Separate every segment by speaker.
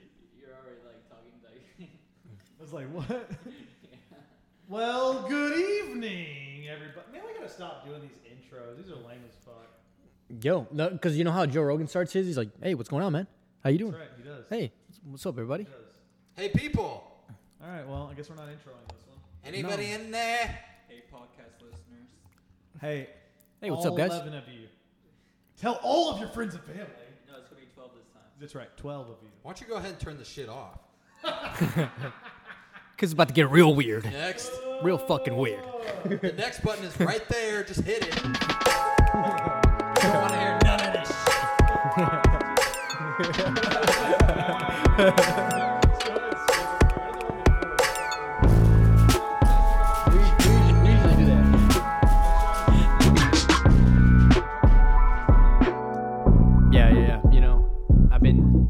Speaker 1: I was like, what? Well, good evening, everybody. Man, we gotta stop doing these intros. These are lame as fuck.
Speaker 2: Yo, no, because you know how Joe Rogan starts his. He's like, "Hey, what's going on, man? How you doing?
Speaker 1: That's right, he does.
Speaker 2: Hey, what's up, everybody?
Speaker 1: He does.
Speaker 3: Hey, people!
Speaker 1: All right, well, I guess we're not introing this one.
Speaker 3: Anybody in there?
Speaker 4: Hey, podcast listeners.
Speaker 1: Hey,
Speaker 2: Hey, what's
Speaker 1: all
Speaker 2: up, guys?
Speaker 1: Eleven of you. Tell all of your friends and family.
Speaker 4: No, it's gonna be 12 this time.
Speaker 1: That's right, twelve of you.
Speaker 3: Why don't you go ahead and turn the shit off?
Speaker 2: Because it's about to get real weird,
Speaker 3: Next.
Speaker 2: real fucking weird.
Speaker 3: the next button is right there. Just hit it. I don't want to hear none of this shit.
Speaker 2: We, usually do that. Yeah, yeah, yeah. You know, I've been,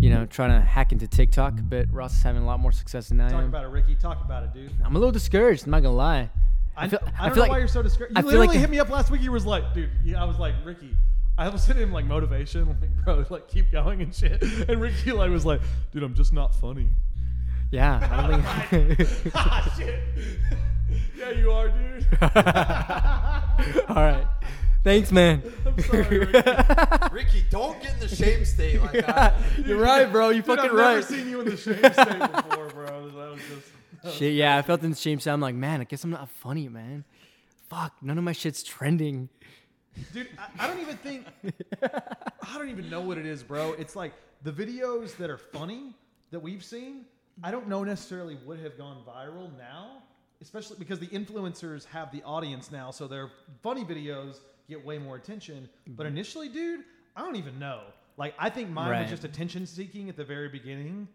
Speaker 2: you know, trying to hack into TikTok, but Ross is having a lot more success than I
Speaker 1: Talk
Speaker 2: am.
Speaker 1: about it, Ricky. Talk about it, dude.
Speaker 2: I'm a little discouraged. I'm not gonna lie.
Speaker 1: I, I,
Speaker 2: feel-
Speaker 1: don't
Speaker 2: I
Speaker 1: know
Speaker 2: feel like-
Speaker 1: why you're so discouraged. You
Speaker 2: I feel like
Speaker 1: literally
Speaker 2: the-
Speaker 1: hit me up last week. You was like, dude, yeah, I was like, Ricky, I was sending him like motivation, like, bro, like keep going and shit. And Ricky like was like, dude, I'm just not funny.
Speaker 2: Yeah, I don't think.
Speaker 1: ah, shit. yeah, you are, dude.
Speaker 2: All right. Thanks, man.
Speaker 1: I'm sorry, Ricky.
Speaker 3: Ricky, don't get in the shame state like that.
Speaker 2: You're right, bro. You
Speaker 1: Dude,
Speaker 2: fucking
Speaker 1: I've
Speaker 2: right.
Speaker 1: never seen you in the shame state before, bro. That was just.
Speaker 2: Shit, yeah, I felt in shame. So I'm like, man, I guess I'm not funny, man. Fuck, none of my shit's trending.
Speaker 1: dude I, I don't even think i don't even know what it is bro it's like the videos that are funny that we've seen i don't know necessarily would have gone viral now especially because the influencers have the audience now so their funny videos get way more attention but initially dude i don't even know like i think mine was
Speaker 2: Mm-hmm. Right.
Speaker 1: just attention seeking at the very beginning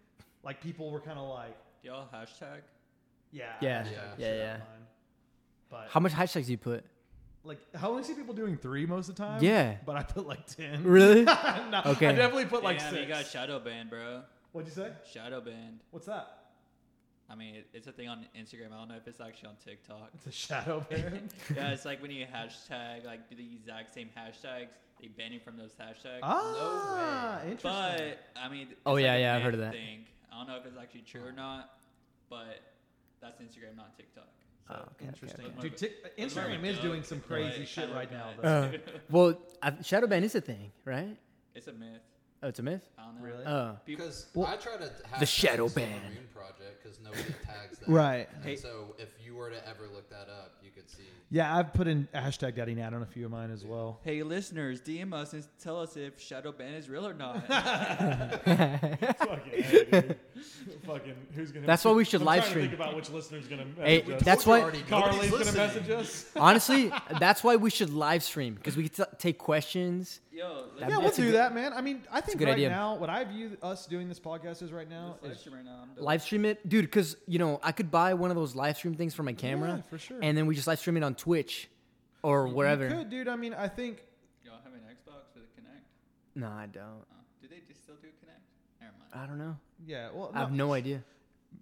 Speaker 1: like people were kind of like
Speaker 4: Do y'all hashtag?
Speaker 1: yeah
Speaker 2: Yeah,
Speaker 1: hashtag
Speaker 3: yeah,
Speaker 1: shit out
Speaker 2: yeah.
Speaker 1: mine. but
Speaker 2: How much hashtags do you put?
Speaker 1: like I only see people doing three most of the time.
Speaker 2: Yeah.
Speaker 1: but I put like ten.
Speaker 2: Really?
Speaker 1: No, I
Speaker 2: Okay.
Speaker 1: definitely put like
Speaker 4: Damn,
Speaker 1: six.
Speaker 4: you got shadow banned, bro.
Speaker 1: What'd you say?
Speaker 4: Shadow banned.
Speaker 1: What's that?
Speaker 4: I mean, it- it's a thing on Instagram. I don't know if it's actually on TikTok.
Speaker 1: It's a shadow ban.
Speaker 4: yeah, it's like when you hashtag, like, do the exact same hashtags, they ban you from those hashtags.
Speaker 1: ah, interesting.
Speaker 4: But, I mean, it's
Speaker 2: Oh,
Speaker 4: like
Speaker 2: yeah,
Speaker 4: a
Speaker 2: yeah, I've
Speaker 4: big
Speaker 2: heard of that.
Speaker 4: Thing. I don't know if it's actually true or not, but that's Instagram, not TikTok.
Speaker 1: So,
Speaker 2: Oh, okay,
Speaker 1: interesting.
Speaker 4: okay, okay.
Speaker 1: Dude, Tik-
Speaker 4: Those are
Speaker 1: Instagram
Speaker 4: my
Speaker 1: is doing
Speaker 4: jokes,
Speaker 1: some
Speaker 4: but,
Speaker 1: crazy
Speaker 4: like,
Speaker 1: shit
Speaker 4: shadow
Speaker 1: right now.
Speaker 4: banned.
Speaker 1: Though.
Speaker 2: Uh, well, I, shadow ban is a thing, right?
Speaker 4: It's a myth.
Speaker 2: Oh, it's a myth.
Speaker 4: I don't know.
Speaker 1: Really?
Speaker 2: Oh,
Speaker 4: People,
Speaker 3: Because I try to hashtag
Speaker 2: The shadow
Speaker 3: Solar
Speaker 2: ban.
Speaker 3: Moon Project because nobody tags that.
Speaker 1: Right.
Speaker 3: And
Speaker 4: Hey.
Speaker 3: so if you were to ever look that up, you could see.
Speaker 1: Yeah, I've put in hashtag Daddy Nat on a few of mine as well.
Speaker 4: Hey, listeners, DM us and tell us if Shadow Ban is real or not.
Speaker 1: Fucking, hey, dude. Fucking, who's gonna?
Speaker 2: That's why we should
Speaker 1: I'm trying
Speaker 2: live
Speaker 1: to
Speaker 2: stream.
Speaker 1: think about which listener's gonna.
Speaker 2: Hey,
Speaker 1: message us.
Speaker 2: that's
Speaker 3: Told
Speaker 2: why-
Speaker 3: you already,
Speaker 1: Carly's
Speaker 3: nobody's
Speaker 1: gonna message
Speaker 3: listening.
Speaker 1: us.
Speaker 2: honestly, that's why we should live stream because we can t- take questions.
Speaker 4: Yo,
Speaker 2: That'd
Speaker 1: Yeah,
Speaker 2: be-
Speaker 1: we'll
Speaker 2: That's a
Speaker 1: do
Speaker 2: good-
Speaker 1: that, man. I mean, I think
Speaker 2: good
Speaker 1: right
Speaker 2: idea.
Speaker 1: now, what I view us doing this podcast is right now
Speaker 4: Let's live
Speaker 1: is
Speaker 4: stream right now. I'm done.
Speaker 2: Live stream it, dude, because you know I could buy one of those live stream things for my camera,
Speaker 1: Yeah, for sure.
Speaker 2: and then we just live stream it on Twitch or wherever.
Speaker 1: You could, dude. I mean, I think
Speaker 4: Y'all have an Xbox with a Connect?
Speaker 2: No, I don't.
Speaker 4: Oh, do they just still do Connect? Never
Speaker 1: Uh,
Speaker 4: mind.
Speaker 2: I don't know.
Speaker 1: yeah. Well,
Speaker 2: I have no idea.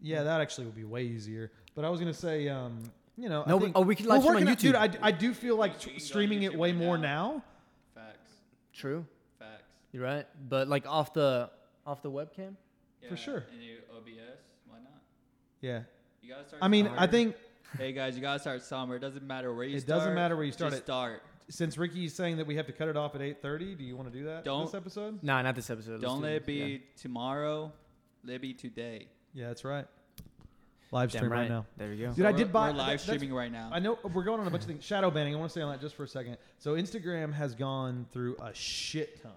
Speaker 1: Yeah, that actually would be way easier. But I was gonna say, um, you know,
Speaker 2: No,
Speaker 1: I think,
Speaker 2: oh, we could
Speaker 1: We're
Speaker 2: live stream on
Speaker 1: working on- dude.
Speaker 2: YouTube.
Speaker 1: I, d- I do feel like
Speaker 4: We
Speaker 1: tr-
Speaker 4: can go on
Speaker 1: streaming it
Speaker 4: YouTube
Speaker 1: way
Speaker 4: right
Speaker 1: more
Speaker 4: now.
Speaker 1: now.
Speaker 4: Facts.
Speaker 2: True.
Speaker 4: Facts.
Speaker 2: You're right, but like off the off the webcam.
Speaker 4: Yeah,
Speaker 1: sure.
Speaker 4: And you OBS? Why not?
Speaker 1: Yeah,
Speaker 4: You gotta start.
Speaker 1: I mean,
Speaker 4: somewhere.
Speaker 1: I think
Speaker 4: Hey guys, you gotta start somewhere. It doesn't matter where you
Speaker 1: It
Speaker 4: start.
Speaker 1: doesn't matter where you start
Speaker 4: Just
Speaker 1: it.
Speaker 4: start.
Speaker 1: since Ricky's saying that we have to cut it off at eight thirty, do you want to do that
Speaker 4: Don't-
Speaker 1: this episode?
Speaker 2: Nah, not this episode. Let's
Speaker 4: Don't
Speaker 2: do
Speaker 4: let it
Speaker 2: this.
Speaker 4: be
Speaker 2: Yeah.
Speaker 4: tomorrow. Let it be today.
Speaker 1: Yeah, that's right. Live stream right. now.
Speaker 2: There you go.
Speaker 1: Dude, I
Speaker 4: We're-
Speaker 1: did
Speaker 4: We're
Speaker 1: buy- that-
Speaker 4: live
Speaker 1: that's-
Speaker 4: streaming right now.
Speaker 1: I know we're going on a bunch of things. Shadow banning. I want to stay on that just for a second. So Instagram has gone through a shit ton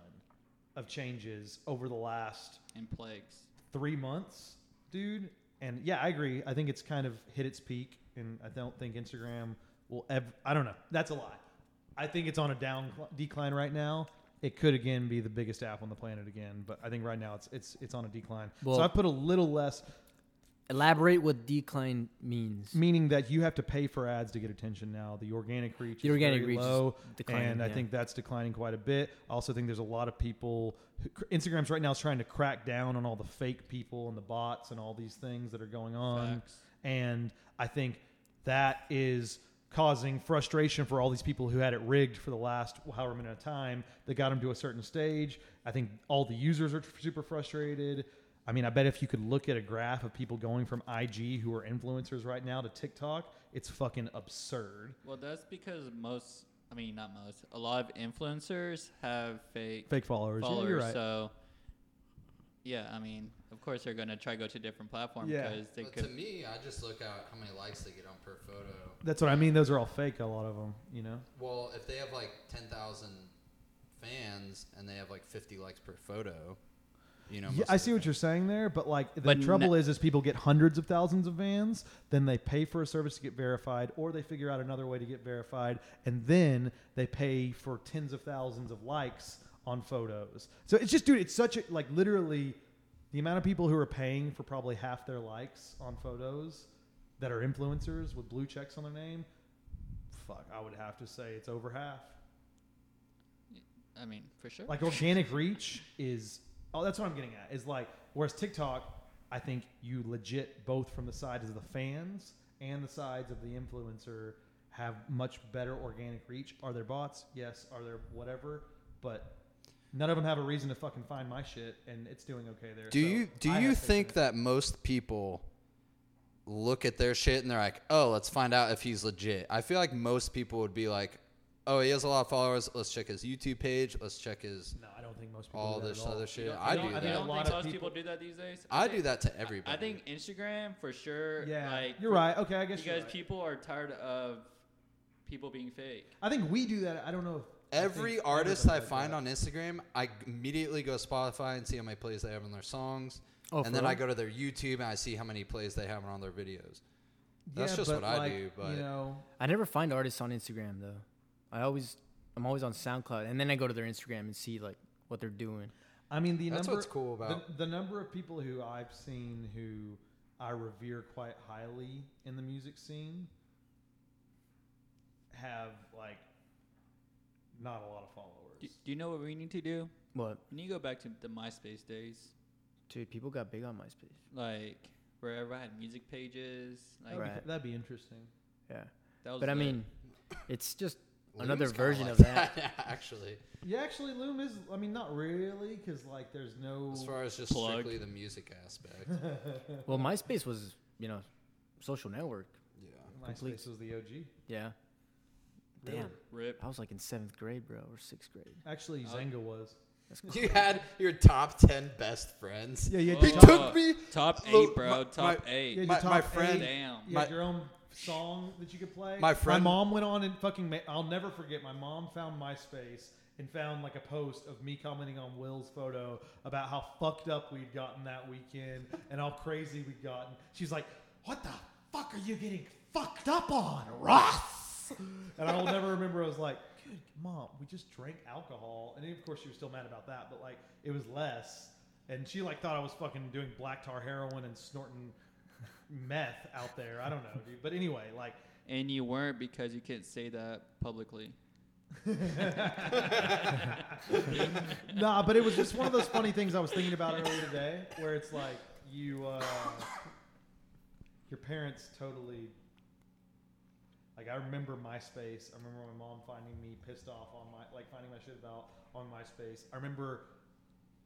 Speaker 1: of changes over the last
Speaker 4: and plagues.
Speaker 1: three months, dude. And yeah, I agree. I think it's kind of hit its peak, and I don't think Instagram will ever. I don't know. That's a lie. I think it's on a down decline right now. It could again be the biggest app on the planet again, but I think right now it's it's it's on a decline.
Speaker 2: Well-
Speaker 1: so I put a little less,
Speaker 2: Elaborate what decline means.
Speaker 1: meaning that you have to pay for ads to get attention now. The organic reach,
Speaker 2: The
Speaker 1: is
Speaker 2: organic
Speaker 1: very
Speaker 2: reach is
Speaker 1: low,
Speaker 2: declining,
Speaker 1: and I
Speaker 2: yeah.
Speaker 1: think that's declining quite a bit. I also think there's a lot of people. Who, Instagram's right now is trying to crack down on all the fake people and the bots and all these things that are going on.
Speaker 4: Facts.
Speaker 1: And I think that is causing frustration for all these people who had it rigged for the last however many time that got them to a certain stage. I think all the users are super frustrated. I mean, I bet if you could look at a graph of people going from IG who are influencers right now to TikTok, it's fucking absurd.
Speaker 4: Well, that's because most, I mean, not most, a lot of influencers have fake
Speaker 1: Fake followers.
Speaker 4: followers.
Speaker 1: yeah, you're right.
Speaker 4: So, yeah, I mean, of course they're going to try to go to a different platform
Speaker 1: Yeah.
Speaker 4: because they
Speaker 3: But to
Speaker 4: could.
Speaker 3: me, I just look at how many likes they get on per photo.
Speaker 1: That's what I mean. Those are all fake. A lot of them, you know.
Speaker 3: Well, if they have like ten thousand fans and they have like fifty likes per photo, you know.
Speaker 1: Yeah, I see what you're saying there, but like the
Speaker 4: But
Speaker 1: trouble
Speaker 4: no-
Speaker 1: is, is people get hundreds of thousands of vans, then they pay for a service to get verified, or they figure out another way to get verified, and then they pay for tens of thousands of likes on photos. So it's just, dude, it's such a like literally the amount of people who are paying for probably half their likes on photos that are influencers with blue checks on their name. Fuck, I would have to say it's over half.
Speaker 4: I mean, for sure.
Speaker 1: Like organic reach is oh that's what I'm getting at. Is like whereas TikTok, I think you legit both from the sides of the fans and the sides of the influencer have much better organic reach. Are there bots? Yes. Are there whatever? But none of them have a reason to fucking find my shit and it's doing okay there.
Speaker 3: Do
Speaker 1: So
Speaker 3: you do
Speaker 1: I have
Speaker 3: you
Speaker 1: faith in
Speaker 3: think
Speaker 1: it.
Speaker 3: that most people look at their shit and they're like, "Oh, let's find out if he's legit." I feel like most people would be like, "Oh, he has a lot of followers. Let's check his YouTube page. Let's check his
Speaker 1: No, I don't think most people
Speaker 3: all
Speaker 1: do that
Speaker 3: this
Speaker 1: at all.
Speaker 3: other shit."
Speaker 4: You
Speaker 3: I
Speaker 4: don't-
Speaker 3: do
Speaker 4: you
Speaker 1: I
Speaker 3: that.
Speaker 1: think a
Speaker 4: don't
Speaker 1: lot
Speaker 4: think
Speaker 1: of
Speaker 4: most
Speaker 1: people-
Speaker 4: people do that these days.
Speaker 3: I
Speaker 4: think-
Speaker 3: do that to everybody.
Speaker 4: I think Instagram for sure.
Speaker 1: Yeah.
Speaker 4: like,
Speaker 1: you're right. Okay, I guess
Speaker 4: Because
Speaker 1: you're right.
Speaker 4: people are tired of people being fake.
Speaker 1: I think we do that. I don't know if I
Speaker 3: Every
Speaker 1: think
Speaker 3: artist I
Speaker 1: everybody does
Speaker 3: find
Speaker 1: that.
Speaker 3: on Instagram, I g- immediately go to Spotify and see how many plays they have on their songs.
Speaker 2: Oh, for
Speaker 3: and then I
Speaker 2: real?
Speaker 3: go to their YouTube and I see how many plays they have on their videos. That's
Speaker 1: Yeah,
Speaker 3: just
Speaker 1: but
Speaker 3: what I
Speaker 1: like,
Speaker 3: do, but-
Speaker 1: you know,
Speaker 2: I never find artists on Instagram though. I always I'm always on SoundCloud and then I go to their Instagram and see like what they're doing.
Speaker 1: I mean, the
Speaker 3: That's
Speaker 1: number
Speaker 3: what's cool about-
Speaker 1: the, the number of people who I've seen who I revere quite highly in the music scene have like not a lot of followers.
Speaker 4: Do, do you know what we need to do?
Speaker 2: What?
Speaker 4: We need to go back to the MySpace days.
Speaker 2: Dude, people got big on MySpace.
Speaker 4: Like, wherever I had music pages. Like,
Speaker 1: that'd,
Speaker 2: Right.
Speaker 1: be, that'd be interesting.
Speaker 2: Yeah.
Speaker 4: that was
Speaker 2: But I
Speaker 4: the-
Speaker 2: mean, it's just
Speaker 3: Loom's
Speaker 2: another
Speaker 3: kinda
Speaker 2: version
Speaker 3: like
Speaker 2: of that.
Speaker 3: actually.
Speaker 1: Yeah, actually, Loom is. I mean, not really, because like there's no.
Speaker 3: As far as just
Speaker 4: Plug.
Speaker 3: strictly the music aspect.
Speaker 2: Well, MySpace was, you know, social network.
Speaker 3: yeah.
Speaker 1: MySpace
Speaker 2: complete-
Speaker 1: was the OG.
Speaker 2: Yeah. Damn.
Speaker 1: Really.
Speaker 4: Rip.
Speaker 2: I was like in seventh grade, bro, or sixth grade.
Speaker 1: Actually,
Speaker 4: Oh.
Speaker 1: Zynga was.
Speaker 2: That's
Speaker 3: You had your top 10 best friends.
Speaker 1: Yeah, you
Speaker 4: had
Speaker 3: He
Speaker 4: your
Speaker 3: took
Speaker 4: top-
Speaker 3: me.
Speaker 4: Top
Speaker 3: Lo-
Speaker 4: eight, bro.
Speaker 3: my-
Speaker 4: top
Speaker 3: my-
Speaker 1: You had your
Speaker 4: eight.
Speaker 3: Oh, my- my
Speaker 1: top
Speaker 3: friend-
Speaker 1: eight.
Speaker 4: Damn.
Speaker 1: You had
Speaker 3: My-
Speaker 1: your own song that you could play.
Speaker 3: My friend-
Speaker 1: my mom went on and fucking. Ma- I'll never forget. My mom found MySpace and found like a post of me commenting on Will's photo about how fucked up we'd gotten that weekend and how crazy we'd gotten. She's like, "What the fuck are you getting fucked up on, Ross?" And I'll never remember. I was like, "Good mom, we just drank alcohol," and then, of course she was still mad about that, but like it was less. And she like thought I was fucking doing black tar heroin and snorting meth out there. I don't know, dude. But anyway, like
Speaker 4: And you weren't because you can't say that publicly.
Speaker 1: nah, but it was just one of those funny things I was thinking about earlier today, where it's like you, uh, your parents totally. Like I remember MySpace. I remember my mom finding me pissed off on my like finding my shit about on MySpace. I remember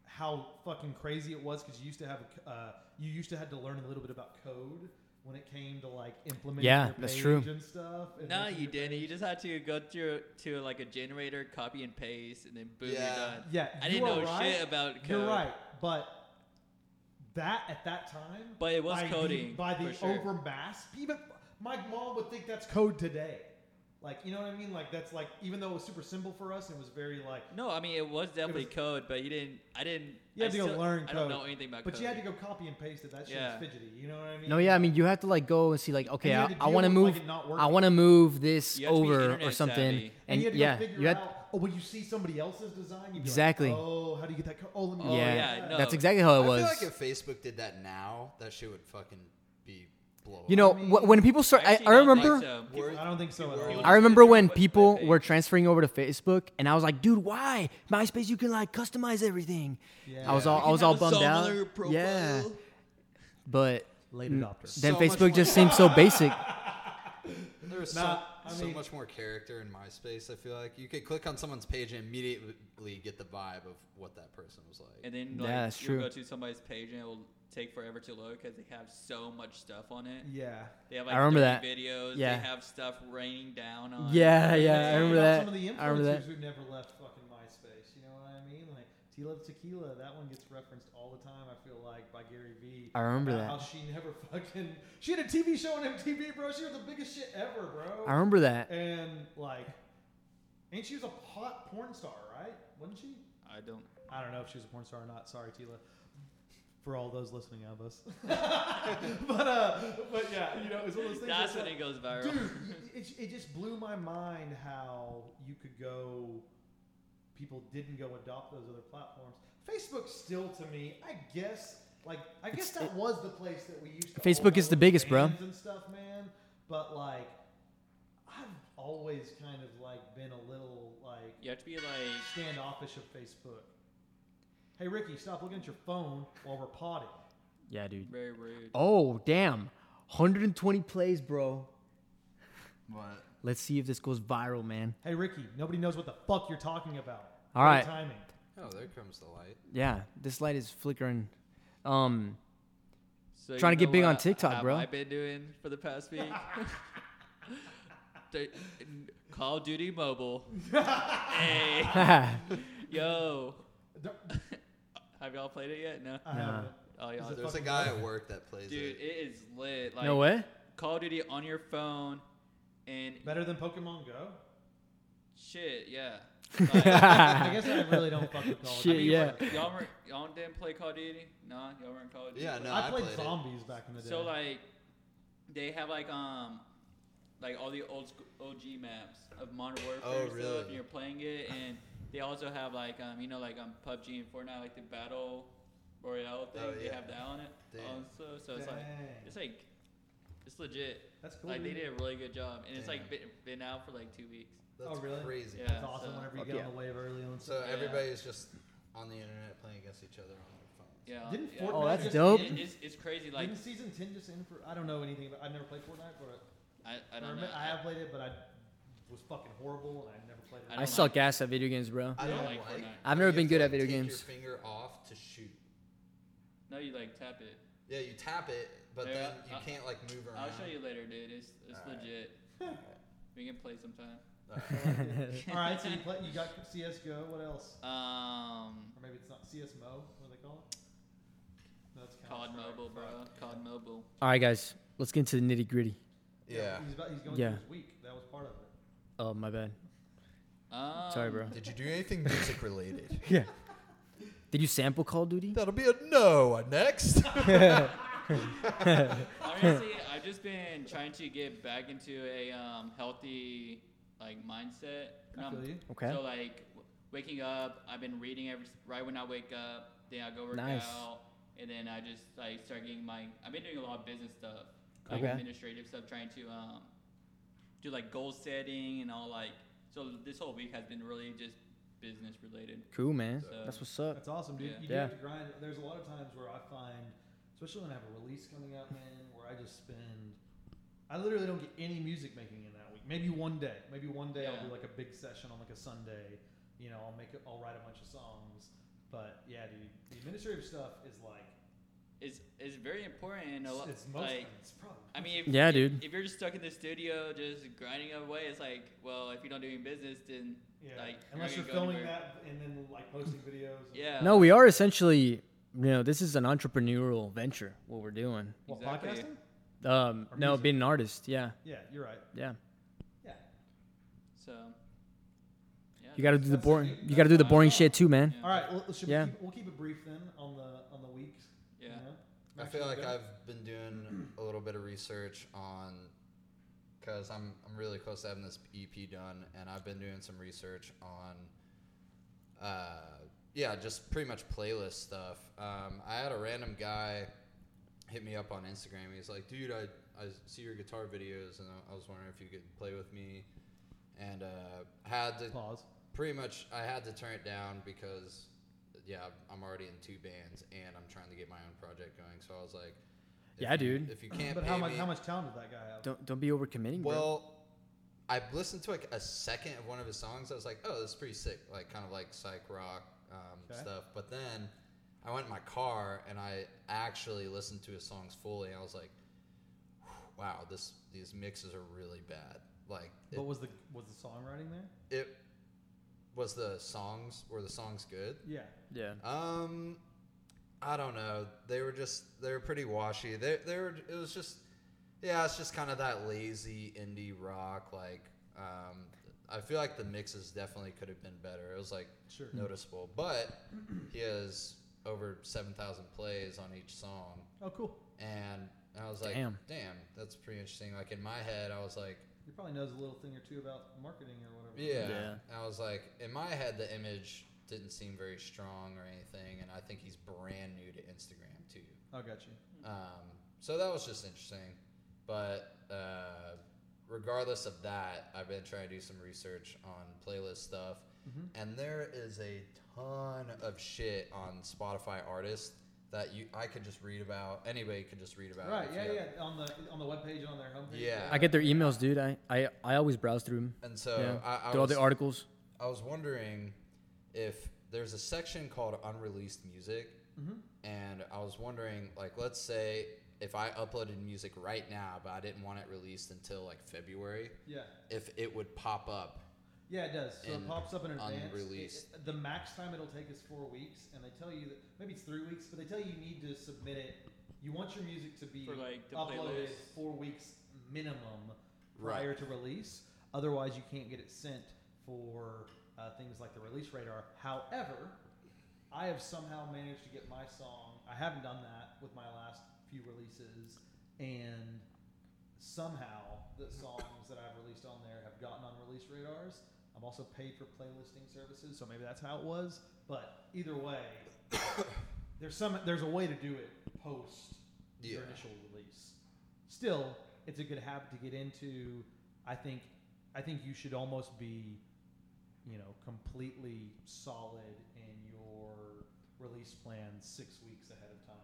Speaker 1: how fucking crazy it was because you used to have a, c- uh, you used to had to learn a little bit about code when it came to like implementing
Speaker 2: Yeah,
Speaker 1: your
Speaker 2: that's
Speaker 1: page
Speaker 2: true.
Speaker 1: and stuff. and
Speaker 4: No,
Speaker 1: making
Speaker 4: you
Speaker 1: your
Speaker 4: didn't. You
Speaker 1: page.
Speaker 4: just had to go through to like a generator, copy and paste, and then boom,
Speaker 3: Yeah.
Speaker 4: you're done.
Speaker 1: Yeah,
Speaker 4: I
Speaker 1: you
Speaker 4: didn't
Speaker 1: are
Speaker 4: know
Speaker 1: right.
Speaker 4: shit about code.
Speaker 1: You're right, but that at that time.
Speaker 4: But it was
Speaker 1: by the-
Speaker 4: coding,
Speaker 1: by the
Speaker 4: for sure.
Speaker 1: over mass. Even my mom would think that's code today. Like you know what I mean? Like that's like even though it was super simple for us, it was very like
Speaker 4: No, I mean it was definitely
Speaker 1: was-
Speaker 4: code, but you didn't. I didn't.
Speaker 1: you
Speaker 4: I
Speaker 1: had to go
Speaker 4: still-
Speaker 1: learn code.
Speaker 4: I don't know anything about
Speaker 1: But
Speaker 4: code.
Speaker 1: you had to go copy and paste it. That shit
Speaker 4: Yeah.
Speaker 1: was fidgety. You know what I mean?
Speaker 2: No, yeah, I mean, you have to like go and see, like, okay,
Speaker 1: you had
Speaker 2: I,
Speaker 1: to
Speaker 2: I
Speaker 1: deal
Speaker 2: want to
Speaker 1: with, like,
Speaker 2: move,
Speaker 1: it not
Speaker 2: I
Speaker 1: working.
Speaker 2: want to move this
Speaker 4: You have to be
Speaker 2: over or
Speaker 4: internet
Speaker 2: something,
Speaker 4: savvy.
Speaker 1: And,
Speaker 2: and
Speaker 1: you had to
Speaker 2: yeah,
Speaker 1: go figure
Speaker 2: you had,
Speaker 1: out. Oh, when you see somebody else's design, you
Speaker 2: Exactly.
Speaker 1: Like, oh, how do you get that? Co- oh, let me.
Speaker 4: Oh,
Speaker 2: yeah,
Speaker 4: yeah, no.
Speaker 2: that's exactly how it
Speaker 3: I
Speaker 2: was.
Speaker 3: feel like if Facebook did that now, that shit would fucking be blown
Speaker 2: you know,
Speaker 1: I mean-
Speaker 2: wh- when people start, I,
Speaker 4: Actually,
Speaker 2: I
Speaker 4: don't think
Speaker 2: remember,
Speaker 4: so.
Speaker 1: I don't think so at
Speaker 3: Word.
Speaker 1: all.
Speaker 2: I remember when
Speaker 4: Web
Speaker 2: people
Speaker 4: page.
Speaker 2: were transferring over to Facebook, and I was like, "Dude, why MySpace? You can like customize everything."
Speaker 1: Yeah.
Speaker 2: I was
Speaker 1: You
Speaker 2: all I
Speaker 4: can
Speaker 2: was all
Speaker 4: have a
Speaker 2: bummed out.
Speaker 4: similar profile.
Speaker 2: Yeah, but
Speaker 1: Late adopter.
Speaker 2: then
Speaker 3: So much
Speaker 2: Facebook just
Speaker 3: more-
Speaker 2: seems so basic.
Speaker 3: There was
Speaker 1: Nah,
Speaker 3: some-
Speaker 1: I
Speaker 3: so
Speaker 1: mean-
Speaker 3: much more character in MySpace. I feel like you could click on someone's page and immediately get the vibe of what that person was like.
Speaker 4: And then
Speaker 2: Yeah,
Speaker 4: like
Speaker 2: that's
Speaker 4: you'll
Speaker 2: true.
Speaker 4: go to somebody's page and it will take forever to load because they have so much stuff on it.
Speaker 1: Yeah.
Speaker 4: They have
Speaker 2: I
Speaker 4: like 30
Speaker 2: remember that.
Speaker 4: videos.
Speaker 2: Yeah.
Speaker 4: They have stuff raining down on.
Speaker 2: Yeah, yeah, I
Speaker 1: Talking
Speaker 2: remember
Speaker 1: about
Speaker 2: that.
Speaker 1: Some of the influencers
Speaker 2: I remember that.
Speaker 1: who never left fucking MySpace. You know what I mean? Like Tila Tequila, that one gets referenced all the time. I feel like by Gary Vee.
Speaker 2: I remember
Speaker 1: about
Speaker 2: that.
Speaker 1: How she never fucking. She had a TV show on MTV, bro. She was the biggest shit ever, bro.
Speaker 2: I remember that.
Speaker 1: and like, and she was a hot porn star, right? Wasn't she?
Speaker 4: I don't.
Speaker 1: I don't know if she was a porn star or not. Sorry, Tila. For all those listening of us, but uh, but yeah, you know, it's one of those things.
Speaker 4: That's
Speaker 1: that's
Speaker 4: when it goes viral.
Speaker 1: Dude, it, it just blew my mind how you could go. People didn't go adopt those other platforms. Facebook still, to me, I guess, like I guess that was the place that we used. to
Speaker 2: Facebook
Speaker 1: all
Speaker 2: is
Speaker 1: go
Speaker 2: the
Speaker 1: with
Speaker 2: biggest, bro.
Speaker 1: bands And stuff, man. But like, I've always kind of like been a little like
Speaker 4: You have to be like.
Speaker 1: standoffish of Facebook. Hey Ricky, stop looking at your phone while we're potting.
Speaker 2: Yeah, dude.
Speaker 4: Very rude.
Speaker 2: Oh, damn. 120 plays, bro.
Speaker 3: What?
Speaker 2: Let's see if this goes viral, man.
Speaker 1: Hey Ricky, nobody knows what the fuck you're talking about.
Speaker 2: All
Speaker 1: Great
Speaker 2: right.
Speaker 1: timing.
Speaker 3: Oh, there comes the light.
Speaker 2: Yeah, this light is flickering. Um,
Speaker 4: So
Speaker 2: Trying
Speaker 4: you
Speaker 2: to get
Speaker 4: know
Speaker 2: big on
Speaker 4: what
Speaker 2: TikTok,
Speaker 4: have
Speaker 2: bro.
Speaker 4: I been doing for the past week. They- Call of Duty Mobile. hey, yo,
Speaker 1: Don't-
Speaker 4: have y'all played it yet? No.
Speaker 1: I haven't.
Speaker 4: Oh, y'all.
Speaker 1: it
Speaker 3: There's a
Speaker 1: fucking
Speaker 3: guy
Speaker 1: light?
Speaker 3: at work that plays
Speaker 4: Dude,
Speaker 3: it.
Speaker 4: it is lit. Like
Speaker 2: no way.
Speaker 4: Call of Duty on your phone, and
Speaker 1: Better than Pokemon Go?
Speaker 4: shit, yeah.
Speaker 1: I guess I really don't fuck with Call of
Speaker 2: Shit,
Speaker 1: Duty.
Speaker 2: yeah.
Speaker 4: y'all were, y'all didn't play Call of Duty? Nah, y'all weren't Call of Duty.
Speaker 3: Yeah, no,
Speaker 1: I,
Speaker 3: I
Speaker 1: played
Speaker 3: played it.
Speaker 1: zombies back in the day.
Speaker 4: So like, they have like um, like all the old sc- OG maps of Modern Warfare
Speaker 3: Oh,
Speaker 4: and stuff, and
Speaker 3: really?
Speaker 4: you're playing it, and they also have like um, you know, like um, PUBG and Fortnite, like the battle royale thing.
Speaker 3: Oh,
Speaker 4: They
Speaker 3: yeah.
Speaker 4: have that on it
Speaker 3: Damn.
Speaker 4: also. So it's like,
Speaker 1: Dang.
Speaker 4: it's like, it's legit.
Speaker 1: That's cool.
Speaker 4: like they
Speaker 1: dude.
Speaker 4: did a really good job, and it's like
Speaker 3: Damn.
Speaker 4: been, been out for like two weeks.
Speaker 3: That's
Speaker 1: Oh, really?
Speaker 3: crazy.
Speaker 4: Yeah.
Speaker 1: That's awesome
Speaker 4: so-
Speaker 1: whenever you
Speaker 2: Fuck
Speaker 1: get
Speaker 2: yeah.
Speaker 1: on the wave early on.
Speaker 3: So
Speaker 4: Yeah.
Speaker 3: everybody's just on the internet playing against each other on their phones.
Speaker 4: Yeah.
Speaker 1: Didn't
Speaker 4: yeah.
Speaker 1: Fortnite
Speaker 2: Oh, that's
Speaker 1: just-
Speaker 2: dope.
Speaker 4: It, it's, it's crazy. Like
Speaker 1: Didn't season 10 just end for. I don't know anything about I've never played Fortnite, but
Speaker 4: I, I
Speaker 1: I,
Speaker 4: don't know.
Speaker 1: remember, I have played it, but I was fucking horrible and I never played it.
Speaker 4: I
Speaker 2: I
Speaker 4: don't
Speaker 2: suck
Speaker 4: like-
Speaker 2: ass at video games, bro.
Speaker 3: I
Speaker 4: Yeah.
Speaker 3: don't
Speaker 4: Like
Speaker 3: like.
Speaker 4: Fortnite.
Speaker 2: I've never
Speaker 3: you
Speaker 2: been good
Speaker 3: have to,
Speaker 2: at
Speaker 3: like,
Speaker 2: video
Speaker 3: take
Speaker 2: games.
Speaker 3: Your finger off to shoot.
Speaker 4: no, you like tap it.
Speaker 3: Yeah, you tap it, but
Speaker 4: There,
Speaker 3: then
Speaker 4: I-
Speaker 3: you
Speaker 4: I-
Speaker 3: can't like move around.
Speaker 4: I'll show you later, dude. It's it's
Speaker 3: Alright.
Speaker 4: legit. We can play sometime.
Speaker 3: Alright.
Speaker 1: All right, so you, play, you got CSGO. What else?
Speaker 4: Um,
Speaker 1: Or maybe it's not CSMO. What do they call it? No, it's
Speaker 4: COD
Speaker 1: Counter-Strike.
Speaker 4: Mobile, bro. COD Mobile.
Speaker 2: All right, guys, let's get into the nitty gritty.
Speaker 3: yeah.
Speaker 1: He's, about, he's going
Speaker 2: Yeah.
Speaker 1: through his week. That was part of it.
Speaker 2: Oh, my bad.
Speaker 4: Um,
Speaker 2: Sorry, bro.
Speaker 3: Did you do anything music related?
Speaker 2: Yeah. Did you sample Call of Duty?
Speaker 3: That'll be a no. uh, Next.
Speaker 4: Honestly, I've just been trying to get back into a um, healthy like mindset.
Speaker 1: I
Speaker 4: Um,
Speaker 1: feel you.
Speaker 2: Okay.
Speaker 4: So like w- waking up, I've been reading every s- right when I wake up. Then I go work
Speaker 2: Nice.
Speaker 4: out, and then I just like start getting my. I've been doing a lot of business stuff, like
Speaker 2: Okay.
Speaker 4: administrative stuff, trying to um, do like goal setting and all like. So this whole week has been really just business related.
Speaker 2: Cool, man.
Speaker 4: So-
Speaker 2: That's what's up.
Speaker 1: That's awesome, dude.
Speaker 4: Yeah.
Speaker 1: You do
Speaker 2: Yeah.
Speaker 1: have to grind. There's a lot of times where I find, especially when I have a release coming up, man, where I just spend. I literally don't get any music making in that week. Maybe one day. Maybe one day I'll
Speaker 4: Yeah.
Speaker 1: do like a big session on like a Sunday. You know, I'll make it. I'll write a bunch of songs. But yeah, dude, the administrative stuff is like.
Speaker 4: It's it's very important. And a lot,
Speaker 1: It's most.
Speaker 4: like
Speaker 1: it's probably.
Speaker 4: I mean, if,
Speaker 2: Yeah,
Speaker 4: if-
Speaker 2: dude.
Speaker 4: If you're just stuck in the studio, just grinding away, it's like, well, if you don't do any business, then
Speaker 1: Yeah.
Speaker 4: like you're
Speaker 1: Unless
Speaker 4: not gonna
Speaker 1: you're
Speaker 4: go
Speaker 1: filming
Speaker 4: anywhere.
Speaker 1: that and then like posting videos. and-
Speaker 4: yeah,
Speaker 2: No, we are essentially, you know, this is an entrepreneurial venture, what we're doing.
Speaker 1: What
Speaker 4: Exactly.
Speaker 1: podcasting?
Speaker 2: Um,
Speaker 1: Or
Speaker 2: no,
Speaker 1: music.
Speaker 2: being an artist. Yeah.
Speaker 1: Yeah, you're right.
Speaker 2: Yeah.
Speaker 1: Yeah.
Speaker 4: So yeah,
Speaker 2: You got to do the
Speaker 1: That's the
Speaker 2: boring,
Speaker 1: thing.
Speaker 2: you got to do the
Speaker 4: That's
Speaker 2: boring
Speaker 4: how-
Speaker 2: shit too, man.
Speaker 4: Yeah.
Speaker 1: All right. Well, should
Speaker 2: Yeah.
Speaker 1: we keep, we'll keep it brief then on the on the weeks.
Speaker 4: yeah.
Speaker 1: you know?
Speaker 3: I
Speaker 1: Max,
Speaker 3: feel
Speaker 1: you
Speaker 3: like
Speaker 1: good?
Speaker 3: I've been doing a little bit of research on because I'm I'm really close to having this EP done, and I've been doing some research on, uh, yeah, just pretty much playlist stuff. Um, I had a random guy hit me up on Instagram. He's like, "Dude, I I see your guitar videos, and I- I was wondering if you could play with me." And uh, had to
Speaker 1: Pause.
Speaker 3: pretty much I had to turn it down because yeah, I'm already in two bands and I'm trying to get my own project going. So I was like, if
Speaker 2: Yeah,
Speaker 3: you-
Speaker 2: dude.
Speaker 3: If you can't,
Speaker 1: But how
Speaker 3: pay
Speaker 1: much
Speaker 3: me-
Speaker 1: how much talent did that guy have?
Speaker 2: Don't don't be overcommitting, bro.
Speaker 3: Well, I listened to like a second of one of his songs. I was like, oh, this is pretty sick, like kind of like psych rock um,
Speaker 1: Okay.
Speaker 3: stuff. But then I went in my car and I actually listened to his songs fully. And I was like, wow, this these mixes are really bad. Like it,
Speaker 1: What was the was the songwriting there?
Speaker 3: it was the songs were the songs good?
Speaker 1: Yeah.
Speaker 2: Yeah.
Speaker 3: Um, I don't know. They were just they were pretty washy. They they were it was just yeah, it's just kind of that lazy indie rock. Like um, I feel like the mixes definitely could have been better. It was like
Speaker 1: Sure.
Speaker 2: Hmm.
Speaker 3: noticeable, but he has over seven thousand plays on each song,
Speaker 1: Oh, cool.
Speaker 3: and I was like,
Speaker 2: Damn.
Speaker 3: damn, that's pretty interesting. Like in my head, I was like.
Speaker 1: He probably knows a little thing or two about marketing or whatever.
Speaker 3: Yeah.
Speaker 2: Yeah.
Speaker 3: I was like, in my head, the image didn't seem very strong or anything, and I think he's brand new to Instagram too.
Speaker 1: I got you.
Speaker 3: Um, so that was just interesting. But uh, regardless of that, I've been trying to do some research on playlist stuff,
Speaker 1: Mhm.
Speaker 3: and there is a ton of shit on Spotify artists that you I could just read about. Anybody could just read about.
Speaker 1: Right.
Speaker 3: if
Speaker 1: Yeah,
Speaker 3: you have-
Speaker 1: yeah. On the on the webpage and on their homepage.
Speaker 3: Yeah.
Speaker 2: I get their emails, dude. I, I, I always browse through them.
Speaker 3: And uh, so
Speaker 2: yeah.
Speaker 3: I, I
Speaker 2: Through all the
Speaker 3: was-
Speaker 2: articles.
Speaker 3: I was wondering if there's a section called unreleased music,
Speaker 1: Mm-hmm.
Speaker 3: and I was wondering, like, let's say if I uploaded music right now, but I didn't want it released until like February,
Speaker 1: Yeah.
Speaker 3: if it would pop up.
Speaker 1: Yeah, it does. So it
Speaker 3: And
Speaker 1: pops up in advance.
Speaker 3: unreleased.
Speaker 1: It- the max time it'll take is four weeks, and they tell you that maybe it's three weeks, but they tell you you need to submit it. You want your music to be
Speaker 4: For, like, the
Speaker 1: uploaded
Speaker 4: playlist.
Speaker 1: four weeks minimum prior to release. Otherwise, you can't get it sent for uh, things like the release radar. However, I have somehow managed to get my song. I haven't done that with my last few releases, and somehow the songs that I've released on there have gotten on release radars. I'm also paid for playlisting services, so maybe that's how it was. But either way, there's some there's a way to do it post your
Speaker 3: Yeah.
Speaker 1: initial release. Still, it's a good habit to get into. I think I think you should almost be, you know, completely solid in your release plan six weeks ahead of time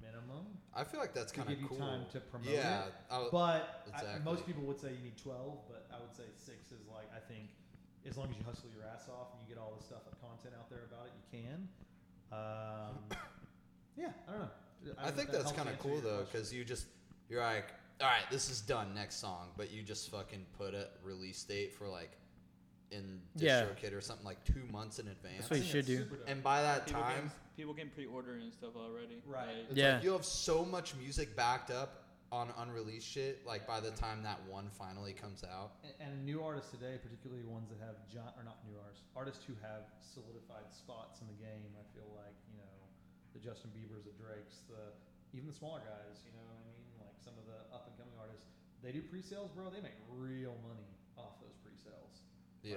Speaker 1: minimum
Speaker 3: I feel like that's
Speaker 1: to
Speaker 3: kind
Speaker 1: give
Speaker 3: of
Speaker 1: you
Speaker 3: cool.
Speaker 1: time to promote
Speaker 3: yeah,
Speaker 1: it.
Speaker 3: I w-
Speaker 1: But I,
Speaker 3: Exactly.
Speaker 1: most people would say you need 12, but I would say six is like, I think as long as you hustle your ass off and you get all the stuff, the content out there about it, you can. Um, yeah, I don't know.
Speaker 3: I, think that's kind of cool though, because you just you're like, all right, this is done. Next song, but you just fucking put a release date for like in
Speaker 2: Yeah.
Speaker 3: DistroKid or something like two months in advance.
Speaker 2: what you should do.
Speaker 3: and by that
Speaker 4: People
Speaker 3: time,
Speaker 4: can, people can pre-order and stuff already.
Speaker 1: Right.
Speaker 4: Like,
Speaker 3: It's
Speaker 2: Yeah.
Speaker 3: like you have so much music backed up on unreleased shit. Like by the time that one finally comes out,
Speaker 1: And, and new artists today, particularly ones that have John, or not new artists, artists who have solidified spots in the game. I feel like you know the Justin Bieber's, the Drakes, the even the smaller guys. You know what I mean? Like some of the up and coming artists, they do pre-sales, bro. They make real money off those pre-sales. I
Speaker 3: yeah,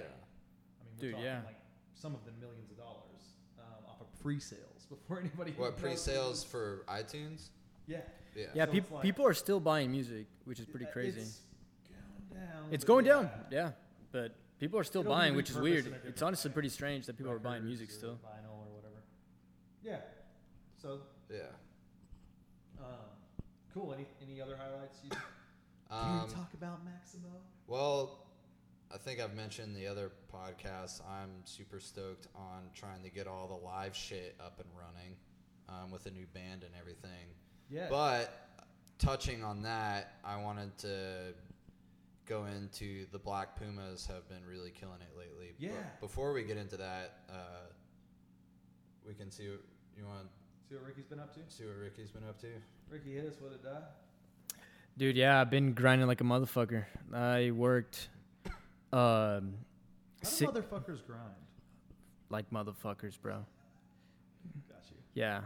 Speaker 1: mean, we're
Speaker 2: Dude,
Speaker 1: talking
Speaker 2: yeah.
Speaker 1: like some of them millions of dollars um, off of pre-sales before anybody.
Speaker 3: what
Speaker 1: knows
Speaker 3: pre-sales for iTunes?
Speaker 1: Yeah,
Speaker 3: Yeah,
Speaker 2: Yeah,
Speaker 1: So
Speaker 2: peop
Speaker 1: it's like-
Speaker 2: people are still buying music, which is pretty
Speaker 1: Uh,
Speaker 2: crazy. It's,
Speaker 1: It's going down. but
Speaker 2: going down,
Speaker 1: yeah.
Speaker 2: yeah. But people are still
Speaker 1: It'll be
Speaker 2: buying, which is
Speaker 1: repurposed
Speaker 2: weird.
Speaker 1: in a
Speaker 2: It's
Speaker 1: different
Speaker 2: honestly
Speaker 1: way.
Speaker 2: pretty strange that people are buying music
Speaker 1: records or
Speaker 2: still.
Speaker 1: Vinyl or whatever. Yeah. So,
Speaker 3: yeah.
Speaker 1: um, cool. Any any other highlights? You,
Speaker 3: Um,
Speaker 1: talk about Maximo?
Speaker 3: well, I think I've mentioned the other podcasts. I'm super stoked on trying to get all the live shit up and running um, with a new band and everything.
Speaker 1: Yeah.
Speaker 3: But touching on that, I wanted to go into the Black Pumas have been really killing it lately. But
Speaker 1: Yeah.
Speaker 3: before we get into that, uh, we can see what you want
Speaker 1: See what Ricky's been up to.
Speaker 3: to see what Ricky's been up to.
Speaker 1: Ricky hit us with it die.
Speaker 2: Dude, yeah, I've been grinding like a motherfucker. I worked um,
Speaker 1: How do
Speaker 2: Sick-
Speaker 1: motherfuckers grind?
Speaker 2: like motherfuckers, bro.
Speaker 1: Got you.
Speaker 2: Yeah.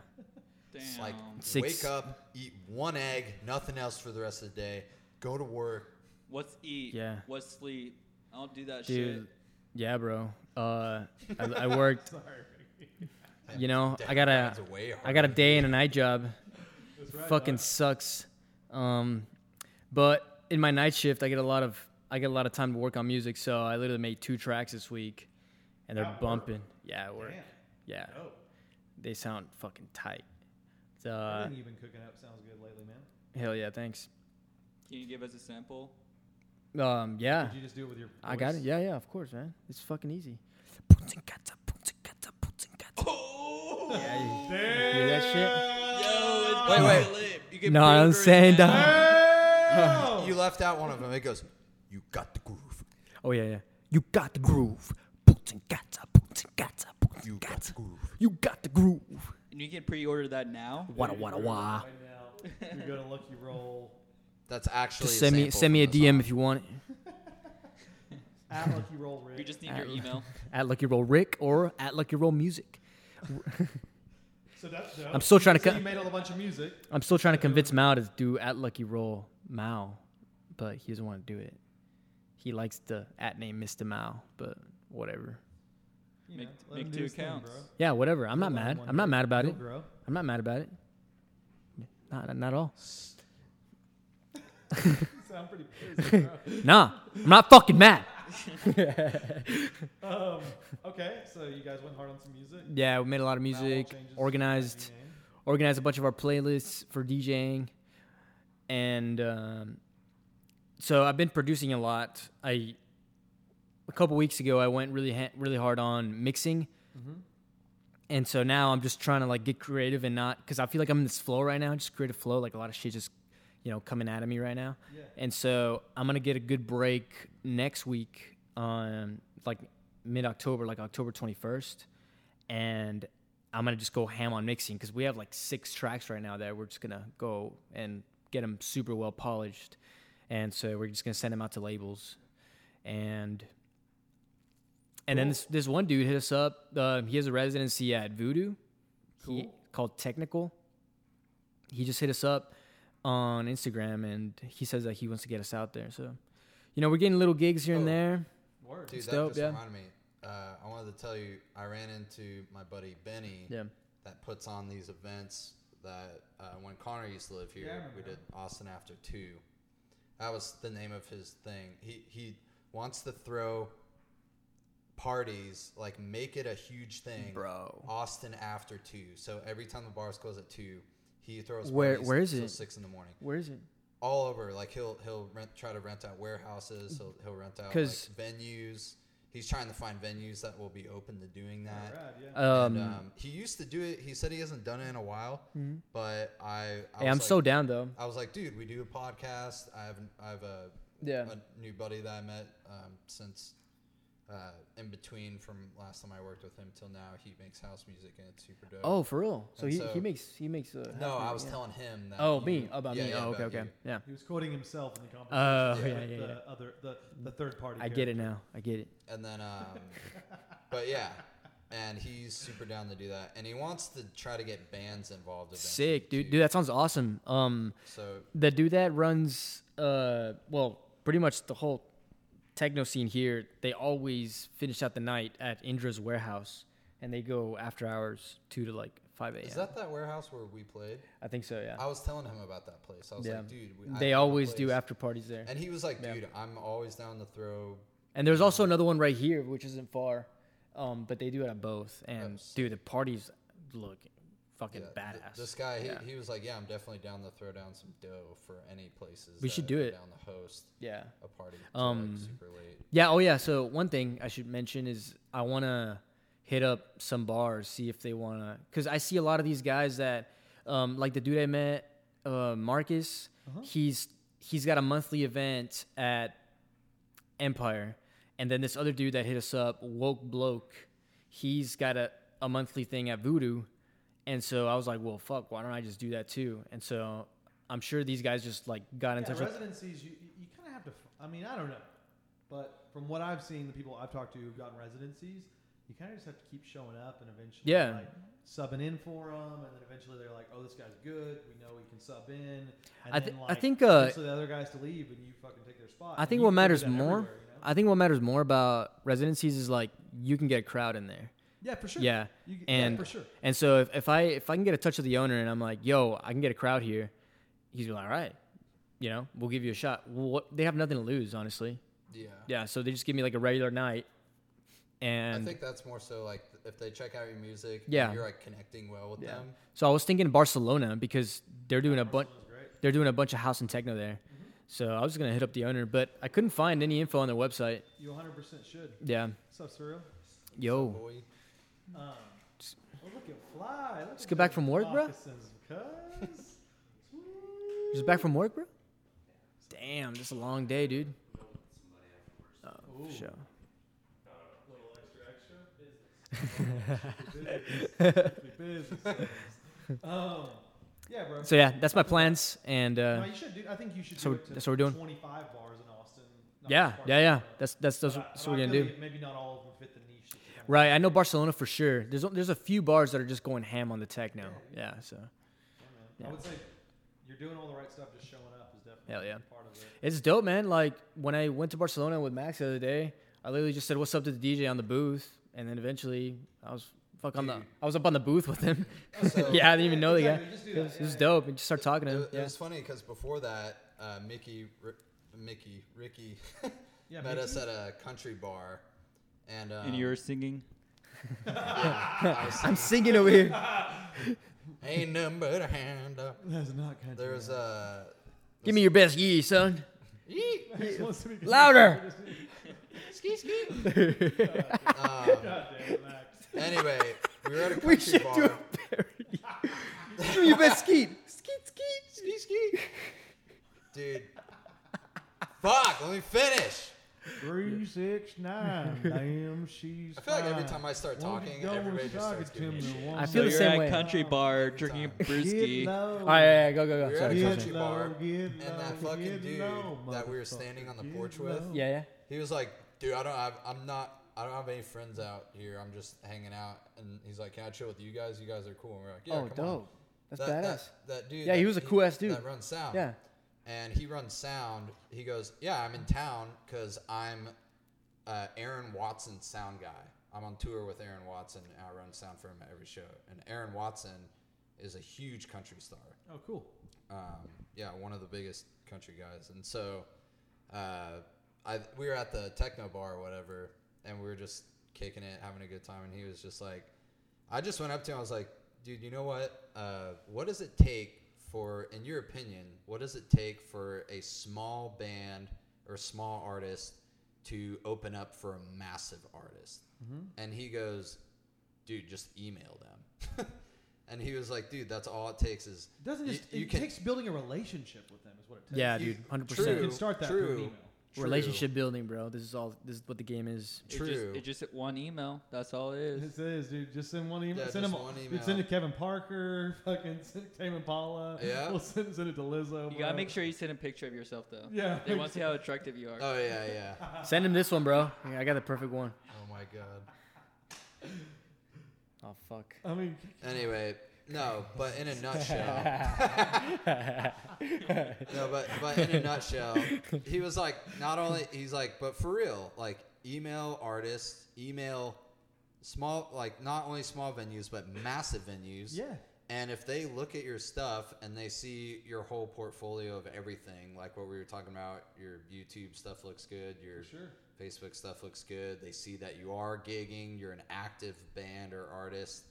Speaker 3: It's
Speaker 4: damn.
Speaker 3: like
Speaker 2: Six-
Speaker 3: wake up, eat one egg, nothing else for the rest of the day, go to work.
Speaker 4: what's eat?
Speaker 2: Yeah.
Speaker 4: What's sleep? I don't do that
Speaker 2: Dude, yeah, bro. Uh, I, I worked,
Speaker 1: Sorry. Ricky.
Speaker 2: you know, I got a,
Speaker 3: It's way
Speaker 2: I
Speaker 3: harder.
Speaker 2: got a day and a night job.
Speaker 1: That's right,
Speaker 2: fucking
Speaker 1: dog.
Speaker 2: sucks. Um, but in my night shift, I get a lot of I get a lot of time to work on music. So I literally made two tracks this week, and they're
Speaker 1: At work?
Speaker 2: bumping. Yeah, at work.
Speaker 1: Damn.
Speaker 2: Yeah,
Speaker 1: Oh,
Speaker 2: they sound fucking tight. It's, Uh,
Speaker 1: everything you've been cooking up sounds good lately, man.
Speaker 2: hell yeah, thanks.
Speaker 4: Can you give us a sample?
Speaker 2: Um, yeah.
Speaker 1: Did you just do it with your? Voice?
Speaker 2: I got it. Yeah, yeah, of course, man. It's fucking easy. Yeah, you hear that shit?
Speaker 4: Yo,
Speaker 3: Wait,
Speaker 4: it's wait. You get
Speaker 2: No, I'm
Speaker 4: bigger
Speaker 2: saying
Speaker 4: and
Speaker 2: dog.
Speaker 1: Damn!
Speaker 3: You left out one of them. It goes, "You got the groove.
Speaker 2: Oh yeah, yeah. You got the groove.
Speaker 3: You got the groove."
Speaker 2: You got the groove.
Speaker 4: And you can pre-order that now.
Speaker 2: Wada wada wah.
Speaker 1: Right now, you go to Lucky Roll
Speaker 3: That's actually
Speaker 2: Just
Speaker 3: a
Speaker 2: send me
Speaker 3: sample
Speaker 2: send me a
Speaker 3: from the
Speaker 2: DM
Speaker 3: song.
Speaker 2: if you want it.
Speaker 1: at Lucky Roll Rick.
Speaker 4: We just need your email.
Speaker 2: at Lucky Roll Rick or at Lucky Roll Music.
Speaker 1: so that's dope.
Speaker 2: I'm still trying to
Speaker 1: So
Speaker 2: co-
Speaker 1: you made a bunch of music.
Speaker 2: I'm still trying to convince Mao to do at Lucky Roll Mao, but he doesn't want to do it. He likes the at name Mr. Mao, but whatever.
Speaker 1: You
Speaker 4: Make-
Speaker 1: know, let
Speaker 4: make
Speaker 1: him do
Speaker 4: two
Speaker 1: his thing,
Speaker 4: accounts.
Speaker 1: bro.
Speaker 2: Yeah, whatever. I'm not
Speaker 1: Let him
Speaker 2: mad.
Speaker 1: one
Speaker 2: I'm not
Speaker 1: day.
Speaker 2: mad about
Speaker 1: He'll
Speaker 2: it.
Speaker 1: grow.
Speaker 2: I'm not mad about it. Not not at all.
Speaker 1: You sound pretty pissed, bro.
Speaker 2: Nah, I'm not fucking mad.
Speaker 1: Um, okay, so you guys went hard on some music.
Speaker 2: Yeah, we made a lot of
Speaker 1: Now all
Speaker 2: music,
Speaker 1: changes to
Speaker 2: organized,
Speaker 1: that new name.
Speaker 2: organized a bunch of our playlists for DJing, and um, so I've been producing a lot. I a couple weeks ago I went really ha- really hard on mixing,
Speaker 1: Mm-hmm.
Speaker 2: and so now I'm just trying to like get creative and not because I feel like I'm in this flow right now, just creative flow, like a lot of shit just you know coming out of me right now,
Speaker 1: Yeah.
Speaker 2: and so I'm gonna get a good break next week on like mid October, like October 21st, and I'm gonna just go ham on mixing because we have like six tracks right now that we're just gonna go and get them super well polished, and so we're just gonna send them out to labels, and and then this this one dude hit us up. Uh, he has a residency at Voodoo, he-
Speaker 1: Cool.
Speaker 2: called Technical. He just hit us up on Instagram and he says that he wants to get us out there. So, you know, we're getting little gigs here
Speaker 3: Oh.
Speaker 2: and there.
Speaker 1: Word.
Speaker 3: Dude,
Speaker 2: It's
Speaker 3: that
Speaker 2: dope,
Speaker 3: just
Speaker 2: yeah.
Speaker 3: reminded me. Uh, I wanted to tell you, I ran into my buddy Benny
Speaker 2: Yeah.
Speaker 3: that puts on these events that uh, when Connor used to live here,
Speaker 1: Yeah, I remember
Speaker 3: we did Austin After Two. That was the name of his thing. He he wants to throw parties, like make it a huge thing.
Speaker 2: Bro.
Speaker 3: Austin After Two. So every time the bars close at two, he throws
Speaker 2: Where-
Speaker 3: parties
Speaker 2: where is
Speaker 3: till
Speaker 2: it?
Speaker 3: six in the morning.
Speaker 2: Where is it?
Speaker 3: all over. Like he'll he'll rent try to rent out warehouses. He'll he'll rent out
Speaker 2: 'Cause-
Speaker 3: like venues. He's trying to find venues that will be open to doing that.
Speaker 1: Rad, yeah.
Speaker 2: Um, Mm-hmm.
Speaker 3: and, um, he used to do it. He said he hasn't done it in a while, but I. I
Speaker 2: hey,
Speaker 3: was
Speaker 2: I'm
Speaker 3: like,
Speaker 2: so down though.
Speaker 3: I was like, dude, we do a podcast. I have an- I have a
Speaker 2: Yeah.
Speaker 3: a new buddy that I met um, since uh, in between from last time I worked with him till now. He makes house music and it's super dope.
Speaker 2: Oh, for real. So
Speaker 3: And
Speaker 2: he,
Speaker 3: so-
Speaker 2: he makes he makes. Uh,
Speaker 3: no, I was
Speaker 2: yeah.
Speaker 3: telling him. That
Speaker 2: Oh
Speaker 3: you-
Speaker 2: me about
Speaker 3: yeah,
Speaker 2: me.
Speaker 3: yeah,
Speaker 2: oh okay
Speaker 3: about
Speaker 2: okay
Speaker 3: you.
Speaker 2: yeah.
Speaker 1: He was quoting himself in the
Speaker 2: Oh,
Speaker 1: conversation.
Speaker 2: yeah,
Speaker 1: with
Speaker 2: yeah,
Speaker 1: the
Speaker 2: yeah.
Speaker 1: Other the, the third party.
Speaker 2: I get it now. I get it.
Speaker 3: And then, um, but yeah, and he's super down to do that, and he wants to try to get bands involved. Eventually
Speaker 2: Sick, dude.
Speaker 3: too.
Speaker 2: Dude, that sounds awesome. Um,
Speaker 3: So
Speaker 2: the dude that runs uh well pretty much the whole techno scene here they always finish out the night at indra's warehouse and they go after hours 2 to like 5 a.m
Speaker 3: is that that warehouse where we played?
Speaker 2: i think so yeah
Speaker 3: I was telling him about that place. I was
Speaker 2: yeah
Speaker 3: like, dude, we, I
Speaker 2: they
Speaker 3: have a
Speaker 2: always do
Speaker 3: place."
Speaker 2: after parties there
Speaker 3: And he was like,
Speaker 2: Yeah.
Speaker 3: dude, I'm always down to throw.
Speaker 2: and there's also another one right here which isn't far um but they do it at both and
Speaker 3: Yes.
Speaker 2: dude the parties look fucking
Speaker 3: yeah, th-
Speaker 2: badass
Speaker 3: This guy, he,
Speaker 2: Yeah.
Speaker 3: he was like, yeah, I'm definitely down to throw down some dough for any places.
Speaker 2: We should
Speaker 3: that
Speaker 2: do
Speaker 3: are
Speaker 2: it.
Speaker 3: Down to host
Speaker 2: yeah
Speaker 3: a party. till, like,
Speaker 2: Um,
Speaker 3: super late.
Speaker 2: Yeah. Oh, yeah. So one thing I should mention is I want to hit up some bars, see if they want to, because I see a lot of these guys that, um, like the dude I met, uh, Marcus.
Speaker 1: Uh-huh.
Speaker 2: He's he's got a monthly event at Empire, and then this other dude that hit us up, Woke Bloke. He's got a a monthly thing at Voodoo, and so I was like, well, fuck, why don't I just do that too? And so I'm sure these guys just like got in
Speaker 1: Yeah,
Speaker 2: touch with.
Speaker 1: residencies, you, you kind of have to. f- I mean, I don't know, but from what I've seen, the people I've talked to who've gotten residencies, you kind of just have to keep showing up and eventually,
Speaker 2: Yeah.
Speaker 1: like, subbing in for them, and then eventually they're like, "Oh, this guy's good. We know we can sub in." And
Speaker 2: I
Speaker 1: then,
Speaker 2: thi- I
Speaker 1: like,
Speaker 2: think, uh,
Speaker 1: eventually the other guys to leave, and you fucking take their spot.
Speaker 2: I
Speaker 1: And
Speaker 2: think
Speaker 1: you
Speaker 2: what
Speaker 1: can do
Speaker 2: matters
Speaker 1: that
Speaker 2: more,
Speaker 1: everywhere, you know?
Speaker 2: I think what matters more about residencies is like you can get a crowd in there.
Speaker 1: yeah, for sure.
Speaker 2: Yeah,
Speaker 1: You g-
Speaker 2: and
Speaker 1: yeah, for sure.
Speaker 2: and so if, if I if I can get a touch of the owner and I'm like, yo, I can get a crowd here, he's like, all right, you know, we'll give you a shot. What, they have nothing to lose, honestly.
Speaker 3: Yeah.
Speaker 2: Yeah, so they just give me like a regular night,
Speaker 3: I
Speaker 2: and
Speaker 3: think that's more so like th- if they check out your music, and
Speaker 2: Yeah.
Speaker 3: you're like connecting well with them.
Speaker 2: so I was thinking Barcelona because they're doing a bunch
Speaker 1: Barcelona's great.
Speaker 2: they're doing a bunch of house and techno there. So I was just gonna hit up the owner, but I couldn't find any info on their website.
Speaker 1: You 100% should.
Speaker 2: Yeah.
Speaker 1: What's up, Surreal?
Speaker 2: Yo.
Speaker 3: Boy.
Speaker 1: Um, oh, look at Fly. Look
Speaker 2: Just get back from work, bro.
Speaker 1: Cuz.
Speaker 2: Just back from work, bro. Damn, just a long day, dude. Oh, for sure.
Speaker 1: little extra extra business. business. business. Um, yeah, bro.
Speaker 2: So yeah, that's my plans, and uh,
Speaker 1: no, you should, dude. I think you should. do
Speaker 2: so we're-
Speaker 1: it to
Speaker 2: that's what we're doing.
Speaker 1: 25 bars in Austin. not
Speaker 2: yeah,
Speaker 1: just
Speaker 2: yeah, yeah.
Speaker 1: Barcelona.
Speaker 2: That's that's that's
Speaker 1: But I-
Speaker 2: what
Speaker 1: but
Speaker 2: we're
Speaker 1: I
Speaker 2: gonna
Speaker 1: feel
Speaker 2: do.
Speaker 1: you, Maybe not all of them fit the niche. that you're
Speaker 2: Right, I know Barcelona for sure. There's there's a few bars that are just going ham on the tech now. Yeah, so
Speaker 1: trying to do, man.
Speaker 2: Yeah.
Speaker 1: I would say you're doing all the right stuff. Just showing up is definitely
Speaker 2: Hell yeah.
Speaker 1: part of it.
Speaker 2: it's dope, man. Like when I went to Barcelona with Max the other day, I literally just said what's up to the DJ on the booth, and then eventually I was fuck on the
Speaker 3: Dude.
Speaker 2: I was up on the booth with him.
Speaker 3: So-
Speaker 2: yeah, I didn't even know the guy.
Speaker 1: exactly, just do
Speaker 2: It
Speaker 1: that,
Speaker 2: was, it
Speaker 1: yeah,
Speaker 2: was
Speaker 1: yeah.
Speaker 2: dope. And just start talking to him.
Speaker 3: It, it
Speaker 2: Yeah.
Speaker 3: was funny because before that, uh, Mickey, Ri Mickey, Ricky,
Speaker 1: Yeah,
Speaker 3: met us
Speaker 1: Mickey?
Speaker 3: at a country bar, and um,
Speaker 4: And you're singing.
Speaker 3: I was
Speaker 2: I'm singing over here.
Speaker 3: ain't nothing but a hand up.
Speaker 1: That's not country.
Speaker 3: There was a
Speaker 2: Give me your best yee, son.
Speaker 3: Yeet.
Speaker 2: Louder.
Speaker 3: ski ski. um,
Speaker 1: God damn it, Max.
Speaker 3: anyway, we were at a country
Speaker 2: We should
Speaker 3: bar.
Speaker 2: do a parody. Give me your best skeet. Skeet, skeet.
Speaker 3: ski ski. Dude, fuck. Let me finish.
Speaker 1: Three six nine. Damn, she's.
Speaker 3: I feel like every time I start talking, everybody just starts giving me shit.
Speaker 2: I feel
Speaker 4: so
Speaker 2: the
Speaker 4: you're
Speaker 2: same
Speaker 4: at
Speaker 2: way.
Speaker 4: country bar drinking a
Speaker 3: Get
Speaker 4: brewski.
Speaker 2: All right, yeah, yeah, go, go, go.
Speaker 3: We were at a
Speaker 2: Sorry,
Speaker 1: Get
Speaker 2: sorry.
Speaker 3: country
Speaker 1: low,
Speaker 3: bar,
Speaker 1: get
Speaker 3: and that
Speaker 1: low,
Speaker 3: fucking
Speaker 1: get
Speaker 3: dude
Speaker 1: low,
Speaker 3: that we were
Speaker 1: motherfucker,
Speaker 3: standing on the
Speaker 1: get
Speaker 3: porch with,
Speaker 1: low.
Speaker 2: Yeah, yeah.
Speaker 3: he was like, "Dude, I don't, have, I'm not, I don't have any friends out here. I'm just hanging out." And he's like, "Can I chill with you guys? You guys are cool." And we're like, "Yeah,
Speaker 2: oh,
Speaker 3: come on."
Speaker 2: dope. That's badass.
Speaker 3: that, That, that dude.
Speaker 2: Yeah, he
Speaker 3: that-
Speaker 2: was a cool-ass dude.
Speaker 3: That runs sound.
Speaker 2: Yeah.
Speaker 3: And he runs sound. He goes, "Yeah, I'm in town because I'm uh, Aaron Watson's sound guy. I'm on tour with Aaron Watson. And I run sound for him at every show. And Aaron Watson is a huge country star.
Speaker 1: Oh, cool.
Speaker 3: Um, yeah, one of the biggest country guys. And so, uh, I we were at the techno bar or whatever, and we were just kicking it, having a good time. And he was just like, I just went up to him. I was like, dude, you know what? Uh, what does it take for, in your opinion, what does it take for a small band or small artist to open up for a massive artist?
Speaker 1: Mm-hmm.
Speaker 3: And he goes, dude, just email them. and he was like, dude, that's all it takes is
Speaker 1: Doesn't
Speaker 3: you-
Speaker 1: just
Speaker 3: you
Speaker 1: it
Speaker 3: can-
Speaker 1: takes building a relationship with them is what it takes.
Speaker 2: Yeah,
Speaker 3: you-
Speaker 2: dude, hundred
Speaker 1: You
Speaker 3: true.
Speaker 2: percent.
Speaker 1: can start that
Speaker 3: true.
Speaker 1: through an email.
Speaker 3: True.
Speaker 2: Relationship building, bro. This is all. This is what the game is.
Speaker 4: It just,
Speaker 3: True.
Speaker 4: it just one email. That's all it is.
Speaker 1: It says, dude, just send one email.
Speaker 3: Yeah,
Speaker 1: send
Speaker 3: just
Speaker 1: them,
Speaker 3: one
Speaker 1: dude,
Speaker 3: email.
Speaker 1: Send it to Kevin Parker. Fucking send it to Tame Impala.
Speaker 3: Yeah.
Speaker 1: We'll send, send it to Lizzo.
Speaker 4: You gotta
Speaker 1: bro.
Speaker 4: make sure you send a picture of yourself though.
Speaker 1: Yeah.
Speaker 4: They want to see how attractive you
Speaker 2: Uh,
Speaker 4: are.
Speaker 3: Oh yeah, yeah.
Speaker 2: Send him this one, bro. Yeah, I got the perfect one.
Speaker 3: Oh my god.
Speaker 2: Oh fuck.
Speaker 1: I mean,
Speaker 3: Anyway, no, but in a nutshell, no, but but in a nutshell, he was like, not only he's like, but for real, like email artists, email small, like not only small venues but massive venues.
Speaker 1: Yeah.
Speaker 3: And if they look at your stuff and they see your whole portfolio of everything, like what we were talking about, your YouTube stuff looks good, your
Speaker 1: sure.
Speaker 3: Facebook stuff looks good. They see that you are gigging, you're an active band or artist.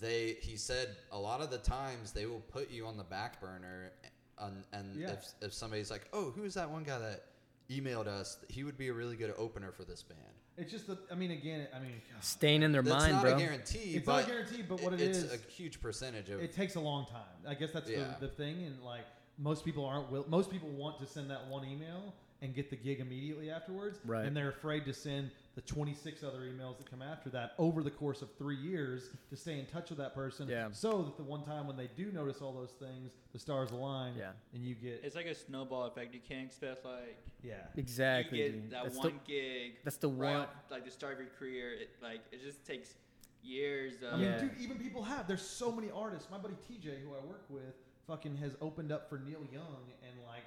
Speaker 3: They he said a lot of the times they will put you on the back burner and, and
Speaker 1: Yeah.
Speaker 3: if, if somebody's like, "Oh, who's that one guy that emailed us? He would be a really good opener for this band."
Speaker 1: it's just that. I mean, again, I mean, God,
Speaker 2: Staying in their
Speaker 3: That's
Speaker 2: mind,
Speaker 3: not
Speaker 2: bro.
Speaker 3: a guarantee,
Speaker 1: It's
Speaker 3: but
Speaker 1: not a guarantee, but what it
Speaker 3: it's
Speaker 1: is-
Speaker 3: a huge percentage of
Speaker 1: it takes a long time. I guess that's
Speaker 3: Yeah.
Speaker 1: the, the thing, and like most people aren't. Will, most people want to send that one email and get the gig immediately afterwards,
Speaker 2: Right.
Speaker 1: And they're afraid to send the 26 other emails that come after that over the course of three years to stay in touch with that person,
Speaker 2: Yeah.
Speaker 1: So that the one time when they do notice all those things, the stars align,
Speaker 2: Yeah.
Speaker 1: and you get,
Speaker 4: It's like a snowball effect. You can't expect like
Speaker 1: yeah,
Speaker 2: Exactly.
Speaker 4: you
Speaker 2: dude.
Speaker 4: get that
Speaker 2: That's the-
Speaker 4: one gig.
Speaker 2: that's the
Speaker 4: right
Speaker 2: one-
Speaker 4: off, like the start of your career. It like it just takes years.
Speaker 1: I
Speaker 4: Of,
Speaker 1: mean,
Speaker 2: Yeah.
Speaker 1: dude, even people have. There's so many artists. My buddy TJ, who I work with, fucking has opened up for Neil Young, and like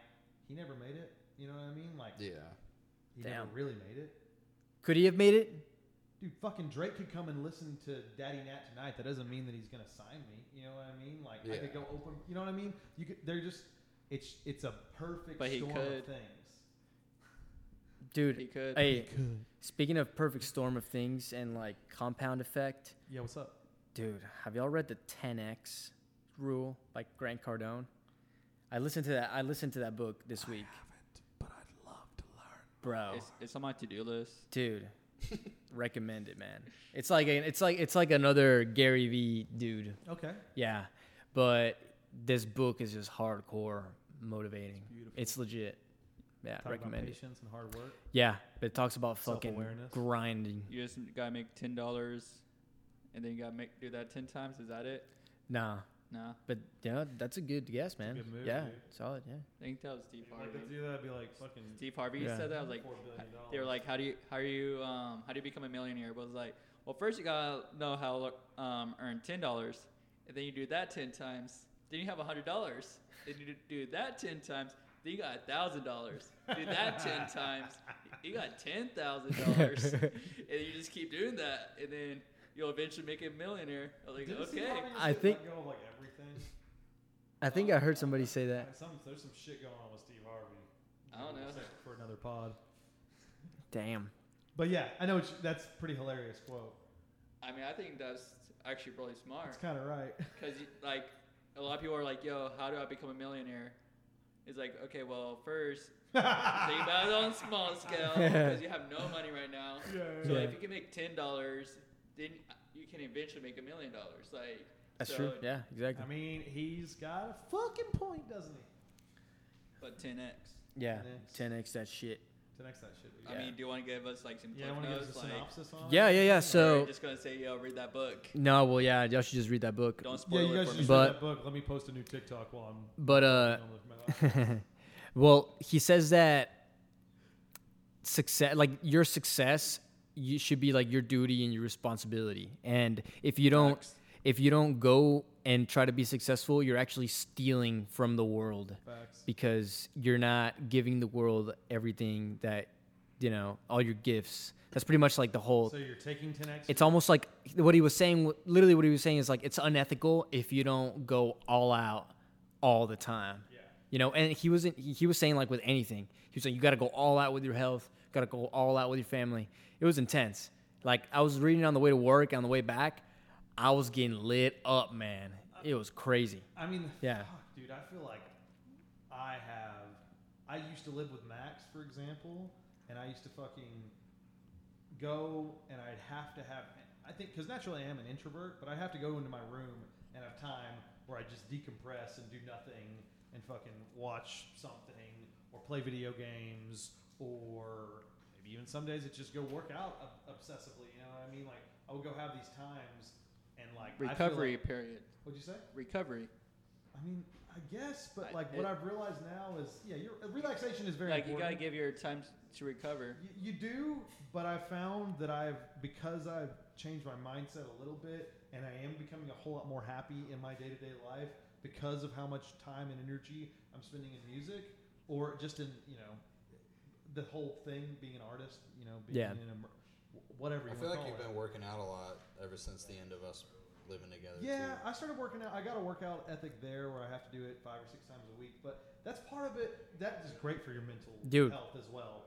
Speaker 1: he never made it. You know what I mean? Like
Speaker 3: yeah.
Speaker 1: he never
Speaker 2: Damn.
Speaker 1: really made it.
Speaker 2: Could he have made it?
Speaker 1: Dude, fucking Drake could come and listen to Daddy Nat tonight. That doesn't mean that he's gonna sign me. You know what I mean? Like I could
Speaker 3: Yeah.
Speaker 1: go open. You know what I mean? You could. They're just. It's it's a perfect
Speaker 4: But he
Speaker 1: storm of
Speaker 4: could.
Speaker 1: things.
Speaker 2: Dude,
Speaker 4: He could.
Speaker 2: Hey, speaking of perfect storm of things and like compound effect,
Speaker 1: Yeah, what's up?
Speaker 2: dude, have y'all read the 10x rule by Grant Cardone? I listened to that. I listened to that book this week. bro,
Speaker 4: It's, it's on my to-do list.
Speaker 2: dude, recommend it, man. It's like an, it's like it's like another Gary V dude.
Speaker 1: Okay.
Speaker 2: Yeah, but this book is just hardcore motivating.
Speaker 1: beautiful.
Speaker 2: It's, legit. Yeah,
Speaker 1: Talk about
Speaker 2: recommend it.
Speaker 1: patience and hard work.
Speaker 2: Yeah, but it talks about fucking
Speaker 1: Self-awareness.
Speaker 2: grinding.
Speaker 4: You just gotta make ten dollars, and then you gotta make do that ten times. Is that it?
Speaker 2: Nah,
Speaker 4: Nah,
Speaker 2: but yeah, that's a good guess, man.
Speaker 1: good move,
Speaker 2: yeah,
Speaker 1: dude.
Speaker 2: solid. Yeah.
Speaker 4: I think that was Steve Harvey.
Speaker 1: do that, be like fucking.
Speaker 4: Steve Harvey
Speaker 2: Yeah.
Speaker 4: said that. I was like,
Speaker 1: Four billion
Speaker 4: h- they were like, how do you how are you um how do you become a millionaire? But it was like, well, first you gotta know how to um earn ten dollars, and then you do that ten times. Then you have a hundred dollars. Then you do that ten times. Then you got a thousand dollars. Do that ten times. You got ten thousand dollars, and you just keep doing that, and then you'll eventually make a millionaire. I was like,
Speaker 1: Didn't Steve
Speaker 4: okay.
Speaker 1: Harvey just
Speaker 2: I
Speaker 1: get
Speaker 2: think-
Speaker 1: let go of, like everything.
Speaker 2: I think I heard somebody say that.
Speaker 1: Some, there's some shit going on with Steve Harvey.
Speaker 4: I don't know.
Speaker 1: Except For another pod.
Speaker 2: Damn.
Speaker 1: But yeah, I know what you, that's a pretty hilarious quote.
Speaker 4: I mean, I think that's actually really smart.
Speaker 1: It's kind of right.
Speaker 4: Because like a lot of people are like, "Yo, how do I become a millionaire?" It's like, okay, well, first think about it on small scale because you have no money right now. So
Speaker 2: Yeah.
Speaker 4: if you can make ten dollars, then you can eventually make a million dollars. Like
Speaker 2: That's
Speaker 4: so-
Speaker 2: true. Yeah, exactly.
Speaker 1: I mean, he's got a fucking point, doesn't he?
Speaker 4: But ten x.
Speaker 2: yeah,
Speaker 1: 10x.
Speaker 2: 10x that shit.
Speaker 1: To next that shit.
Speaker 4: I
Speaker 2: Yeah.
Speaker 4: mean, do you want to give us like some?
Speaker 1: yeah, I
Speaker 4: cliff
Speaker 1: want to give us
Speaker 4: notes,
Speaker 1: a
Speaker 4: like,
Speaker 1: synopsis on.
Speaker 2: Yeah,
Speaker 1: it.
Speaker 2: yeah, yeah.
Speaker 4: so
Speaker 2: So
Speaker 4: just gonna say, "Yo, read that book."
Speaker 2: no, well, yeah, y'all should just read that book.
Speaker 4: Don't
Speaker 1: Yeah,
Speaker 4: spoil
Speaker 1: you
Speaker 4: it
Speaker 1: guys
Speaker 4: for
Speaker 1: just
Speaker 4: me.
Speaker 1: read
Speaker 2: But-
Speaker 1: that book. Let me post a new TikTok while I'm.
Speaker 2: But uh,
Speaker 1: I'm looking at my
Speaker 2: well, he says that success, like your success, you should be like your duty and your responsibility. And if you don't,
Speaker 4: Facts.
Speaker 2: if you don't go and try to be successful, you're actually stealing from the world
Speaker 1: Facts.
Speaker 2: because you're not giving the world everything that you know, all your gifts. That's pretty much like the whole.
Speaker 1: So you're taking 10x.
Speaker 2: it's almost like what he was saying literally what he was saying is like it's unethical if you don't go all out all the time
Speaker 1: Yeah.
Speaker 2: you know and he wasn't he, he was saying like with anything he was saying you got to go all out with your health got to go all out with your family it was intense like i was reading on the way to work on the way back i was getting lit up man it was crazy
Speaker 1: I mean,
Speaker 2: Yeah.
Speaker 1: fuck, dude, I feel like I have. I used to live with Max, for example, and I used to fucking go and I'd have to have. I think because naturally I am an introvert, but I have to go into my room and have time where I just decompress and do nothing and fucking watch something or play video games or maybe even some days it's just go work out ob- obsessively. You know what I mean? Like I would go have these times and like I feel like-
Speaker 4: Recovery period.
Speaker 1: what'd you say?
Speaker 4: Recovery.
Speaker 1: I mean, I guess, but
Speaker 4: I-
Speaker 1: like what
Speaker 4: it-
Speaker 1: I've realized now is, yeah, your relaxation is very
Speaker 4: Like you gotta
Speaker 1: important.
Speaker 4: give your time to recover.
Speaker 1: Y- you do, but I've found that I've because I've changed my mindset a little bit, and I am becoming a whole lot more happy in my day to day life because of how much time and energy I'm spending in music, or just in you know, the whole thing being an artist, you know, being
Speaker 2: Yeah.
Speaker 1: in a, whatever you
Speaker 3: I
Speaker 1: want
Speaker 3: feel
Speaker 1: to
Speaker 3: like
Speaker 1: call
Speaker 3: you've
Speaker 1: it.
Speaker 3: been working out a lot ever since the end of us living together.
Speaker 1: Yeah, I started working out. I got a workout ethic there where I have to do it five or six times a week, but that's part of it. That is great for your mental
Speaker 2: Dude.
Speaker 1: health as well.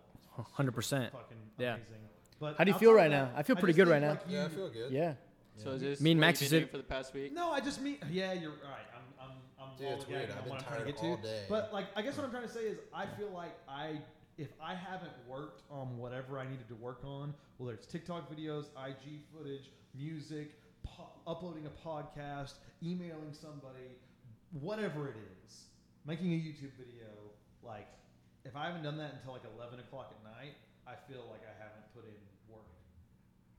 Speaker 2: 100%
Speaker 1: Fucking
Speaker 2: Yeah.
Speaker 1: amazing. But
Speaker 2: How do you feel
Speaker 1: outside of
Speaker 2: right
Speaker 1: that,
Speaker 2: now? I feel pretty
Speaker 1: just
Speaker 2: good
Speaker 1: think,
Speaker 2: right now.
Speaker 1: like,
Speaker 3: Too. Yeah, I
Speaker 1: you-
Speaker 3: feel good.
Speaker 2: yeah
Speaker 4: So is this
Speaker 2: Me and
Speaker 4: what
Speaker 2: Max
Speaker 4: you've
Speaker 2: is
Speaker 4: been
Speaker 2: it-
Speaker 4: doing for the past week?
Speaker 1: No, I just mean yeah, you're right. I'm I'm I'm
Speaker 3: Dude, it's
Speaker 1: lollygagging
Speaker 3: weird.
Speaker 1: on
Speaker 3: I've
Speaker 1: what
Speaker 3: been
Speaker 1: I'm trying to
Speaker 3: tired
Speaker 1: get
Speaker 3: all
Speaker 1: to.
Speaker 3: day.
Speaker 1: But like I guess what I'm trying to say is I feel like I if I haven't worked on whatever I needed to work on, whether it's TikTok videos, IG footage, music, po- uploading a podcast, emailing somebody, whatever it is, making a YouTube video, like if I haven't done that until like 11 o'clock at night, I feel like I haven't put in work.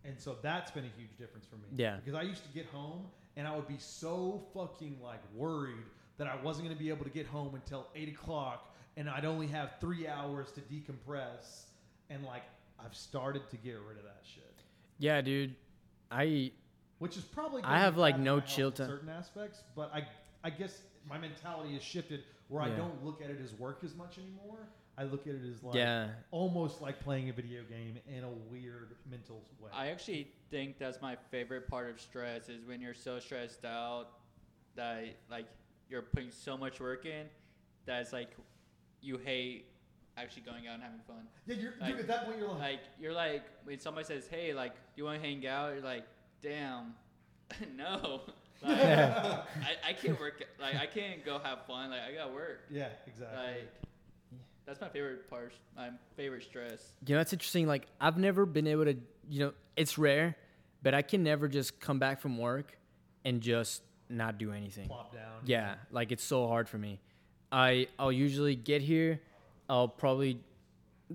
Speaker 1: And so that's been a huge difference for me.
Speaker 2: Yeah.
Speaker 1: Because I used to get home and I would be so fucking like worried that I wasn't going to be able to get home until eight o'clock and I'd only have three hours to decompress. And like I've started to get rid of that shit,
Speaker 2: yeah dude i
Speaker 1: which is probably.
Speaker 2: I
Speaker 1: gonna
Speaker 2: have,
Speaker 1: be
Speaker 2: like,
Speaker 1: bad for
Speaker 2: no
Speaker 1: my health
Speaker 2: chill
Speaker 1: in
Speaker 2: time.
Speaker 1: certain aspects, but I I guess my mentality has shifted where I
Speaker 2: Yeah.
Speaker 1: don't look at it as work as much anymore. I look at it as like
Speaker 2: yeah
Speaker 1: almost like playing a video game in a weird mental way.
Speaker 4: I actually think that's my favorite part of stress is when you're so stressed out that like you're putting so much work in that it's like you hate actually going out and having fun.
Speaker 1: yeah, you're,
Speaker 4: like-
Speaker 1: dude, at that point you're like
Speaker 4: Like you're like when somebody says, "Hey, like, do you want to hang out?" You're like, "Damn, no." Like, I, I can't work. Like I can't go have fun. Like I got work.
Speaker 1: Yeah, exactly.
Speaker 4: Like That's my favorite part. My favorite stress.
Speaker 2: You know, that's interesting. Like, I've never been able to, you know, it's rare, but I can never just come back from work and just not do anything.
Speaker 1: Plop down.
Speaker 2: Yeah, like it's so hard for me. I I'll usually get here, I'll probably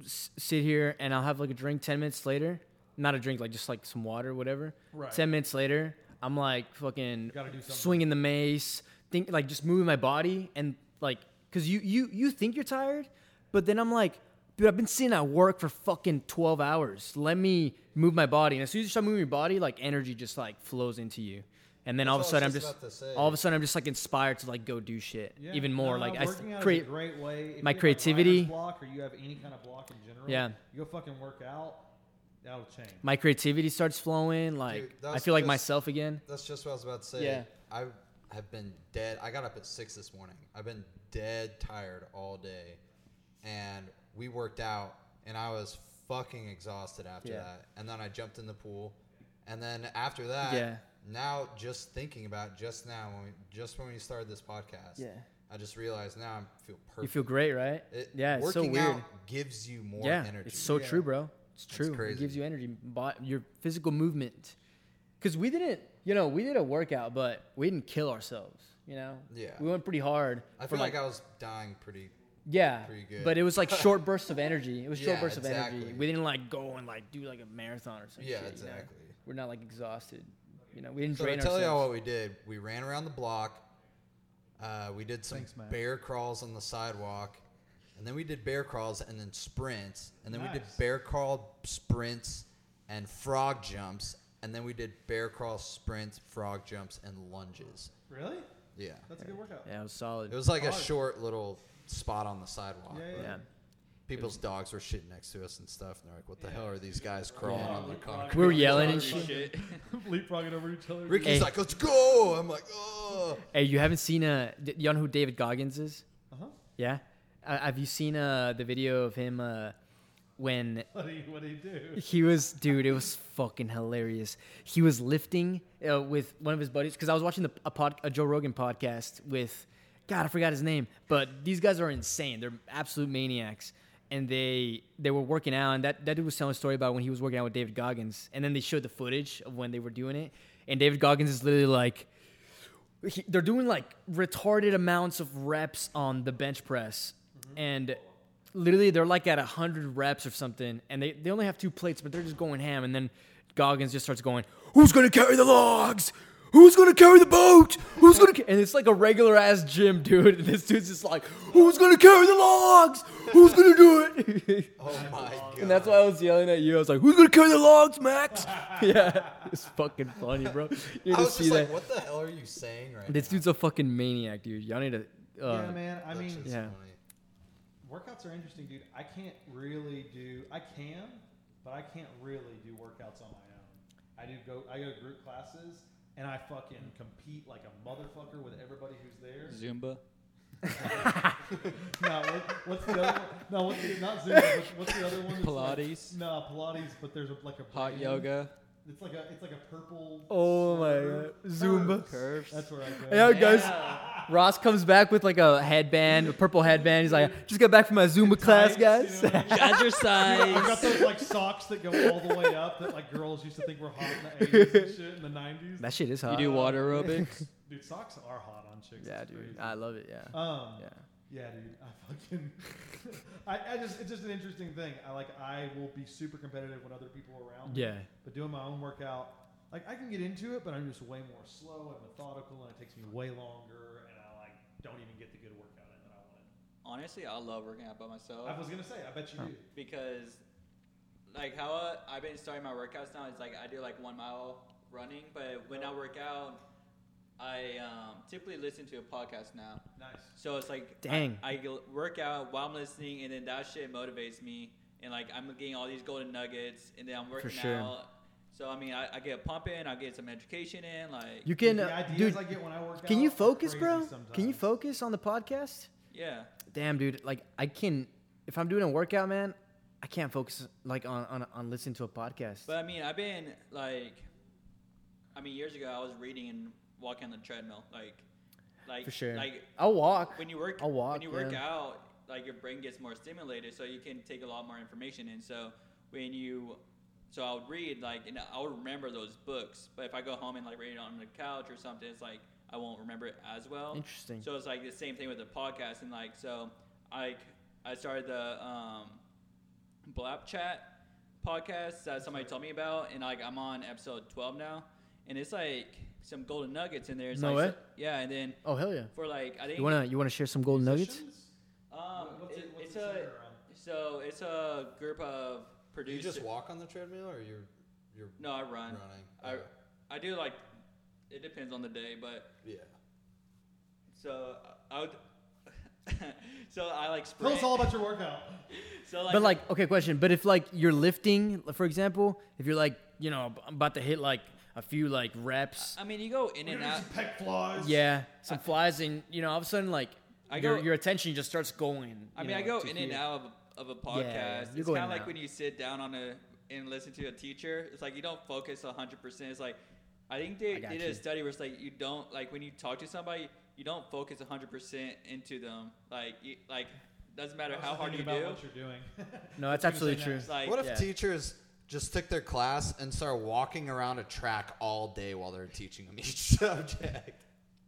Speaker 2: s- sit here and I'll have like a drink 10 minutes later. Not a drink, like just like some water, whatever.
Speaker 1: Right.
Speaker 2: 10 minutes later, I'm like fucking
Speaker 1: Gotta do something.
Speaker 2: swinging the mace, think like just moving my body and like cuz you you you think you're tired, but then I'm like Dude, I've been sitting at work for fucking 12 hours. Let me move my body. And as soon as you start moving your body, like energy just like flows into you. And then all of a
Speaker 3: That's what I
Speaker 2: sudden,
Speaker 3: was
Speaker 2: I'm
Speaker 3: just
Speaker 2: just
Speaker 3: about to say.
Speaker 2: all of a sudden I'm just like inspired to like go do shit
Speaker 1: Yeah,
Speaker 2: even more.
Speaker 1: no,
Speaker 2: like I s-
Speaker 1: working out
Speaker 2: create.
Speaker 1: is a great way. If
Speaker 2: my
Speaker 1: you have a writer's
Speaker 2: creativity-
Speaker 1: block, or you have any kind of block in general.
Speaker 2: Yeah.
Speaker 1: you go fucking work out. That'll change.
Speaker 2: My creativity starts flowing. Like I
Speaker 3: that's
Speaker 2: feel like
Speaker 3: just-
Speaker 2: myself again.
Speaker 3: That's just what I was about to say.
Speaker 2: Yeah.
Speaker 3: I have been dead. I got up at six this morning. I've been dead tired all day, and we worked out, and I was fucking exhausted after
Speaker 2: Yeah.
Speaker 3: that. And then I jumped in the pool, and then after that,
Speaker 2: Yeah.
Speaker 3: Now just thinking about it just now, when we, just when we started this podcast,
Speaker 2: Yeah.
Speaker 3: I just realized now I feel perfect.
Speaker 2: You feel great, right?
Speaker 3: It-
Speaker 2: yeah, it's so
Speaker 3: working
Speaker 2: weird.
Speaker 3: out gives you more
Speaker 2: yeah,
Speaker 3: energy.
Speaker 2: it's so true,
Speaker 1: Yeah.
Speaker 2: bro. It's true. It
Speaker 3: crazy.
Speaker 2: gives you energy. Bo- your physical movement. Because we didn't, you know, we did a workout, but we didn't kill ourselves. You know.
Speaker 3: Yeah.
Speaker 2: We went pretty hard.
Speaker 3: I
Speaker 2: for,
Speaker 3: feel like, I was dying pretty.
Speaker 2: Yeah,
Speaker 3: pretty good.
Speaker 2: but it was like short bursts of energy. It was short
Speaker 3: Yeah,
Speaker 2: bursts of energy.
Speaker 3: exactly.
Speaker 2: We didn't like go and like do like a marathon or something.
Speaker 3: Yeah,
Speaker 2: shit, You know?
Speaker 3: exactly.
Speaker 2: We're not like exhausted. You know, we didn't
Speaker 3: So to
Speaker 2: drain
Speaker 3: tell y'all
Speaker 2: ourselves.
Speaker 3: what we did, we ran around the block. Uh, we did some
Speaker 1: Thanks, Matt.
Speaker 3: bear crawls on the sidewalk, and then we did bear crawls and then sprints, and then we did
Speaker 1: Nice.
Speaker 3: bear crawl sprints and frog jumps, and then we did bear crawl sprints, frog jumps, and lunges.
Speaker 1: Really?
Speaker 3: Yeah,
Speaker 1: That's a good workout.
Speaker 2: yeah, it was solid.
Speaker 3: it was like a
Speaker 1: Hard.
Speaker 3: short little spot on the sidewalk.
Speaker 1: Yeah,
Speaker 3: but
Speaker 2: yeah.
Speaker 3: People's dogs were shitting next to us and stuff, and they're like, "What the hell are these guys crawling
Speaker 2: Yeah.
Speaker 3: on the concrete?"
Speaker 2: We were yelling and
Speaker 4: Hungry
Speaker 2: shit.
Speaker 1: Leapfrogging over each other.
Speaker 3: Ricky's
Speaker 2: Hey.
Speaker 3: like, "Let's go!" I'm like, "Oh."
Speaker 2: Hey, you haven't seen uh, d- you know who David Goggins is?
Speaker 3: Uh-huh.
Speaker 1: Uh huh.
Speaker 2: Yeah. Uh, have you seen uh the video of him uh when
Speaker 1: What do you? What do you do?
Speaker 2: he was dude it was fucking hilarious he was lifting uh, with one of his buddies because i was watching the, a, pod, a joe rogan podcast with god i forgot his name but these guys are insane they're absolute maniacs and they they were working out and that, that dude was telling a story about when he was working out with david goggins and then they showed the footage of when they were doing it and david goggins is literally like he, they're doing like retarded amounts of reps on the bench press
Speaker 3: Mm-hmm.
Speaker 2: and literally they're like at 100 reps or something and they, they only have two plates but they're just going ham and then goggins just starts going who's gonna carry the logs who's gonna carry the boat who's gonna ca-" and it's like a regular ass gym dude and this dude's just like who's gonna carry the logs who's gonna do it
Speaker 3: Oh my god!
Speaker 2: And that's why I was yelling at you. I was like, "Who's gonna carry the logs, Max?" yeah, it's fucking funny, bro. You
Speaker 3: I
Speaker 2: just
Speaker 3: was
Speaker 2: see
Speaker 3: just
Speaker 2: that.
Speaker 3: like, what the hell are you saying right
Speaker 2: This
Speaker 3: now?
Speaker 2: dude's a fucking maniac, dude. Y'all need to. Uh,
Speaker 1: yeah, man. I
Speaker 3: That's
Speaker 1: mean,
Speaker 3: just
Speaker 2: yeah.
Speaker 3: funny.
Speaker 1: workouts are interesting, dude. I can't really do. I can, but I can't really do workouts on my own. I do go. I go to group classes, and I fucking compete like a motherfucker with everybody who's there.
Speaker 4: Zumba.
Speaker 1: no, what, what's the other one? No, what's the, not Zumba. What's, what's the other one? that's like-
Speaker 4: Pilates.
Speaker 1: no, Pilates, but there's a, like a
Speaker 4: Hot
Speaker 1: brand.
Speaker 4: yoga.
Speaker 1: It's like a it's like a purple.
Speaker 2: Oh my
Speaker 1: square.
Speaker 2: God. Zumba.
Speaker 4: Curves.
Speaker 1: That's where I go.
Speaker 2: Yeah, guys.
Speaker 4: Yeah.
Speaker 2: Ross comes back with like a headband, a purple headband. He's like, "Just got back from my Zumba
Speaker 1: Tights,
Speaker 2: class, guys."
Speaker 1: you know what I mean? I've got
Speaker 4: Jazzercise.
Speaker 1: those like socks that go all the way up that like girls used to think were hot in the 80s and shit in the 90s.
Speaker 2: that shit is
Speaker 4: You
Speaker 2: hot.
Speaker 4: do water aerobics.
Speaker 1: Dude, socks are hot on chicks.
Speaker 2: Yeah,
Speaker 1: It's
Speaker 2: dude.
Speaker 1: crazy.
Speaker 2: I love it. Yeah.
Speaker 1: um,
Speaker 2: Yeah.
Speaker 1: yeah. dude. I fucking. I, I just it's just an interesting thing. I like I will be super competitive when other people are around. me,
Speaker 2: Yeah.
Speaker 1: But doing my own workout, like I can get into it, but I'm just way more slow and methodical, and it takes me way longer, and I like don't even get the good workout in that I want.
Speaker 4: Honestly, I love working out by myself.
Speaker 1: I was gonna say, I bet you do.
Speaker 4: because like how uh, I've been starting my workouts now is like I do like one mile running, but when I work out, I um, typically listen to a podcast now.
Speaker 1: Nice.
Speaker 4: So it's like I-
Speaker 2: Dang.
Speaker 4: I, go- work out while I'm listening, and then that shit motivates me, and like I'm getting all these golden nuggets, and then I'm working
Speaker 2: sure.
Speaker 4: out. So I mean, I, I get a pump in, I get some education in, like
Speaker 2: You can,
Speaker 1: the
Speaker 2: uh,
Speaker 1: ideas
Speaker 2: dude.
Speaker 1: I get when I work
Speaker 2: Can
Speaker 1: out
Speaker 2: you
Speaker 1: are
Speaker 2: focus,
Speaker 1: crazy
Speaker 2: bro? Can you
Speaker 1: sometimes.
Speaker 2: focus on the podcast?
Speaker 4: yeah,
Speaker 2: Damn, dude. Like, I can. If I'm doing a workout, man, I can't focus like on on, on listening to a podcast.
Speaker 4: But I mean, I've been like, I mean, years ago I was reading and walking on the treadmill, like, like
Speaker 2: For sure.
Speaker 4: like
Speaker 2: I'll walk.
Speaker 4: when you work
Speaker 2: I'll walk,
Speaker 4: when you work
Speaker 2: yeah.
Speaker 4: out, like your brain gets more stimulated, so you can take a lot more information in. So when you, so I would read like, and I'll remember those books. But if I go home and like read it on the couch or something, it's like I won't remember it as well.
Speaker 2: Interesting.
Speaker 4: So it's like the same thing with the podcast, and like so, I I started the um, Blap Chat podcast that somebody told me about, and like I'm on episode 12 now, and it's like some golden nuggets in there. It's
Speaker 2: No
Speaker 4: like,
Speaker 2: way.
Speaker 4: so- yeah, and then
Speaker 2: Oh hell yeah!
Speaker 4: for like I think
Speaker 2: You wanna you wanna share some golden nuggets?
Speaker 4: um,
Speaker 1: What's
Speaker 4: it-
Speaker 1: it- what's
Speaker 4: it's
Speaker 1: it
Speaker 4: a
Speaker 1: centered around?
Speaker 4: so it's a group of
Speaker 3: Do you
Speaker 4: producers.
Speaker 3: just walk on the treadmill, or you're you're
Speaker 4: No, I run.
Speaker 3: running?
Speaker 4: I
Speaker 3: Okay.
Speaker 4: I do like it depends on the day, but
Speaker 3: yeah.
Speaker 4: so I would. so I like
Speaker 1: Tell
Speaker 4: sprint.
Speaker 1: us all about your workout.
Speaker 4: so like,
Speaker 2: But like, okay, question. But if like you're lifting, for example, if you're like, you know, I'm about to hit like a few like reps,
Speaker 4: I mean, you go in and out.
Speaker 1: pec flaws.
Speaker 2: yeah, some flies, and you know, all of a sudden like
Speaker 4: I
Speaker 2: your
Speaker 4: go-
Speaker 2: your attention just starts going.
Speaker 4: I
Speaker 2: you
Speaker 4: mean, I
Speaker 2: know,
Speaker 4: go
Speaker 2: to
Speaker 4: in and
Speaker 2: here.
Speaker 4: out of, of a podcast.
Speaker 2: yeah, you
Speaker 4: it's
Speaker 2: go in
Speaker 4: kind of
Speaker 2: and
Speaker 4: like
Speaker 2: out.
Speaker 4: when you sit down on a and listen to a teacher. It's like you don't focus 100%. It's like I think they
Speaker 2: I got
Speaker 4: did
Speaker 2: you.
Speaker 4: a study where it's like you don't like when you talk to somebody, you don't focus 100% into them. Like you, like doesn't matter how hard you
Speaker 1: about
Speaker 4: do.
Speaker 1: what you're doing.
Speaker 2: No, that's
Speaker 1: I was gonna
Speaker 2: absolutely
Speaker 1: say
Speaker 2: true.
Speaker 1: next.
Speaker 4: Like
Speaker 3: What if
Speaker 2: Yeah.
Speaker 3: teachers just took their class and start walking around a track all day while they're teaching them each subject?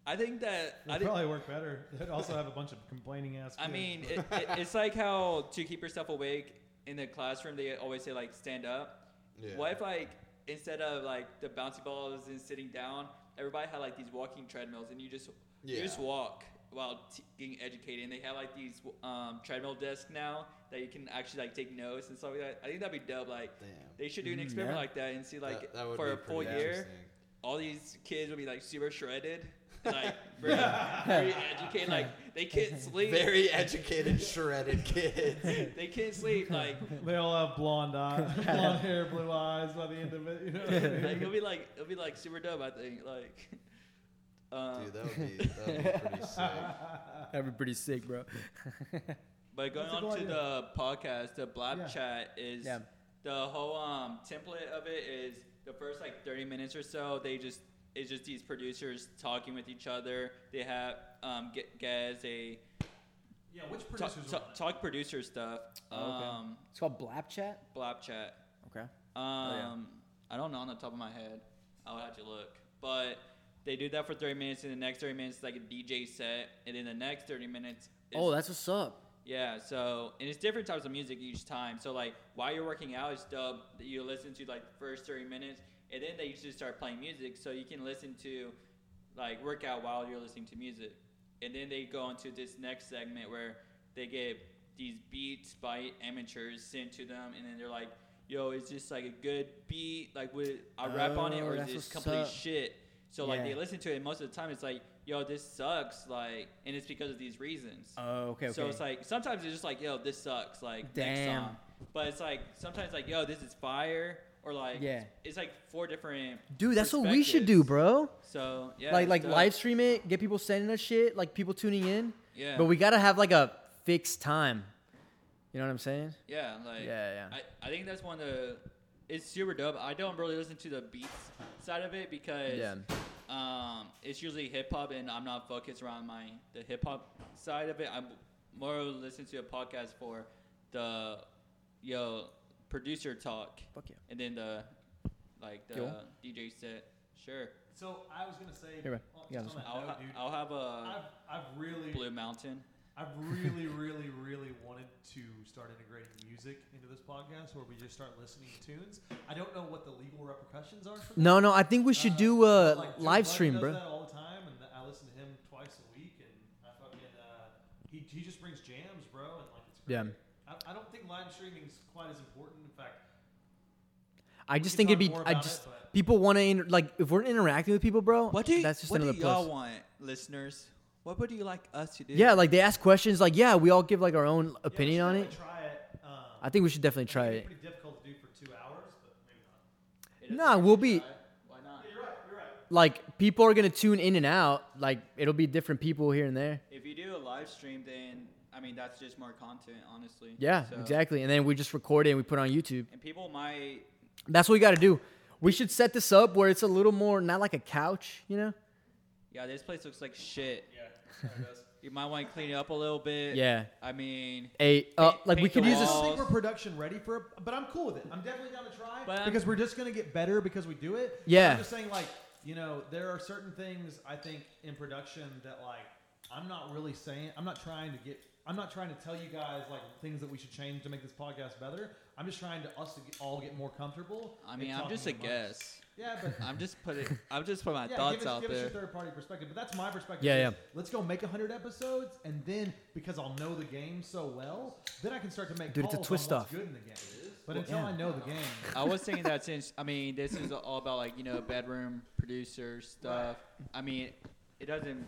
Speaker 4: I think that I
Speaker 1: It'd
Speaker 4: think
Speaker 1: probably work better. It'd also have a bunch of complaining ass.
Speaker 4: I
Speaker 1: kids.
Speaker 4: mean, it, it, it's like how to keep yourself awake in the classroom, they always say like stand up.
Speaker 3: Yeah.
Speaker 4: What if like instead of like the bouncy balls and sitting down, everybody had like these walking treadmills, and you just you just
Speaker 3: Yeah.
Speaker 4: walk while t- getting educated. And they have like these um, treadmill desks now that you can actually like take notes and stuff like that. I think that'd be dope. Like
Speaker 3: Damn.
Speaker 4: they should do an
Speaker 2: Mm,
Speaker 4: experiment
Speaker 2: yeah.
Speaker 4: like that and see like
Speaker 3: That- that would
Speaker 4: for
Speaker 3: be
Speaker 4: a full
Speaker 3: pretty
Speaker 4: year,
Speaker 3: interesting.
Speaker 4: all these kids would be like super shredded. Like very, very educated, like they can't sleep.
Speaker 3: Very educated, shredded kids.
Speaker 4: they can't sleep. Like
Speaker 1: they all have blonde eyes, blonde hair, blue eyes by the end of it. You know what I mean?
Speaker 4: like, it'll be like it'll be like super dope. I think like. Um,
Speaker 3: Dude, that would be, that would be pretty sick.
Speaker 2: That'd be pretty sick, bro.
Speaker 4: but going
Speaker 1: That's a
Speaker 4: on
Speaker 1: cool
Speaker 4: to
Speaker 1: idea.
Speaker 4: the podcast, the blab
Speaker 1: Yeah.
Speaker 4: chat is
Speaker 2: Yeah.
Speaker 4: the whole um, template of it is the first like thirty minutes or so. They just it's just these producers talking with each other. They have um, get guys they
Speaker 1: yeah, which
Speaker 4: talk, talk, talk producer stuff.
Speaker 2: Oh, okay.
Speaker 4: Um,
Speaker 2: It's called Blap Chat.
Speaker 4: blab chat.
Speaker 2: Okay.
Speaker 4: Um,
Speaker 2: Oh, yeah.
Speaker 4: I don't know on the top of my head. I would have to look. But they do that for 30 minutes, and the next 30 minutes is like a DJ set, and then the next 30 minutes. Is,
Speaker 2: Oh, that's what's up.
Speaker 4: yeah. So and it's different types of music each time. So like while you're working out, it's dub that you listen to like the first 30 minutes, and then they usually start playing music, so you can listen to like workout while you're listening to music, and then they go into this next segment where they get these beats by amateurs sent to them, and then they're like, "Yo, is this like a good beat? Like, would I rap on it,
Speaker 2: Oh,
Speaker 4: or is
Speaker 2: that's
Speaker 4: this
Speaker 2: what's
Speaker 4: complete
Speaker 2: up.
Speaker 4: shit?" So like
Speaker 2: Yeah.
Speaker 4: they listen to it, and most of the time it's like, "Yo, this sucks," like, and it's because of these reasons.
Speaker 2: Oh, okay, okay.
Speaker 4: So it's like sometimes it's just like, yo, this sucks. Like next
Speaker 2: Damn.
Speaker 4: song. But it's like sometimes like, yo, this is fire. Or like,
Speaker 2: Yeah.
Speaker 4: it's like four different.
Speaker 2: Dude, that's what we should do,
Speaker 4: perspectives.
Speaker 2: bro.
Speaker 4: So yeah,
Speaker 2: like like
Speaker 4: so-
Speaker 2: live stream it, get people sending us shit, like people tuning in.
Speaker 4: Yeah.
Speaker 2: But we gotta have like a fixed time. You know what I'm saying?
Speaker 4: Yeah, like
Speaker 2: Yeah, yeah.
Speaker 4: I, I think that's one of the. It's super dope. I don't really listen to the beats side of it because
Speaker 2: Yeah.
Speaker 4: um, it's usually hip hop, and I'm not focused around my the hip hop side of it. I'm more listen to a podcast for the yo producer talk.
Speaker 2: Fuck yeah.
Speaker 4: And then the like the
Speaker 2: Cool.
Speaker 4: DJ set. Sure.
Speaker 1: So I was gonna say, oh,
Speaker 2: Here, man.
Speaker 1: on-
Speaker 2: Yeah,
Speaker 1: on
Speaker 2: this
Speaker 1: that
Speaker 4: I'll,
Speaker 1: note,
Speaker 4: ha-
Speaker 1: dude,
Speaker 4: I'll have a
Speaker 1: I've, I've really,
Speaker 4: Blue Mountain.
Speaker 1: I've really, really, really wanted to start integrating music into this podcast, where we just start listening to tunes. I don't know what the legal repercussions are. For that.
Speaker 2: No, no, I think we should
Speaker 1: Uh,
Speaker 2: do a
Speaker 1: like, Joe Budden
Speaker 2: live stream,
Speaker 1: does
Speaker 2: bro.
Speaker 1: That all the time, and I listen to him twice a week, and I fucking uh, he he just brings jams, bro, and like it's great.
Speaker 2: Yeah.
Speaker 1: I, I don't think live streaming's quite as important. In fact,
Speaker 2: I just
Speaker 1: can
Speaker 2: think it'd
Speaker 1: talk
Speaker 2: be
Speaker 1: more
Speaker 2: I
Speaker 1: about it,
Speaker 2: just
Speaker 1: but-
Speaker 2: people want to inter- like if we're interacting with people, bro.
Speaker 4: What do you,
Speaker 2: that's just
Speaker 4: what
Speaker 2: another
Speaker 4: do
Speaker 2: plus.
Speaker 4: y'all want, listeners? What would you like us to do?
Speaker 2: Yeah, like they ask questions. Like yeah, we all give like our own
Speaker 1: yeah, we
Speaker 2: opinion
Speaker 1: should
Speaker 2: on it.
Speaker 1: definitely Try it. Um,
Speaker 2: I think we should definitely
Speaker 1: it's
Speaker 2: try
Speaker 1: gonna be
Speaker 2: it.
Speaker 1: Pretty difficult to do for two hours, but maybe not.
Speaker 4: It doesn't
Speaker 2: Nah,
Speaker 4: hurt
Speaker 2: we'll
Speaker 4: to
Speaker 2: be-
Speaker 4: try it. Why not?
Speaker 1: Yeah, you're right. You're right.
Speaker 2: Like people are gonna tune in and out. Like it'll be different people here and there.
Speaker 4: If you do a live stream, then I mean that's just more content, honestly.
Speaker 2: Yeah,
Speaker 4: So-
Speaker 2: exactly. And then we just record it and we put it on YouTube.
Speaker 4: And people might.
Speaker 2: That's what we got to do. We should set this up where it's a little more not like a couch, you know?
Speaker 4: Yeah, this place looks like shit.
Speaker 1: Yeah.
Speaker 4: You might want to clean it up a little bit.
Speaker 2: Yeah.
Speaker 4: I mean,
Speaker 2: A uh,
Speaker 4: Paint-
Speaker 2: like we
Speaker 4: paint
Speaker 2: could
Speaker 4: the
Speaker 2: use
Speaker 1: I
Speaker 2: this.
Speaker 1: don't
Speaker 4: walls.
Speaker 1: think we're production ready for it, but I'm cool with it. I'm definitely down to try
Speaker 4: But I'm-
Speaker 1: because we're just gonna get better because we do it. But
Speaker 2: Yeah.
Speaker 1: I'm just saying, like, you know, there are certain things I think in production that like I'm not really saying. I'm not trying to get. I'm not trying to tell you guys like things that we should change to make this podcast better. I'm just trying to us to get, all get more comfortable.
Speaker 4: I
Speaker 1: in
Speaker 4: mean, I'm
Speaker 1: talking
Speaker 4: just a
Speaker 1: amongst-
Speaker 4: guess.
Speaker 1: Yeah, but
Speaker 4: I'm just putting. I'm just putting my
Speaker 1: yeah,
Speaker 4: thoughts
Speaker 1: give, us,
Speaker 4: out
Speaker 1: give us
Speaker 4: there.
Speaker 1: your third party perspective, but that's my perspective.
Speaker 2: Yeah,
Speaker 1: is,
Speaker 2: yeah.
Speaker 1: Let's go make hundred episodes, and then because I'll know the game so well, then I can start to make
Speaker 2: Dude, it's
Speaker 1: calls
Speaker 2: a twist
Speaker 1: on what's
Speaker 2: off.
Speaker 1: good in the game. But until
Speaker 2: yeah.
Speaker 1: I know the game,
Speaker 4: I was thinking that since I mean this is all about like you know bedroom producer stuff. I mean, it doesn't.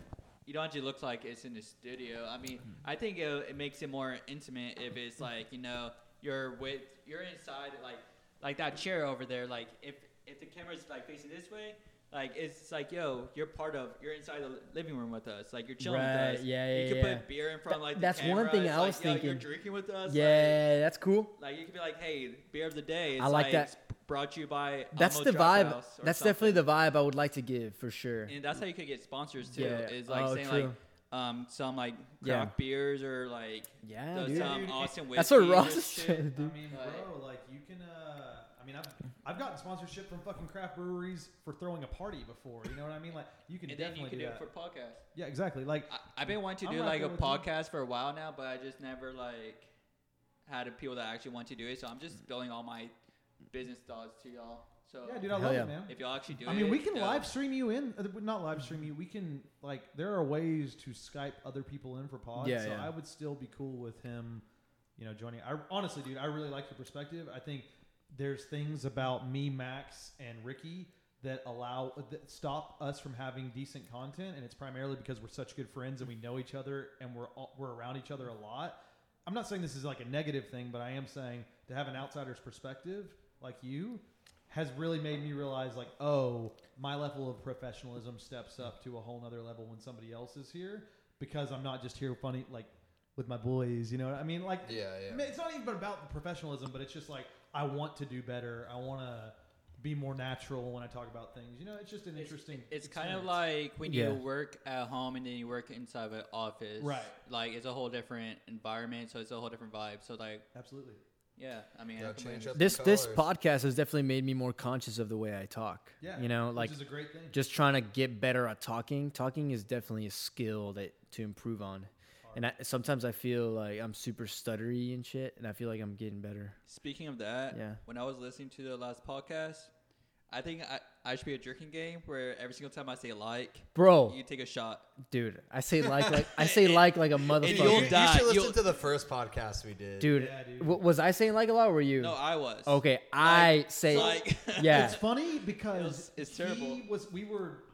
Speaker 4: You don't actually look like it's in the studio. I
Speaker 2: Hmm.
Speaker 4: mean, I think it, it makes it more intimate if it's like you know you're with you're inside like like that chair over there. Like if if the camera's like facing this way, like it's like yo, you're part of you're inside the living room with us. Like you're chilling
Speaker 2: Right,
Speaker 4: with us.
Speaker 2: yeah,
Speaker 4: You
Speaker 2: yeah,
Speaker 4: could
Speaker 2: yeah.
Speaker 4: put beer in front of, like the
Speaker 2: that's one
Speaker 4: camera.
Speaker 2: thing
Speaker 4: It's
Speaker 2: I
Speaker 4: like,
Speaker 2: was
Speaker 4: yo,
Speaker 2: thinking.
Speaker 4: You're drinking with us. like,
Speaker 2: Yeah, that's cool.
Speaker 4: like you could be like, "Hey, beer of the day." It's
Speaker 2: I like that.
Speaker 4: it's Brought to you by.
Speaker 2: That's
Speaker 4: Alamo
Speaker 2: the
Speaker 4: Draft
Speaker 2: vibe.
Speaker 4: House or
Speaker 2: That's
Speaker 4: something.
Speaker 2: definitely the vibe I would like to give for sure.
Speaker 4: And that's how you could get sponsors too.
Speaker 2: Yeah.
Speaker 4: Is like
Speaker 2: Oh,
Speaker 4: saying
Speaker 2: true.
Speaker 4: like, um, some like
Speaker 2: Yeah.
Speaker 4: craft beers or like
Speaker 2: Yeah,
Speaker 4: the-
Speaker 2: dude.
Speaker 4: some
Speaker 1: Dude, it-
Speaker 4: awesome whiskey.
Speaker 2: That's what
Speaker 4: and
Speaker 2: Ross
Speaker 4: just shit.
Speaker 2: said,
Speaker 1: I
Speaker 2: dude.
Speaker 1: mean,
Speaker 4: Right.
Speaker 1: bro, like you can. Uh, I mean, I've I've gotten sponsorship from fucking craft breweries for throwing a party before. You know what I mean? Like you can
Speaker 4: And then you
Speaker 1: definitely
Speaker 4: could
Speaker 1: do
Speaker 4: do it
Speaker 1: that.
Speaker 4: for podcast.
Speaker 1: yeah, exactly. Like
Speaker 4: I, I've been wanting to
Speaker 1: I'm
Speaker 4: do
Speaker 1: right
Speaker 4: like
Speaker 1: there
Speaker 4: a
Speaker 1: with you.
Speaker 4: podcast for a while now, but I just never like had a people that actually want to do it. So I'm just spilling all my business thoughts to y'all. So
Speaker 1: yeah, dude, I
Speaker 2: Hell
Speaker 1: love
Speaker 2: yeah.
Speaker 1: it, man.
Speaker 4: if y'all actually do
Speaker 1: I
Speaker 4: it,
Speaker 1: mean, we can
Speaker 4: uh,
Speaker 1: live stream you in, uh, not live stream you. We can like there are ways to Skype other people in for pods.
Speaker 2: Yeah,
Speaker 1: so
Speaker 2: yeah.
Speaker 1: I would still be cool with him, you know, joining. I honestly, dude, I really like your perspective. I think there's things about me, Max, and Ricky that allow that stop us from having decent content, and it's primarily because we're such good friends and we know each other and we're all, we're around each other a lot. I'm not saying this is like a negative thing, but I am saying to have an outsider's perspective like you has really made me realize like, oh, my level of professionalism steps up to a whole nother level when somebody else is here because I'm not just here funny like with my boys, you know what I mean? Like
Speaker 3: Yeah, yeah.
Speaker 1: I mean, it's not even about the professionalism, but it's just like I want to do better. I want to be more natural when I talk about things. You know, it's just an
Speaker 4: It's-
Speaker 1: interesting
Speaker 4: It's kind of
Speaker 1: experience.
Speaker 4: like when
Speaker 2: Yeah.
Speaker 4: you work at home and then you work inside of an office.
Speaker 1: Right.
Speaker 4: Like it's a whole different environment, so it's a whole different vibe. So like,
Speaker 1: Absolutely.
Speaker 4: yeah, I mean, I
Speaker 3: Gotta
Speaker 4: completely
Speaker 3: change up the
Speaker 2: This this
Speaker 3: colors.
Speaker 2: podcast has definitely made me more conscious of the way I talk.
Speaker 1: Yeah.
Speaker 2: you know, like
Speaker 1: which is a great thing.
Speaker 2: just trying to get better at talking. Talking is definitely a skill that to improve on. And I, sometimes I feel like I'm super stuttery and shit, and I feel like I'm getting better.
Speaker 4: Speaking of that,
Speaker 2: Yeah.
Speaker 4: when I was listening to the last podcast, I think I, I should be a drinking game where every single time I say like,
Speaker 2: Bro,
Speaker 4: you take a shot.
Speaker 2: dude, I say like like I say like like a
Speaker 3: And you, you
Speaker 2: motherfucker.
Speaker 4: you'll- die.
Speaker 3: should listen
Speaker 4: You'll-
Speaker 3: to the first podcast we did.
Speaker 2: Dude,
Speaker 1: Yeah, dude.
Speaker 2: w- was I saying like a lot? Or were you?
Speaker 4: No, I was.
Speaker 2: okay, I say
Speaker 4: like-
Speaker 2: yeah.
Speaker 1: It's funny because
Speaker 4: It was- it's terrible.
Speaker 1: He was we were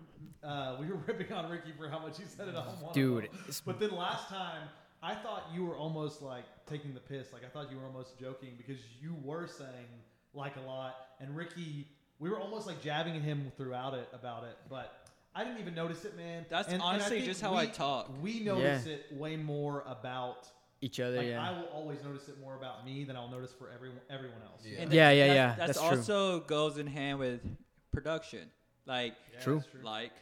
Speaker 1: uh, we were ripping on Ricky for how much he said it on one.
Speaker 2: Dude,
Speaker 1: of them.
Speaker 2: it's-
Speaker 1: but then last time I thought you were almost like taking the piss. Like I thought you were almost joking because you were saying like a lot, and Ricky, we were almost like jabbing at him throughout it about it, but. I didn't even notice it, man.
Speaker 4: That's
Speaker 1: And- and I
Speaker 4: honestly
Speaker 1: think
Speaker 4: just how
Speaker 1: we-
Speaker 4: I talk.
Speaker 1: We notice it way more about.
Speaker 2: Each other,
Speaker 1: Like, I
Speaker 2: yeah.
Speaker 1: will always notice it more about me than I'll notice for everyone everyone else.
Speaker 3: Yeah.
Speaker 4: And
Speaker 2: Yeah,
Speaker 4: that-
Speaker 2: yeah,
Speaker 4: that's-
Speaker 2: yeah,
Speaker 4: That's,
Speaker 2: that's true.
Speaker 4: also goes in hand with production. Like,
Speaker 1: Yeah,
Speaker 2: True.
Speaker 1: that's
Speaker 4: like,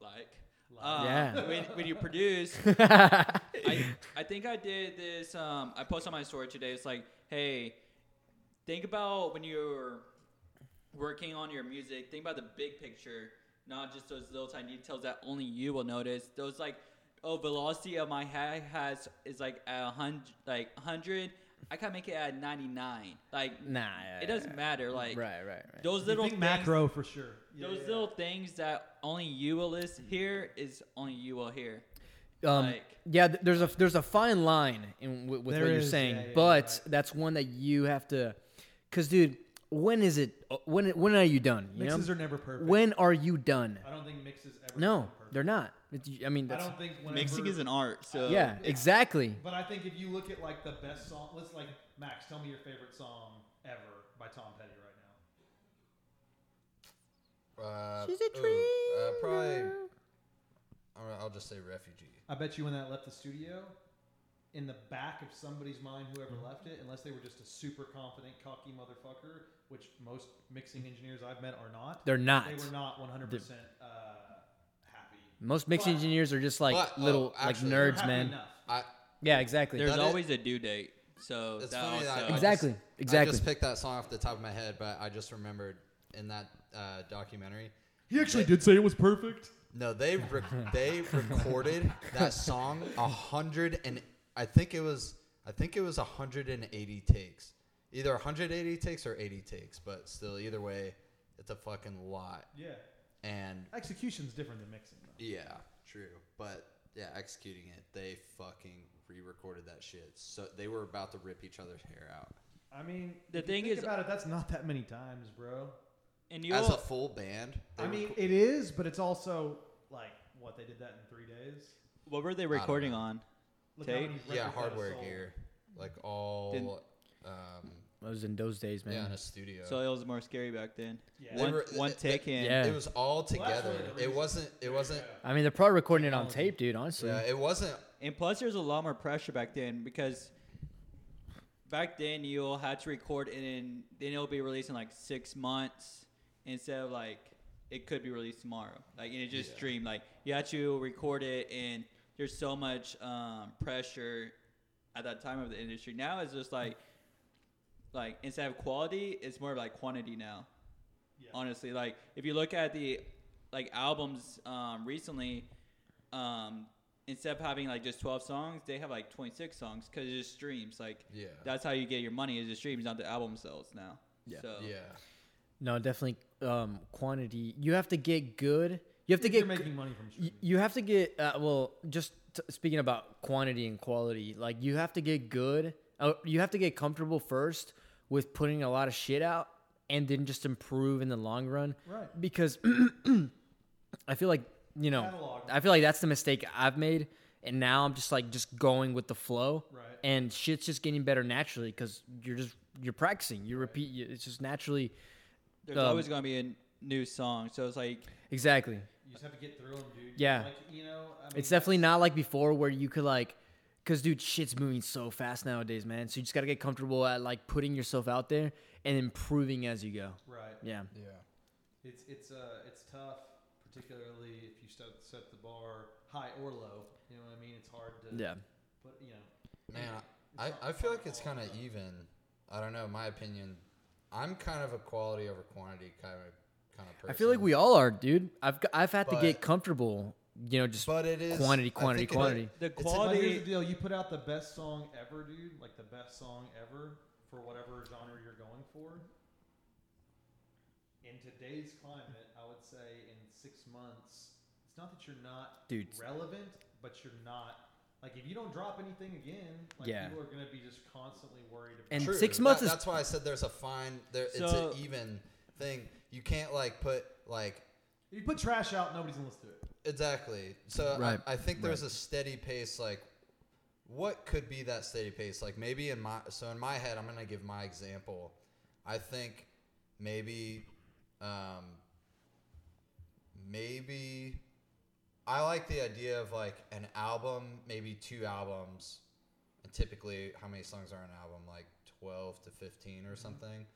Speaker 4: like.
Speaker 1: Like.
Speaker 4: Uh,
Speaker 2: Yeah.
Speaker 4: when, when you produce, I, I think I did this. Um, I posted on my story today. It's like, hey, think about when you're working on your music. Think about the big picture, not just those little tiny details that only you will notice. Those like, oh, velocity of my hi hats is like a hundred, like hundred. I can make it at ninety nine. Like,
Speaker 2: nah, yeah,
Speaker 4: it doesn't matter. Like,
Speaker 2: right, right, right.
Speaker 4: those
Speaker 1: You
Speaker 4: little
Speaker 1: think
Speaker 4: things,
Speaker 1: macro for sure. Yeah,
Speaker 4: those
Speaker 1: yeah.
Speaker 4: little things that only you will list here is only you will hear.
Speaker 2: Um,
Speaker 4: Like-
Speaker 2: yeah, th- there's a there's a fine line in w- with
Speaker 1: There
Speaker 2: what
Speaker 1: is,
Speaker 2: you're saying,
Speaker 1: yeah, yeah,
Speaker 2: but
Speaker 1: right.
Speaker 2: that's one that you have to, cause dude, when is it? uh, When when are you done? You
Speaker 1: Mixes
Speaker 2: know?
Speaker 1: are never perfect.
Speaker 2: when are you done?
Speaker 1: I don't think mixes ever.
Speaker 2: No,
Speaker 1: become perfect.
Speaker 2: they're not. It's- I mean,
Speaker 1: I
Speaker 2: that's,
Speaker 1: don't think whenever,
Speaker 4: Mixing is an art, so
Speaker 2: yeah, exactly.
Speaker 1: But I think if you look at like the best song, let's like Max, tell me your favorite song ever by Tom Petty right now.
Speaker 3: Uh,
Speaker 2: She's a
Speaker 3: ooh,
Speaker 2: dream.
Speaker 3: uh, probably.
Speaker 2: girl.
Speaker 3: I'm gonna- I'll just say refugee.
Speaker 1: I bet you when that left the studio, in the back of somebody's mind, whoever
Speaker 2: Mm-hmm.
Speaker 1: left it, unless they were just a super confident, cocky motherfucker, which most mixing engineers I've met are not.
Speaker 2: They're not.
Speaker 1: They were not 100 percent uh, happy
Speaker 2: Most mix engineers are just like
Speaker 3: But-
Speaker 2: little
Speaker 3: oh, actually,
Speaker 2: like nerds,
Speaker 1: Happy
Speaker 2: man.
Speaker 1: enough.
Speaker 3: I,
Speaker 2: Yeah, exactly.
Speaker 4: There's
Speaker 3: That is-
Speaker 4: always a due date. So
Speaker 3: it's
Speaker 4: that
Speaker 3: funny
Speaker 4: also,
Speaker 3: that I just-
Speaker 2: Exactly,
Speaker 3: I
Speaker 2: exactly.
Speaker 3: just picked that song off the top of my head, but I just remembered in that uh, documentary.
Speaker 1: He actually did say it was perfect.
Speaker 3: No, they re- they recorded that song a hundred and I think it was I think it was hundred and eighty takes, either hundred eighty takes or eighty takes, but still either way, it's a fucking lot.
Speaker 1: Yeah.
Speaker 3: And
Speaker 1: Execution's different than mixing. Though.
Speaker 3: yeah, true, but yeah, executing it, they fucking re-recorded that shit. So they were about to rip each other's hair out
Speaker 1: I mean,
Speaker 4: The
Speaker 1: if you
Speaker 4: thing
Speaker 1: think
Speaker 4: is-
Speaker 1: about it. That's not that many times, bro.
Speaker 4: and you
Speaker 3: as a
Speaker 4: all,
Speaker 3: full band. they
Speaker 1: I mean,
Speaker 3: reco-
Speaker 1: it is, but it's also like what they did that in three days.
Speaker 4: what were they
Speaker 3: don't
Speaker 4: recording
Speaker 3: know.
Speaker 4: on?
Speaker 1: Look how
Speaker 4: Tape?
Speaker 1: many
Speaker 3: yeah,
Speaker 1: records that
Speaker 3: hardware
Speaker 1: sold.
Speaker 3: gear, like all. Um,
Speaker 2: It was in those days, man.
Speaker 3: yeah, in a studio.
Speaker 4: So it was more scary back then.
Speaker 1: Yeah.
Speaker 4: One,
Speaker 3: They were-
Speaker 4: one
Speaker 3: it-
Speaker 4: take in.
Speaker 2: Yeah.
Speaker 3: It was all
Speaker 1: Well, that's
Speaker 3: together.
Speaker 1: one of the
Speaker 3: it
Speaker 1: reasons.
Speaker 3: wasn't. It wasn't.
Speaker 2: I mean, they're probably recording it on tape, dude. Honestly,
Speaker 3: Yeah, it wasn't.
Speaker 4: And plus, there's a lot more pressure back then because back then you'll had to record and then, then it'll be released in like six months instead of like it could be released tomorrow. Like and it just
Speaker 3: Yeah.
Speaker 4: streamed. Like you had to record it and there's so much um, pressure at that time of the industry. Now it's just like like instead of quality, it's more of like quantity now.
Speaker 1: Yeah.
Speaker 4: Honestly, like if you look at the like albums um, recently, um, instead of having like just twelve songs, they have like twenty six songs because it's just streams. Like
Speaker 3: Yeah.
Speaker 4: that's how you get your money is the streams, not the album sales now.
Speaker 2: Yeah.
Speaker 4: So,
Speaker 3: yeah.
Speaker 2: no, definitely um, quantity. You have to get good. You have to
Speaker 1: If
Speaker 2: get
Speaker 1: you're
Speaker 2: g-
Speaker 1: making money from
Speaker 2: Y-
Speaker 1: streaming.
Speaker 2: You have to get uh, well. Just t- speaking about quantity and quality, like you have to get good. Uh, you have to get comfortable first with putting a lot of shit out, and then just improve in the long run.
Speaker 1: Right.
Speaker 2: Because I feel like you know,
Speaker 1: Catalog.
Speaker 2: I feel like that's the mistake I've made, and now I'm just like just going with the flow.
Speaker 1: Right.
Speaker 2: And shit's just getting better naturally because you're just you're practicing. You repeat. You, it's just naturally.
Speaker 4: there's
Speaker 2: Um,
Speaker 4: always gonna be a n- new song. So it's like
Speaker 2: Exactly.
Speaker 1: You just have to get through them, dude.
Speaker 2: Yeah.
Speaker 1: Like, you know, I mean,
Speaker 2: It's definitely not like before where you could like, cause dude, shit's moving so fast nowadays, man. So you just gotta get comfortable at like putting yourself out there and improving as you go.
Speaker 1: right.
Speaker 2: Yeah,
Speaker 3: Yeah.
Speaker 1: It's it's uh it's tough, particularly if you set set the bar high or low. You know what I mean? It's hard to.
Speaker 2: yeah.
Speaker 1: But you know,
Speaker 3: Man, I, I feel like it's kind of even. I don't know. My opinion. I'm kind of a quality over quantity kind of kind of person.
Speaker 2: I feel like we all are, dude. I've g- I've had to get
Speaker 3: But-
Speaker 2: comfortable, you know, just
Speaker 3: But it is
Speaker 2: quantity,
Speaker 3: I
Speaker 2: quantity,
Speaker 3: think it-
Speaker 2: quantity.
Speaker 4: the
Speaker 3: It's a-
Speaker 1: like,
Speaker 4: quality.
Speaker 1: here's the deal: you put out the best song ever, dude. Like the best song ever for whatever genre you're going for. In today's climate, I would say in six months, it's not that you're not
Speaker 2: Dude.
Speaker 1: relevant, but you're not. Like if you don't drop anything again, like
Speaker 2: Yeah.
Speaker 1: people are gonna be just constantly worried about.
Speaker 2: And
Speaker 3: True.
Speaker 2: six months
Speaker 3: That-
Speaker 2: is-
Speaker 3: That's why I said there's a fine. There, it's
Speaker 4: So-
Speaker 3: an even thing. You can't like put like
Speaker 1: if you put trash out, nobody's gonna listen to it.
Speaker 3: Exactly. So
Speaker 2: Right,
Speaker 3: I, I think there's
Speaker 2: right.
Speaker 3: a steady pace. Like, what could be that steady pace? Like maybe in my so in my head, I'm gonna give my example. I think maybe, um, maybe I like the idea of like an album, maybe two albums, and typically how many songs are on an album? Like twelve to fifteen
Speaker 2: Mm-hmm.
Speaker 3: or something.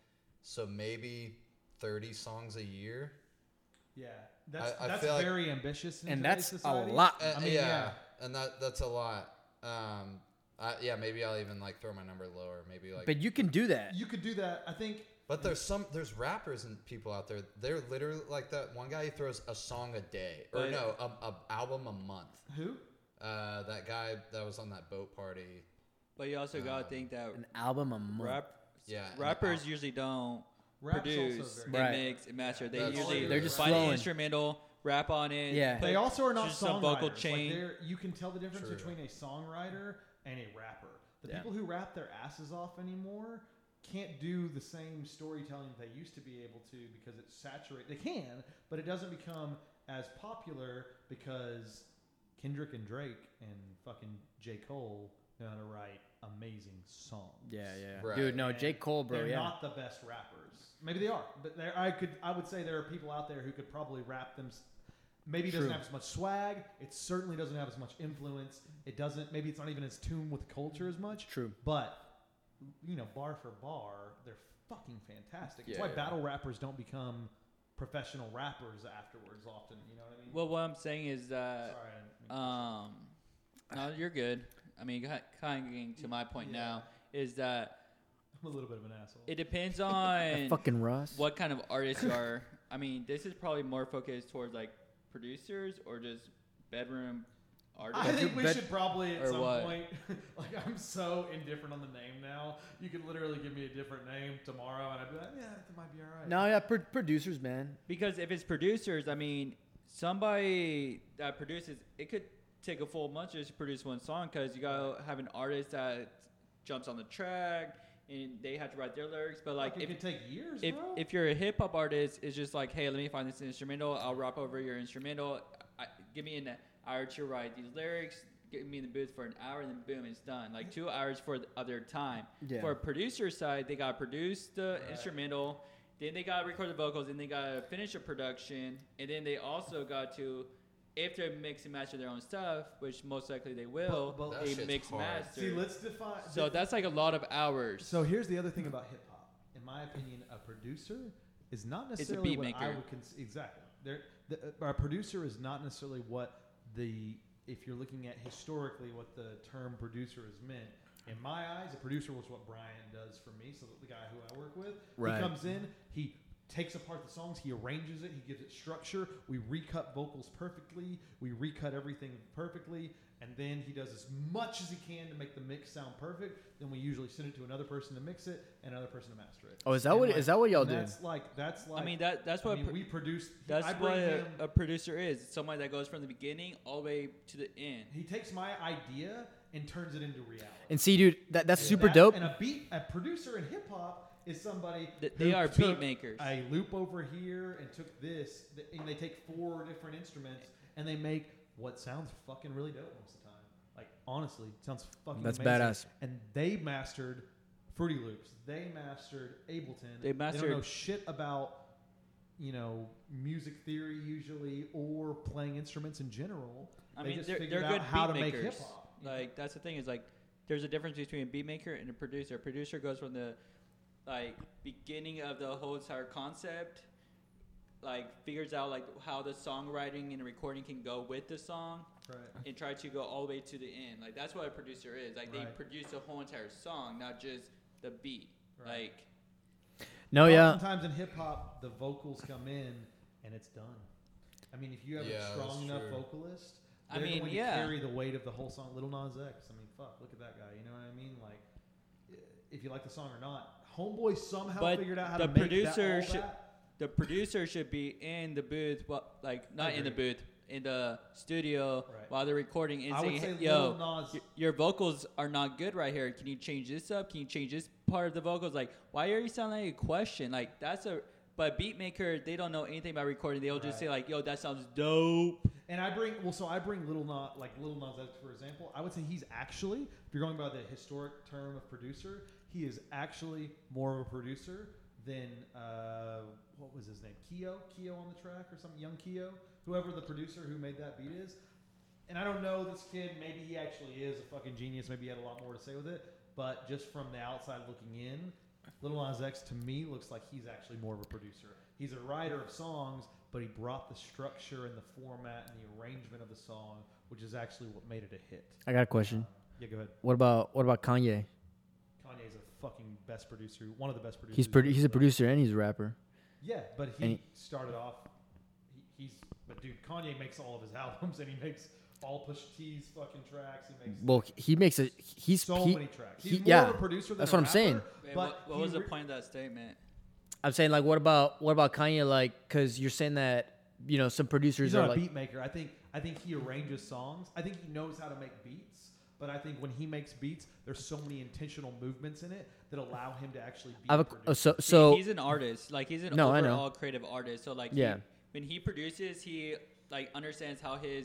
Speaker 3: So maybe thirty songs a year.
Speaker 1: Yeah, that's
Speaker 3: I
Speaker 1: that's
Speaker 3: feel like-
Speaker 1: very ambitious, in
Speaker 2: and
Speaker 1: today's
Speaker 2: that's a
Speaker 1: society.
Speaker 2: lot.
Speaker 3: Uh,
Speaker 1: I mean,
Speaker 3: yeah,
Speaker 1: yeah.
Speaker 3: and that that's a lot. Um, I, yeah, maybe I'll even like throw my number lower. Maybe like, but,
Speaker 2: But you can do that.
Speaker 1: You could do that. I think
Speaker 3: there's some there's rappers and people out there. They're literally like that one guy. He throws a song a day, or
Speaker 4: But-
Speaker 3: no, a, a album a month.
Speaker 1: who?
Speaker 3: Uh, that guy that was on that boat party.
Speaker 4: but you also gotta think that
Speaker 2: An album a month.
Speaker 4: rap,
Speaker 3: Yeah, and
Speaker 4: rappers
Speaker 3: al-
Speaker 4: usually don't
Speaker 1: Rap's also
Speaker 4: produce,
Speaker 1: very-
Speaker 4: they
Speaker 2: Right.
Speaker 4: mix and master. They
Speaker 3: That's
Speaker 4: usually
Speaker 3: true. They're
Speaker 2: just
Speaker 4: find an
Speaker 2: flowing.
Speaker 4: instrumental, rap on it.
Speaker 2: Yeah.
Speaker 4: put
Speaker 1: They also are not
Speaker 4: just some
Speaker 1: songwriters.
Speaker 4: vocal
Speaker 1: Like
Speaker 4: chain.
Speaker 1: they're- you can tell the difference
Speaker 3: True.
Speaker 1: between a songwriter and a rapper. The
Speaker 2: Yeah.
Speaker 1: people who rap their asses off anymore can't do the same storytelling that they used to be able to because it's saturated. They can, but it doesn't become as popular because Kendrick and Drake and fucking J. Cole know how to write amazing songs.
Speaker 2: Yeah, yeah.
Speaker 3: Right.
Speaker 2: Dude, no,
Speaker 1: And
Speaker 2: J Cole, Oh, bro.
Speaker 1: They're
Speaker 2: yeah.
Speaker 1: not the best rappers. Maybe they are, but there I could I would say there are people out there who could probably rap them. s- Maybe it doesn't
Speaker 2: True.
Speaker 1: have as much swag. It certainly doesn't have as much influence. It doesn't. Maybe it's not even as tuned with culture as much.
Speaker 2: True.
Speaker 1: But you know, bar for bar, they're fucking fantastic. It's
Speaker 3: Yeah,
Speaker 1: why
Speaker 3: yeah.
Speaker 1: battle rappers don't become professional rappers afterwards. Often, you know what I mean?
Speaker 4: Well, what I'm saying is
Speaker 2: uh,
Speaker 4: that.
Speaker 1: Sorry, I didn't mean to-
Speaker 4: Um, no, you're good. I mean, kind of getting to my point now is that
Speaker 1: I'm a little bit of an asshole.
Speaker 4: it depends on
Speaker 2: Fucking Russ.
Speaker 4: what kind of artists you are. I mean, this is probably more focused towards like producers or just bedroom artists.
Speaker 1: I think we
Speaker 2: bet-
Speaker 1: should probably at
Speaker 4: or
Speaker 1: some
Speaker 4: what?
Speaker 1: point. Like I'm so indifferent on the name now. You could literally give me a different name tomorrow, and I'd be like, yeah, that might be all right.
Speaker 2: No, yeah, pro- producers, man.
Speaker 4: Because if it's producers, I mean, somebody that produces, it could take a full month just to produce one song because you gotta have an artist that jumps on the track and they have to write their lyrics. But like,
Speaker 1: Like, it
Speaker 4: if
Speaker 1: could take years,
Speaker 4: if,
Speaker 1: bro.
Speaker 4: if you're a hip hop artist, it's just like, hey, let me find this instrumental. I'll rap over your instrumental. I, give me an hour to write these lyrics. Get me in the booth for an hour, and then boom, it's done. Like two hours for the other time.
Speaker 2: Yeah.
Speaker 4: For a producer side, they got to produce the
Speaker 1: Right.
Speaker 4: instrumental, then they got to record the vocals, then they got to finish the production, and then they also got to, if they're mix and match their own stuff, which most likely they will,
Speaker 1: But- but-
Speaker 3: That
Speaker 4: they
Speaker 3: shit's
Speaker 4: mix
Speaker 3: hard.
Speaker 4: master.
Speaker 1: See, let's define.
Speaker 4: so that's like a lot of hours.
Speaker 1: So here's the other thing about hip hop. In my opinion, a producer is not
Speaker 4: a
Speaker 1: necessarily
Speaker 4: beat
Speaker 1: what I
Speaker 4: maker.
Speaker 1: would cons- exactly. There, the, uh, a producer is not necessarily what the if you're looking at historically what the term producer is meant. In my eyes, a producer was what Brian does for me. So the guy who I work with,
Speaker 2: Right.
Speaker 1: he comes in, he takes apart the songs, he arranges it, he gives it structure. We recut vocals perfectly, we recut everything perfectly, and then he does as much as he can to make the mix sound perfect. Then we usually send it to another person to mix it and another person to master it.
Speaker 2: Oh, is that
Speaker 1: And
Speaker 2: what- is that what y'all
Speaker 1: and
Speaker 2: do?
Speaker 1: That's like that's like.
Speaker 4: I mean that that's what
Speaker 1: I mean,
Speaker 4: pro-
Speaker 1: we produce.
Speaker 4: That's
Speaker 1: I
Speaker 4: what
Speaker 1: bring
Speaker 4: a,
Speaker 1: him.
Speaker 4: a producer is. Someone that goes from the beginning all the way to the end.
Speaker 1: he takes my idea and turns it into reality.
Speaker 2: And see, dude, that, that's
Speaker 1: And
Speaker 2: super
Speaker 1: that-
Speaker 2: dope.
Speaker 1: And a beat, a producer in hip hop is somebody
Speaker 4: Th-
Speaker 1: who
Speaker 4: they are beat
Speaker 1: took
Speaker 4: makers.
Speaker 1: A loop over here and took this, th- and they take four different instruments and they make what sounds fucking really dope most of the time. Like honestly, it sounds fucking.
Speaker 2: That's
Speaker 1: amazing.
Speaker 2: badass.
Speaker 1: And they mastered Fruity Loops. They mastered Ableton.
Speaker 4: They
Speaker 1: don't know
Speaker 4: mastered-
Speaker 1: shit about you know music theory usually or playing instruments in general.
Speaker 4: I
Speaker 1: they
Speaker 4: mean,
Speaker 1: just
Speaker 4: they're,
Speaker 1: figured
Speaker 4: they're
Speaker 1: out
Speaker 4: good
Speaker 1: how
Speaker 4: beat
Speaker 1: to make
Speaker 4: makers.
Speaker 1: hip hop. you know?
Speaker 4: Like that's the thing is like there's a difference between a beat maker and a producer. A producer goes from the like beginning of the whole entire concept, like figures out like how the songwriting and the recording can go with the song,
Speaker 1: right.
Speaker 4: and try to go all the way to the end. Like that's what a producer is. Like they
Speaker 1: Right.
Speaker 4: produce the whole entire song, not just the beat.
Speaker 1: Right.
Speaker 4: Like Oh,
Speaker 2: no, yeah.
Speaker 1: Sometimes in hip hop, the vocals come in and it's done. I mean, if you have
Speaker 3: Yeah,
Speaker 1: a
Speaker 3: that's
Speaker 1: strong enough
Speaker 3: true.
Speaker 1: vocalist,
Speaker 4: I
Speaker 1: they're
Speaker 4: mean,
Speaker 1: going
Speaker 4: yeah.
Speaker 1: to carry the weight of the whole song. Little Nas X. I mean, fuck, look at that guy. You know what I mean? Like, i- if you like the song or not, Homeboy somehow
Speaker 4: But
Speaker 1: figured out how
Speaker 4: the
Speaker 1: to make
Speaker 4: producer
Speaker 1: that, all
Speaker 4: should-
Speaker 1: that.
Speaker 4: the producer should be in the booth, wha- like not in the booth, in the studio
Speaker 1: Right.
Speaker 4: while they're recording and
Speaker 1: I
Speaker 4: saying,
Speaker 1: would say
Speaker 4: "Hey, "Yo,
Speaker 1: Lil Nas-
Speaker 4: y- your vocals are not good right here. Can you change this up? Can you change this part of the vocals? Like, why are you sounding like a question? Like that's a." But beat maker, they don't know anything about recording. They'll just
Speaker 1: Right.
Speaker 4: say like, "Yo, that sounds dope."
Speaker 1: And I bring well, so I bring Little Nas, like Little Nas X, for example. I would say he's actually, if you're going by the historic term of producer, he is actually more of a producer than uh, what was his name, Keo, Keo on the track or something, Young Keo, whoever the producer who made that beat is. And I don't know this kid. Maybe he actually is a fucking genius. Maybe he had a lot more to say with it. But just from the outside looking in, Little Nas X to me looks like he's actually more of a producer. He's a writer of songs, but he brought the structure and the format and the arrangement of the song, which is actually what made it a hit.
Speaker 2: I got a question.
Speaker 1: Yeah, go ahead.
Speaker 2: What about what about Kanye?
Speaker 1: Kanye's a fucking best producer, one of the best producers.
Speaker 2: He's produ- he's a
Speaker 1: ever.
Speaker 2: producer and he's a rapper.
Speaker 1: Yeah, but
Speaker 2: And
Speaker 1: he
Speaker 2: he-
Speaker 1: started off. He, he's but dude, Kanye makes all of his albums, and he makes all Push T's fucking tracks. He makes
Speaker 2: Well, he makes a he's
Speaker 1: so
Speaker 2: he-
Speaker 1: many tracks.
Speaker 2: he-
Speaker 1: He's more
Speaker 2: yeah,
Speaker 1: of a producer than
Speaker 2: that's
Speaker 1: a
Speaker 2: what I'm saying.
Speaker 1: rapper,
Speaker 4: Man,
Speaker 1: But
Speaker 4: what what was
Speaker 1: he
Speaker 4: the
Speaker 1: re-
Speaker 4: point of that statement?
Speaker 2: I'm saying like what about what about Kanye? Like because you're saying that you know some producers
Speaker 1: He's
Speaker 2: are
Speaker 1: not a
Speaker 2: like
Speaker 1: beat maker. I think I think he arranges songs. I think he knows how to make beats. But I think when he makes beats, there's so many intentional movements in it that allow him to actually be
Speaker 2: I
Speaker 1: a
Speaker 2: have a,
Speaker 1: producer.
Speaker 2: oh, so
Speaker 4: See,
Speaker 2: so
Speaker 4: he's an artist. Like he's an
Speaker 2: No, I know.
Speaker 4: overall creative artist. So like he-
Speaker 2: Yeah.
Speaker 4: when he produces, he like understands how his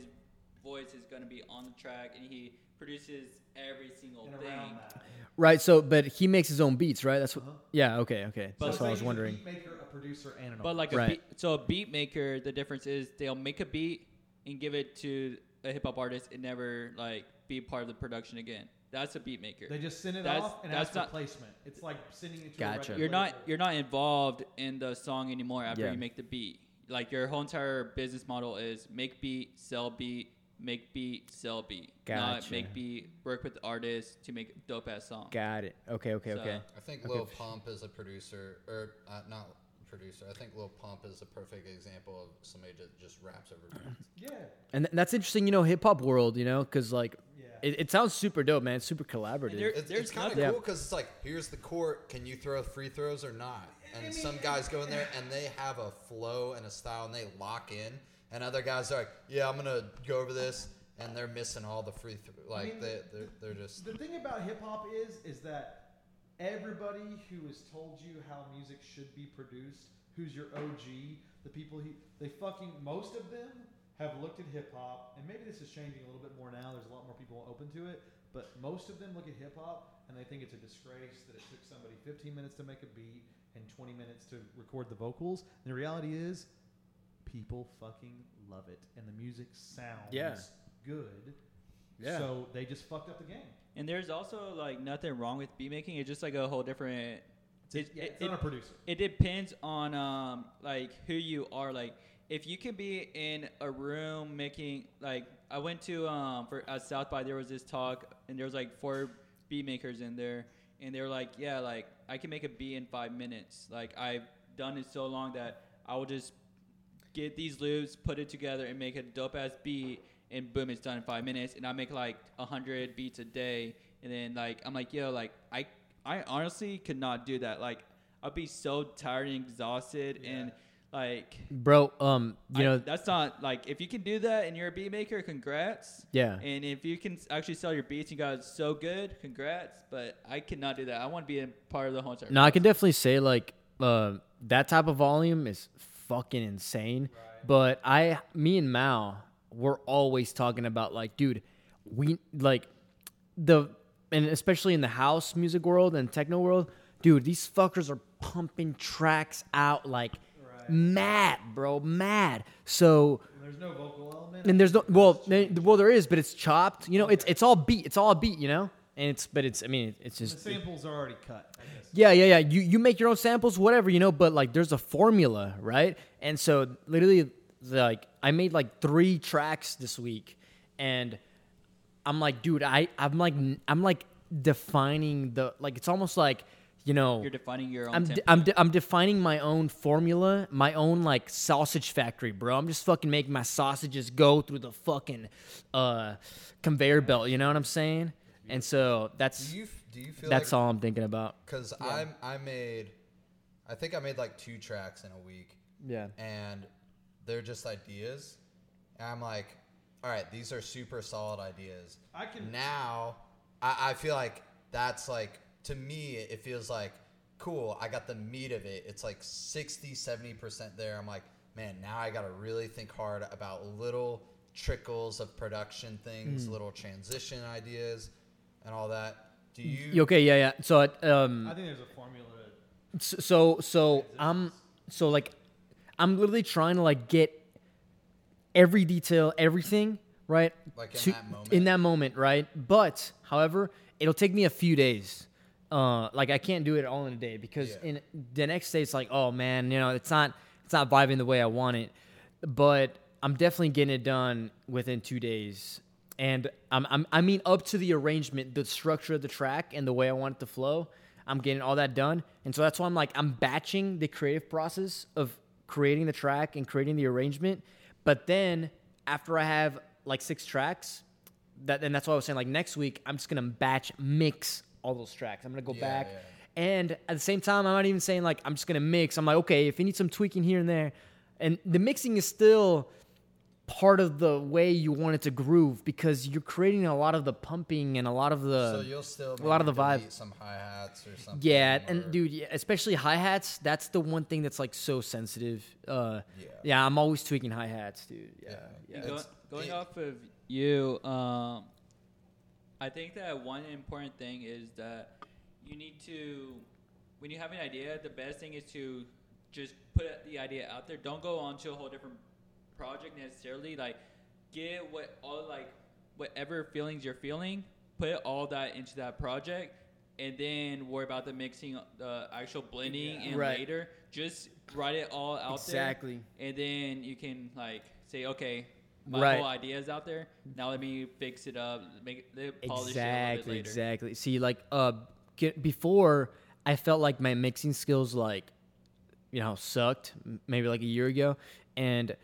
Speaker 4: voice is gonna be on the track, and he produces every single
Speaker 1: and
Speaker 4: thing.
Speaker 1: around that.
Speaker 2: right so but he makes his own beats right. That's what
Speaker 1: Uh-huh.
Speaker 2: yeah okay okay
Speaker 4: But
Speaker 2: that's
Speaker 1: So
Speaker 2: what I
Speaker 1: it's
Speaker 2: was
Speaker 1: like
Speaker 2: wondering.
Speaker 1: He's a beat maker, a producer, and an
Speaker 4: But
Speaker 1: artist.
Speaker 4: like a
Speaker 2: Right.
Speaker 4: beat, so a beat maker, the difference is they'll make a beat and give it to a hip hop artist and never like be part of the production again. That's a beat maker.
Speaker 1: they just send it
Speaker 4: That's-
Speaker 1: off and
Speaker 4: that's
Speaker 1: ask for
Speaker 4: not-
Speaker 1: placement. It's like sending it to
Speaker 2: Gotcha.
Speaker 1: a record
Speaker 4: you're not
Speaker 1: label.
Speaker 4: you're not involved in the song anymore after
Speaker 2: Yeah.
Speaker 4: you make the beat. Like your whole entire business model is make beat, sell beat, make beat, sell beat.
Speaker 2: Gotcha.
Speaker 4: Not make beat, work with artists to make dope ass songs.
Speaker 2: Got it. Okay, okay, okay.
Speaker 4: So-
Speaker 3: I think
Speaker 2: Okay.
Speaker 3: Lil Pump is a producer, or uh, not producer. I think Lil Pump is a perfect example of somebody that just raps over beats.
Speaker 1: Yeah.
Speaker 2: And th- that's interesting, you know, hip hop world, you know, because like
Speaker 1: Yeah.
Speaker 2: it, it sounds super dope, man. It's super collaborative.
Speaker 4: there-
Speaker 3: It's,
Speaker 4: There's
Speaker 3: it's kind of
Speaker 4: nothing-
Speaker 2: Yeah.
Speaker 3: cool because it's like, here's the court. Can you throw free throws or not? And some guys go in there and they have a flow and a style and they lock in. And other guys are like, yeah, I'm gonna go over this, and they're missing all the free throw. Like
Speaker 1: mean,
Speaker 3: they they're, they're just
Speaker 1: The thing about hip hop is, is that everybody who has told you how music should be produced, who's your OG, the people who they fucking most of them have looked at hip hop, and maybe this is changing a little bit more now. There's a lot more people open to it, but most of them look at hip hop and they think it's a disgrace that it took somebody 15 minutes to make a beat and 20 minutes to record the vocals. And the reality is, people fucking love it, and the music sounds
Speaker 2: Yeah.
Speaker 1: good.
Speaker 2: Yeah.
Speaker 1: So they just fucked up the game.
Speaker 4: And there's also like nothing wrong with beat making. It's just like a whole different.
Speaker 1: It's,
Speaker 4: it-
Speaker 1: yeah,
Speaker 4: it-
Speaker 1: it's not a producer.
Speaker 4: it depends on um like who you are like if you can be in a room making like i went to um for at south by there was this talk and there was like four beat makers in there and they were like yeah like i can make a beat in five minutes like i've done it so long that i will just get these loops put it together and make a dope ass beat and boom it's done in five minutes and i make like a 100 beats a day and then like i'm like yo like i i honestly could not do that like I'd be so tired and exhausted and like
Speaker 2: Bro, um, you
Speaker 4: I-
Speaker 2: know,
Speaker 4: that's not like if you can do that and you're a beat maker, congrats.
Speaker 2: Yeah.
Speaker 4: And if you can s- actually sell your beats and got so good, congrats. But I cannot do that. I want to be a part of the whole entire.
Speaker 2: No, I can definitely say like uh, that type of volume is fucking insane. But I, me and Mao, we're always talking about like, dude, we like the and especially in the house music world and techno world, dude, these fuckers are pumping tracks out like mad, bro, mad. So
Speaker 1: There's no vocal element.
Speaker 2: and there's no well, there- well there is, but it's chopped. You know, it's it's all beat. It's all beat. You know, and it's but it's I mean it's
Speaker 1: the
Speaker 2: just
Speaker 1: samples are already cut. I guess.
Speaker 2: yeah, yeah, yeah. You you make your own samples, whatever, you know, but like there's a formula, right? And so literally like I made like 3 tracks this week and I'm like, dude, I I'm like I'm like defining the like it's almost like, you know,
Speaker 4: You're defining your own.
Speaker 2: I'm,
Speaker 4: template.
Speaker 2: de- I'm, de- I'm defining my own formula, my own like sausage factory, bro. I'm just fucking making my sausages go through the fucking uh, conveyor belt. You know what I'm saying? And so that's
Speaker 3: do you f- do you feel
Speaker 2: that's
Speaker 3: like,
Speaker 2: all I'm thinking about.
Speaker 3: because I I made I think I made like two tracks in a week
Speaker 2: Yeah.
Speaker 3: and they're just ideas and I'm like all right these are super solid ideas
Speaker 1: I can-
Speaker 3: now I, I feel like that's like to me it feels like cool I got the meat of it it's like 60 70 percent there I'm like man now I gotta really think hard about little trickles of production
Speaker 2: Hmm.
Speaker 3: things little transition ideas and all that do you
Speaker 2: You Okay, yeah, yeah. So it, um
Speaker 1: I think there's a formula.
Speaker 2: s- so so I'm so like I'm literally trying to like get every detail, everything, right?
Speaker 3: Like in
Speaker 2: to-
Speaker 3: that moment.
Speaker 2: In that moment, right? But however, it'll take me a few days. Uh like I can't do it all in a day because
Speaker 3: Yeah.
Speaker 2: in the next day it's like, oh man, you know, it's not it's not vibing the way I want it. But I'm definitely getting it done within two days. And I'm, I'm, I mean, up to the arrangement, the structure of the track, and the way I want it to flow, I'm getting all that done. And so that's why I'm like, I'm batching the creative process of creating the track and creating the arrangement. But then after I have like six tracks, that and that's why I was saying like next week I'm just gonna batch mix all those tracks. I'm gonna go
Speaker 3: Yeah,
Speaker 2: back.
Speaker 3: yeah.
Speaker 2: And at the same time, I'm not even saying like I'm just gonna mix. I'm like, okay, if you need some tweaking here and there, and the mixing is still part of the way you want it to groove because you're creating a lot of the pumping and a lot of the
Speaker 3: So you'll still
Speaker 2: a lot of
Speaker 3: maybe
Speaker 2: the vibe.
Speaker 3: delete Some hi hats or something.
Speaker 2: Yeah,
Speaker 3: or-
Speaker 2: and dude, yeah, especially hi hats. That's the one thing that's like so sensitive. Uh, yeah.
Speaker 3: Yeah.
Speaker 2: I'm always tweaking hi hats, dude. Yeah, yeah.
Speaker 3: Yeah.
Speaker 4: Go-
Speaker 3: It's-
Speaker 4: going
Speaker 3: it-
Speaker 4: off of you, um, I think that one important thing is that you need to, when you have an idea, the best thing is to just put the idea out there. Don't go on to a whole different project necessarily. Like, get what all like whatever feelings you're feeling, put all that into that project, and then worry about the mixing, the actual blending, and
Speaker 2: Right.
Speaker 4: later just write it all out
Speaker 2: Exactly.
Speaker 4: there. And then you can like say, okay, my
Speaker 2: Right.
Speaker 4: whole idea is out there. Now let me fix it up, make it polish it a little bit
Speaker 2: Exactly,
Speaker 4: later.
Speaker 2: exactly. See, like uh, get, before I felt like my mixing skills, like you know, sucked. m- Maybe like a year ago, and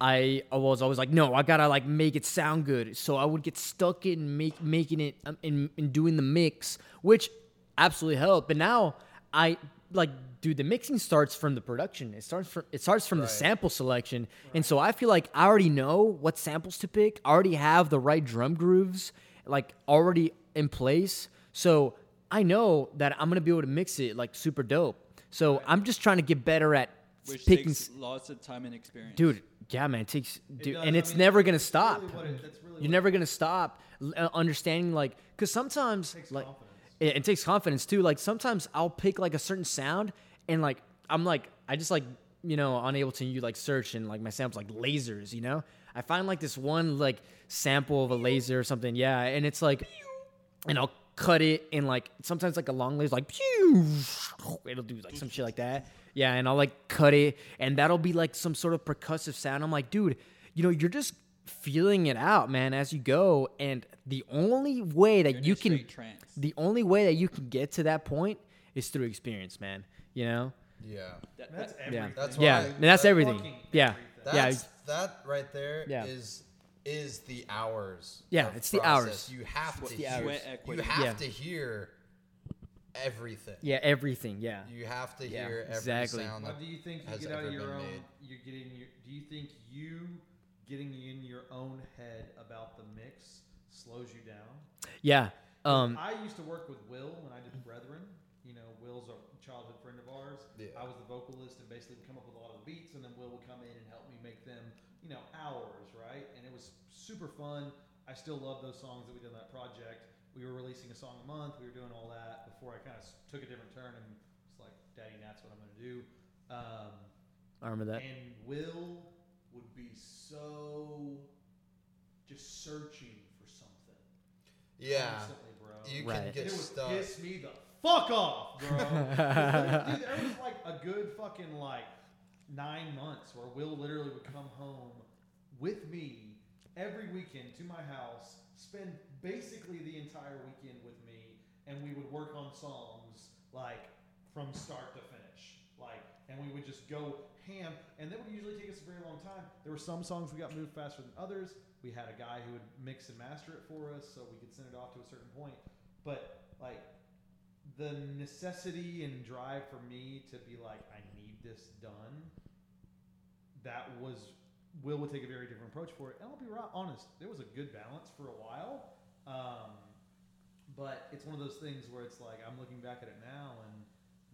Speaker 2: I, I was always like, no, I gotta like make it sound good. So I would get stuck in make, making it um, in in doing the mix, which absolutely helped. But now I like, dude, the mixing starts from the production. It starts from it starts from the
Speaker 3: Right.
Speaker 2: sample sample selection. And so I feel like I already know what samples to pick, I already have the right drum grooves like already in place. So I know that I'm going to be able to mix it like super dope. So I'm just trying to get better at
Speaker 4: Which
Speaker 2: picking
Speaker 4: takes lots of time and experience.
Speaker 2: dude yeah man it takes dude
Speaker 1: does,
Speaker 2: and
Speaker 1: I
Speaker 2: it's
Speaker 1: mean,
Speaker 2: never
Speaker 1: that's
Speaker 2: gonna
Speaker 1: really
Speaker 2: stop
Speaker 1: what it- that's really
Speaker 2: you're
Speaker 1: what-
Speaker 2: never gonna stop l- uh, understanding like because sometimes like it, it takes confidence too like sometimes i'll pick like a certain sound and like i'm like i just like you know on ableton you like search and like my samples like lasers you know i find like this one like sample of a laser or something yeah and it's like and I'll cut it and like sometimes like a long laser like pew it'll do like some shit like that. Yeah, and I'll like cut it and that'll be like some sort of percussive sound. I'm like, dude, you know, you're just feeling it out, man, as you go. And the only way that
Speaker 4: You're in
Speaker 2: you
Speaker 4: a
Speaker 2: can
Speaker 4: straight trance.
Speaker 2: the only way that you can get to that point is through experience, man. You know?
Speaker 3: Yeah.
Speaker 4: That-
Speaker 1: That's
Speaker 4: that-
Speaker 1: everything.
Speaker 3: That's why.
Speaker 2: yeah. and that's
Speaker 3: that-
Speaker 2: everything.
Speaker 1: fucking
Speaker 2: Yeah. Yeah.
Speaker 3: That's, That right there is
Speaker 2: Yeah.
Speaker 3: is the hours.
Speaker 2: Yeah,
Speaker 3: of
Speaker 2: it's the
Speaker 3: process.
Speaker 2: hours.
Speaker 3: You have
Speaker 4: Sweat-
Speaker 3: to
Speaker 4: the
Speaker 3: hear.
Speaker 4: hours. Sweat
Speaker 3: You
Speaker 4: equity.
Speaker 3: have
Speaker 2: Yeah.
Speaker 3: to hear everything.
Speaker 2: Yeah, everything. Yeah.
Speaker 3: You have to
Speaker 2: Yeah,
Speaker 3: hear every
Speaker 2: exactly.
Speaker 3: sound.
Speaker 1: Why
Speaker 3: that-
Speaker 1: do you think you
Speaker 3: has
Speaker 1: get out
Speaker 3: ever
Speaker 1: of your
Speaker 3: been
Speaker 1: own?
Speaker 3: made.
Speaker 1: You're getting your. Do you think you getting in your own head about the mix slows you down?
Speaker 2: Yeah. Um
Speaker 1: I used to work with Will when I did Brethren. You know, Will's a childhood friend of ours.
Speaker 3: Yeah.
Speaker 1: I was the vocalist and basically would come up with a lot of the beats, and then Will would come in and help me make them, you know, hours, right? And it was super fun. I still love those songs that we did on that project. We were releasing a song a month. We were doing all that before I kind of took a different turn and was like, Daddy, that's what I'm going to do. Um,
Speaker 2: I remember that.
Speaker 1: and Will would be so just searching for something.
Speaker 3: Yeah.
Speaker 1: Constantly, bro
Speaker 3: You can
Speaker 2: Right.
Speaker 3: get
Speaker 1: it would
Speaker 3: stuck.
Speaker 1: piss me the fuck off, bro. 'Cause there- Dude, there was like a good fucking like nine months where Will literally would come home with me every weekend to my house, spend basically the entire weekend with me, and we would work on songs like from start to finish. Like, and we would just go ham, and that would usually take us a very long time. There were some songs we got moved faster than others. We had a guy who would mix and master it for us, so we could send it off to a certain point. But like the necessity and drive for me to be like, I need this done. That was Will would take a very different approach for it, and I'll be right honest. There was a good balance for a while, um, but it's one of those things where it's like I'm looking back at it now, and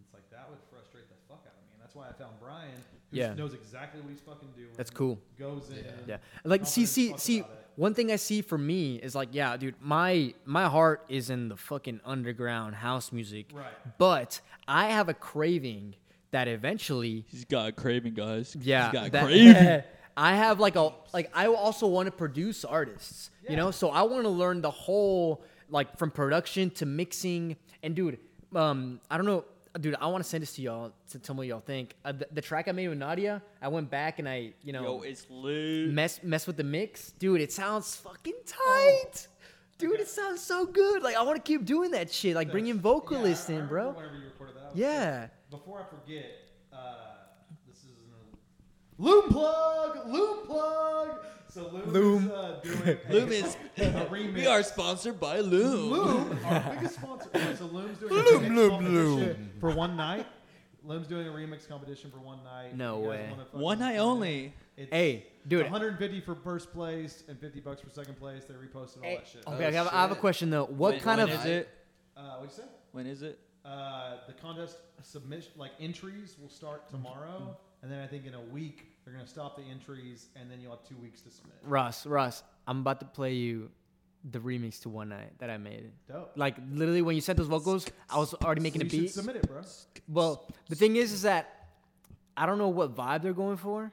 Speaker 1: it's like that would frustrate the fuck out of me, and that's why I found Brian, who
Speaker 2: Yeah.
Speaker 1: knows exactly what he's fucking doing.
Speaker 2: That's cool.
Speaker 1: Goes in.
Speaker 3: Yeah.
Speaker 2: Yeah. Like see
Speaker 1: confident
Speaker 2: see
Speaker 1: as fuck
Speaker 2: see
Speaker 1: about it.
Speaker 2: one thing I see for me is like, yeah, dude, my my heart is in the fucking underground house music.
Speaker 1: Right.
Speaker 2: But I have a craving that evenncially
Speaker 4: He's got a craving, guys.
Speaker 2: yeah,
Speaker 4: He's got a
Speaker 2: that-
Speaker 4: craving.
Speaker 2: I have like a like I also want to produce artists, you know. So I want to learn the whole like from production to mixing. And dude, um, I don't know, dude. I want to send this to y'all to tell me what y'all think. Uh, the, the track I made with Nadia, I went back and I, you know,
Speaker 4: Yo, it's lit.
Speaker 2: mess mess with the mix, dude. It sounds fucking tight, dude. It sounds so good. Like I want to keep doing that shit. Like bringing vocalists
Speaker 1: Yeah, I- I
Speaker 2: in,
Speaker 1: remember
Speaker 2: bro.
Speaker 1: Whenever you recorded that, I was
Speaker 2: Yeah,
Speaker 1: Before I forget, uh, this is an Loom plug, Loom plug. So Loom,
Speaker 2: Loom.
Speaker 1: is uh, doing a-
Speaker 4: Loom is.
Speaker 1: a remix.
Speaker 4: we are sponsored by Loom.
Speaker 1: Loom, our biggest sponsor. So Loom's doing a
Speaker 2: Loom,
Speaker 1: remix
Speaker 2: Loom,
Speaker 1: competition
Speaker 2: Loom.
Speaker 1: for one night. Loom's doing a remix competition for one night.
Speaker 2: No
Speaker 1: You guys
Speaker 2: way.
Speaker 1: wanna fucking
Speaker 4: One night
Speaker 1: join in?
Speaker 4: only.
Speaker 1: It's,
Speaker 2: Hey, dude.
Speaker 1: it's 150 for first place and 50 bucks for second place. They reposted all
Speaker 2: Hey,
Speaker 1: that shit.
Speaker 2: okay,
Speaker 1: Uh,
Speaker 2: I, have, I have a
Speaker 3: shit.
Speaker 2: question though. What
Speaker 4: When-
Speaker 2: kind
Speaker 4: when
Speaker 2: of
Speaker 4: is it?
Speaker 1: what'd you say?
Speaker 4: When is it?
Speaker 1: Uh, the contest submission, like entries, will start tomorrow, and then I think in a week they're gonna stop the entries, and then you'll have two weeks to submit.
Speaker 2: Ross? Ross, I'm about to play you the remix to One Night that I made.
Speaker 1: Dope.
Speaker 2: Like literally, when you sent those vocals, I was already making a
Speaker 1: You should
Speaker 2: beat.
Speaker 1: Submit it, bro.
Speaker 2: Well, the thing is, is that I don't know what vibe they're going for,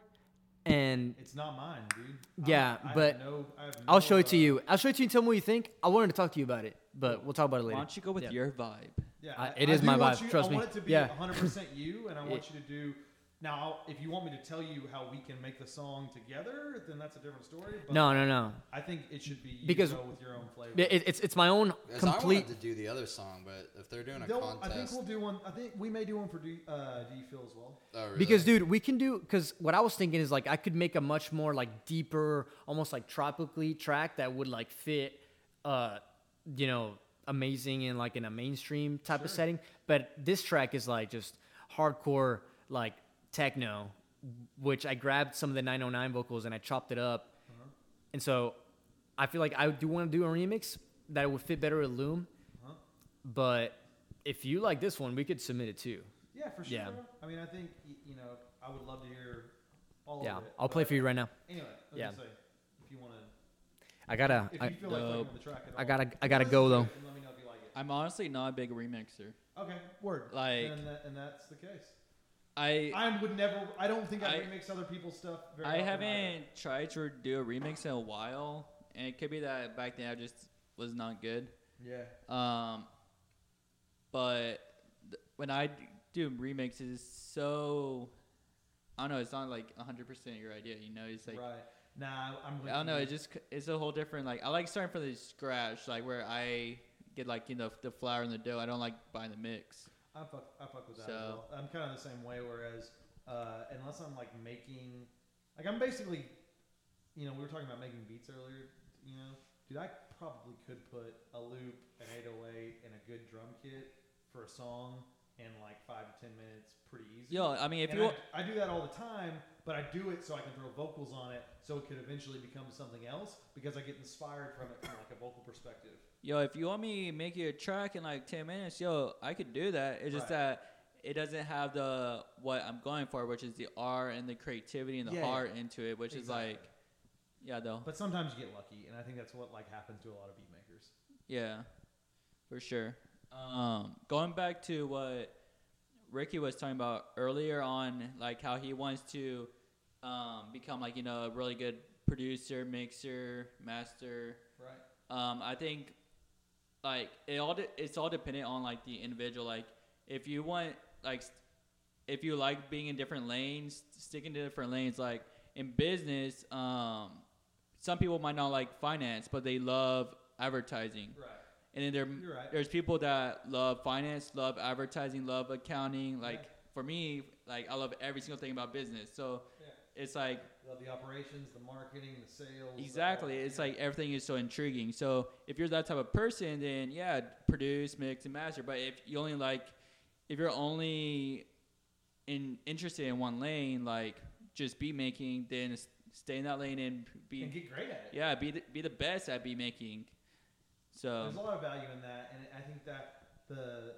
Speaker 2: and
Speaker 1: It's not mine, dude. I-
Speaker 2: Yeah,
Speaker 1: I have
Speaker 2: but
Speaker 1: no- I have
Speaker 2: I'll
Speaker 1: no,
Speaker 2: show it to
Speaker 1: uh,
Speaker 2: you. I'll show it to you and tell me what you think. I wanted to talk to you about it, but we'll talk about it
Speaker 4: Why
Speaker 2: later.
Speaker 4: don't you go with
Speaker 2: Yeah.
Speaker 4: your vibe?
Speaker 1: Yeah,
Speaker 2: I-
Speaker 1: I-
Speaker 2: it
Speaker 1: I
Speaker 2: is
Speaker 1: do
Speaker 2: my
Speaker 1: want
Speaker 2: vibe,
Speaker 1: you-
Speaker 2: trust
Speaker 1: I
Speaker 2: me.
Speaker 1: want it to be
Speaker 2: Yeah.
Speaker 1: 100% you, and I want you to do. Now, if you want me to tell you how we can make the song together, then that's a different story. But
Speaker 2: No, no, no.
Speaker 1: I think it should be you
Speaker 2: Because-
Speaker 1: go with your own flavor.
Speaker 2: It- it's it's my own
Speaker 3: Because I
Speaker 2: complete.
Speaker 3: wanted to do the other song, but if they're doing a
Speaker 1: They'll- I
Speaker 3: contest,
Speaker 1: think we'll do one. I think we may do one for D, uh, D Phil as well.
Speaker 3: oh, really?
Speaker 2: Because dude, we can do because what I was thinking is like I could make a much more like deeper, almost like tropically track that would like fit, uh, you know, amazing in like in a mainstream type of setting. But this track is like just hardcore like techno, which I grabbed some of the 909 vocals and I chopped it up,
Speaker 3: Uh-huh.
Speaker 2: and so I feel like I do want to do a remix that would fit better with Loom.
Speaker 1: Uh-huh.
Speaker 2: But if you like this one, we could submit it too.
Speaker 1: Yeah, for sure.
Speaker 2: Yeah.
Speaker 1: I mean, I think y- you know, I would love to hear all
Speaker 2: Yeah,
Speaker 1: of it.
Speaker 2: I'll play
Speaker 1: but
Speaker 2: for you right now.
Speaker 1: Anyway, I was
Speaker 2: Yeah.
Speaker 1: gonna say, if you want to,
Speaker 2: I gotta.
Speaker 1: if
Speaker 2: I,
Speaker 1: you feel like playing
Speaker 4: Dope.
Speaker 1: on the track at
Speaker 2: I
Speaker 1: all,
Speaker 2: gotta. I gotta
Speaker 1: listen
Speaker 2: go
Speaker 1: to
Speaker 2: though.
Speaker 1: it and Let me know if you like it.
Speaker 4: I'm honestly not a big remixer.
Speaker 1: Okay, word.
Speaker 4: Like-
Speaker 1: and, that, and that's the case.
Speaker 4: I
Speaker 1: I would never. I don't think I,
Speaker 4: I-
Speaker 1: would remix other people's stuff. Very
Speaker 4: I
Speaker 1: often either.
Speaker 4: haven't tried to do a remix in a while, and it could be that back then I just was not good.
Speaker 1: Yeah.
Speaker 4: Um, but th- when I d- do remixes, it's so I don't know. It's not like 100 percent your idea. You know, it's like
Speaker 1: right. Nah, I'm.
Speaker 4: I don't
Speaker 1: with
Speaker 4: know.
Speaker 1: you.
Speaker 4: It just c- it's a whole different. Like I like starting from the scratch, like where I get like you know the flour and the dough. I don't like buying the mix.
Speaker 1: I fuck, I fuck with that. as
Speaker 4: So-
Speaker 1: well. I'm kind of the same way. Whereas, uh, unless I'm like making, like I'm basically, you know, we were talking about making beats earlier. You know, dude, I probably could put a loop, an 808, and a good drum kit for a song in like five to ten minutes, pretty easy.
Speaker 4: Yo, I mean, if
Speaker 1: And
Speaker 4: you
Speaker 1: I, I do that all the time, but I do it so I can throw vocals on it, so it could eventually become something else because I get inspired from it from like a vocal perspective.
Speaker 4: yo, if you want me to make you a track in like 10 minutes, yo, I could do that. It's just
Speaker 1: Right.
Speaker 4: that it doesn't have the what I'm going for, which is the R and the creativity and the
Speaker 1: Yeah, yeah.
Speaker 4: heart into it, which
Speaker 1: Exactly.
Speaker 4: is like, yeah, though,
Speaker 1: But sometimes you get lucky, and I think that's what like happens to a lot of beat makers.
Speaker 4: yeah, for sure. Um, going back to what Ricky was talking about earlier on, like how he wants to um, become like you know a really good producer, mixer, master,
Speaker 1: Right.
Speaker 4: Um, I think like it all de- it's all dependent on like the individual. Like if you want like st- if you like being in different lanes, sticking to different lanes. Like in business, um, some people might not like finance, but they love advertising.
Speaker 1: Right.
Speaker 4: And then there
Speaker 1: You're right.
Speaker 4: there's people that love finance, love advertising, love accounting. Like
Speaker 1: Yeah.
Speaker 4: for me, like I love every single thing about business. So it's like
Speaker 1: Love the operations, the marketing, the sales. uh, the all
Speaker 4: Exactly.
Speaker 1: that,
Speaker 4: It's
Speaker 1: yeah.
Speaker 4: like everything is so intriguing. So if you're that type of person, then yeah, produce, mix, and master. But if you only like, if you're only in interested in one lane, like just beat making, then s- stay in that lane and be
Speaker 1: and get great at it.
Speaker 4: yeah, be the, be the best at beat making. So
Speaker 1: There's a lot of value in that, and I think that the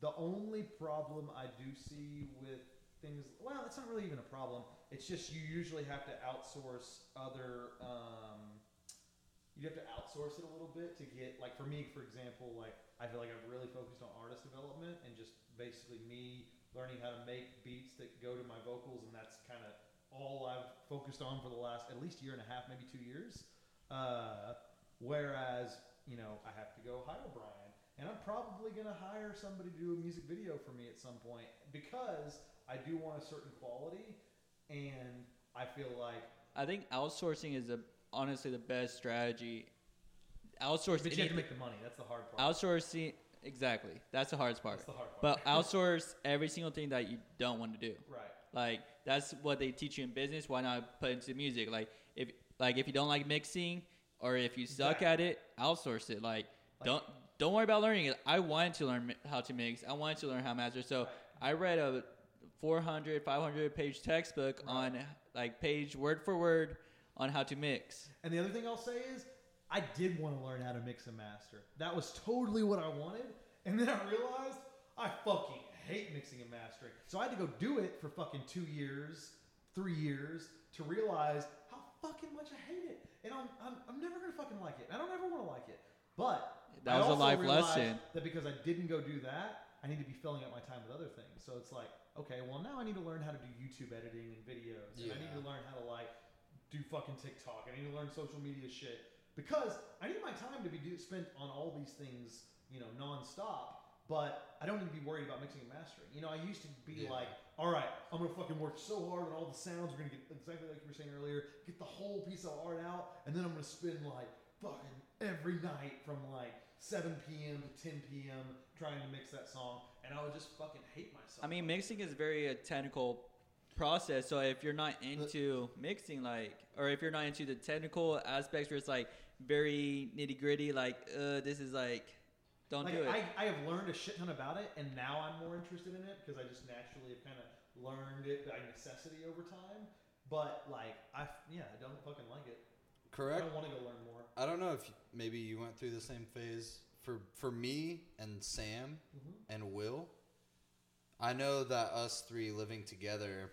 Speaker 1: the only problem I do see with things, well, it's not really even a problem. It's just you usually have to outsource other. Um, you have to outsource it a little bit to get like for me, for example, like I feel like I've really focused on artist development and just basically me learning how to make beats that go to my vocals, and that's kind of all I've focused on for the last at least year and a half, maybe two years. Uh, whereas you know I have to go hire Brian, and I'm probably gonna hire somebody to do a music video for me at some point because I do want a certain quality, and I feel like
Speaker 4: I think outsourcing is a, honestly the best strategy. Outsource.
Speaker 1: but you have to
Speaker 4: anything-
Speaker 1: make the money. That's the hard part.
Speaker 4: Outsourcing exactly. That's the hardest part.
Speaker 1: That's the hard part.
Speaker 4: But outsource every single thing that you don't want to do.
Speaker 1: right.
Speaker 4: Like that's what they teach you in business. Why not put into music? Like if like if you don't like mixing or if you suck
Speaker 1: Exactly.
Speaker 4: at it, outsource it. Like,
Speaker 1: Like-
Speaker 4: don't don't worry about learning it. I wanted to learn mi- how to mix. I wanted to learn how to master. So
Speaker 1: Right.
Speaker 4: I read a 400 500 page textbook
Speaker 1: Right.
Speaker 4: on like page word for word on how to mix.
Speaker 1: And the other thing I'll say is, I did want to learn how to mix and master. That was totally what I wanted. And then I realized I fucking hate mixing and mastering. So I had to go do it for fucking two years, three years to realize how fucking much I hate it. And I'm, I'm, I'm never going to fucking like it. I don't ever want to like it. But
Speaker 4: That
Speaker 1: I
Speaker 4: was a
Speaker 1: also
Speaker 4: life
Speaker 1: realized
Speaker 4: lesson.
Speaker 1: That because I didn't go do that, I need to be filling up my time with other things. So it's like, okay, well now I need to learn how to do YouTube editing and videos. And I need
Speaker 3: Yeah.
Speaker 1: to learn how to like do fucking TikTok. I need to learn social media shit because I need my time to be do, spent on all these things, you know, nonstop. But I don't need to be worried about mixing and mastering. You know, I used to be
Speaker 3: Yeah.
Speaker 1: like, all right, I'm gonna fucking work so hard on all the sounds. We're gonna get exactly like you were saying earlier, get the whole piece of art out, and then I'm gonna spend like fucking every night from like 7 p.m. to 10 p.m. trying to mix that song, and I would just fucking hate myself.
Speaker 4: I mean, mixing is very a technical process. So if you're
Speaker 1: Uh,
Speaker 4: not into mixing, like, or if you're not into the technical aspects where it's like very nitty gritty, like, uh, this is like, don't
Speaker 1: like
Speaker 4: do it.
Speaker 1: I, I have learned a shit ton about it, and now I'm more interested in it because I just naturally have kind of learned it by necessity over time. But like, I f- yeah, I don't fucking like it. I
Speaker 3: Correct.
Speaker 1: don't want to go learn more.
Speaker 3: I don't know if y- maybe you went through the same phase for for me and Sam
Speaker 1: Mm-hmm.
Speaker 3: and Will. I know that us three living together,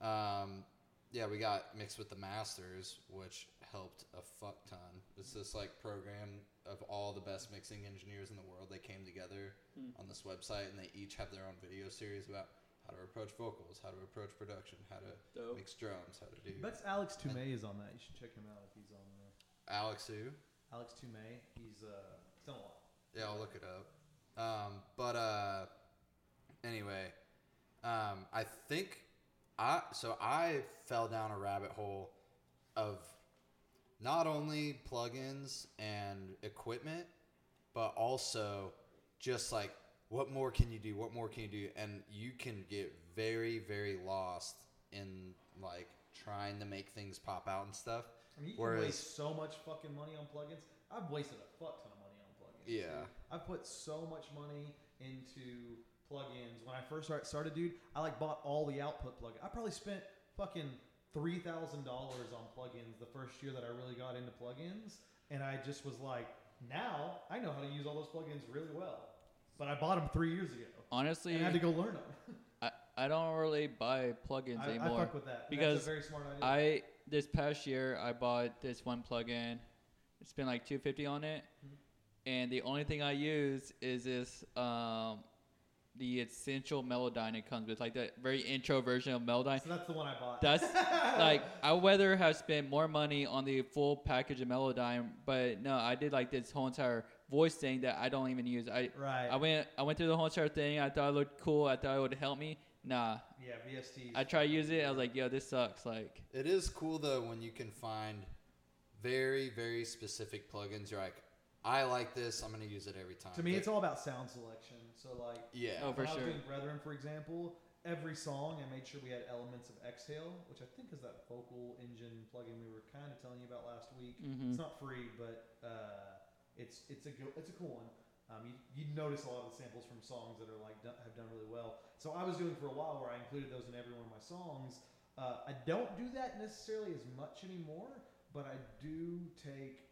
Speaker 3: um, yeah, we got mixed with the masters, which helped a fuck ton. It's this like program of all the best mixing engineers in the world. They came together on this website, and they each have their own video series about how to approach vocals, how to approach production, how to
Speaker 4: Dope.
Speaker 3: mix drums, how to do.
Speaker 1: That's Alex Toomey is on that. You should check him out if he's on there.
Speaker 3: Alex, who?
Speaker 1: Alex Toomey, he's uh, he's done a lot.
Speaker 3: Yeah, I'll look it up. Um, but uh, anyway, um, I think I so I fell down a rabbit hole of not only plugins and equipment, but also just like what more can you do? What more can you do? And you can get very very lost in like trying to make things pop out and stuff.
Speaker 1: I mean, you
Speaker 3: Whereas-
Speaker 1: can waste so much fucking money on plugins. I've wasted a fuck ton of money on plugins. dude.
Speaker 3: Yeah.
Speaker 1: I've put so much money into plugins. When I first start- started, dude, I like bought all the output plugins. I probably spent fucking three thousand dollars on plugins the first year that I really got into plugins, and I just was like, now I know how to use all those plugins really well. But I bought them three years ago.
Speaker 4: Honestly,
Speaker 1: and I had to go learn them.
Speaker 4: I, I don't really buy plugins
Speaker 1: I, I
Speaker 4: anymore
Speaker 1: fuck with that. That's
Speaker 4: because
Speaker 1: a very smart idea.
Speaker 4: I this past year I bought this one plugin. It's been like 250 on it,
Speaker 1: Mm-hmm.
Speaker 4: and the only thing I use is this um, the essential Melodyne it comes with, like the very intro version of Melodyne.
Speaker 1: so that's the one I bought.
Speaker 4: That's like I whether have spent more money on the full package of Melodyne, but no, I did like this whole entire voice thing that I don't even use. I
Speaker 1: Right.
Speaker 4: I went I went through the whole entire thing. I thought it looked cool. I thought it would help me. Nah,
Speaker 1: yeah, VST.
Speaker 4: I tried to use it. I was like, yo, this sucks. Like,
Speaker 3: It is cool though when you can find very very specific plugins. You're like, I like this. I'm gonna use it every time.
Speaker 1: To me,
Speaker 3: But-
Speaker 1: it's all about sound selection. So like,
Speaker 3: yeah.
Speaker 4: Oh, for
Speaker 1: when I was
Speaker 4: sure.
Speaker 1: doing Brethren, for example, every song I made sure we had elements of exhale, which I think is that vocal engine plugin we were kind of telling you about last week.
Speaker 4: Mm-hmm.
Speaker 1: It's not free, but uh, it's it's a go- it's a cool one. Um, you, you notice a lot of the samples from songs that are like done, have done really well. So I was doing for a while where I included those in every one of my songs. Uh, I don't do that necessarily as much anymore, but I do take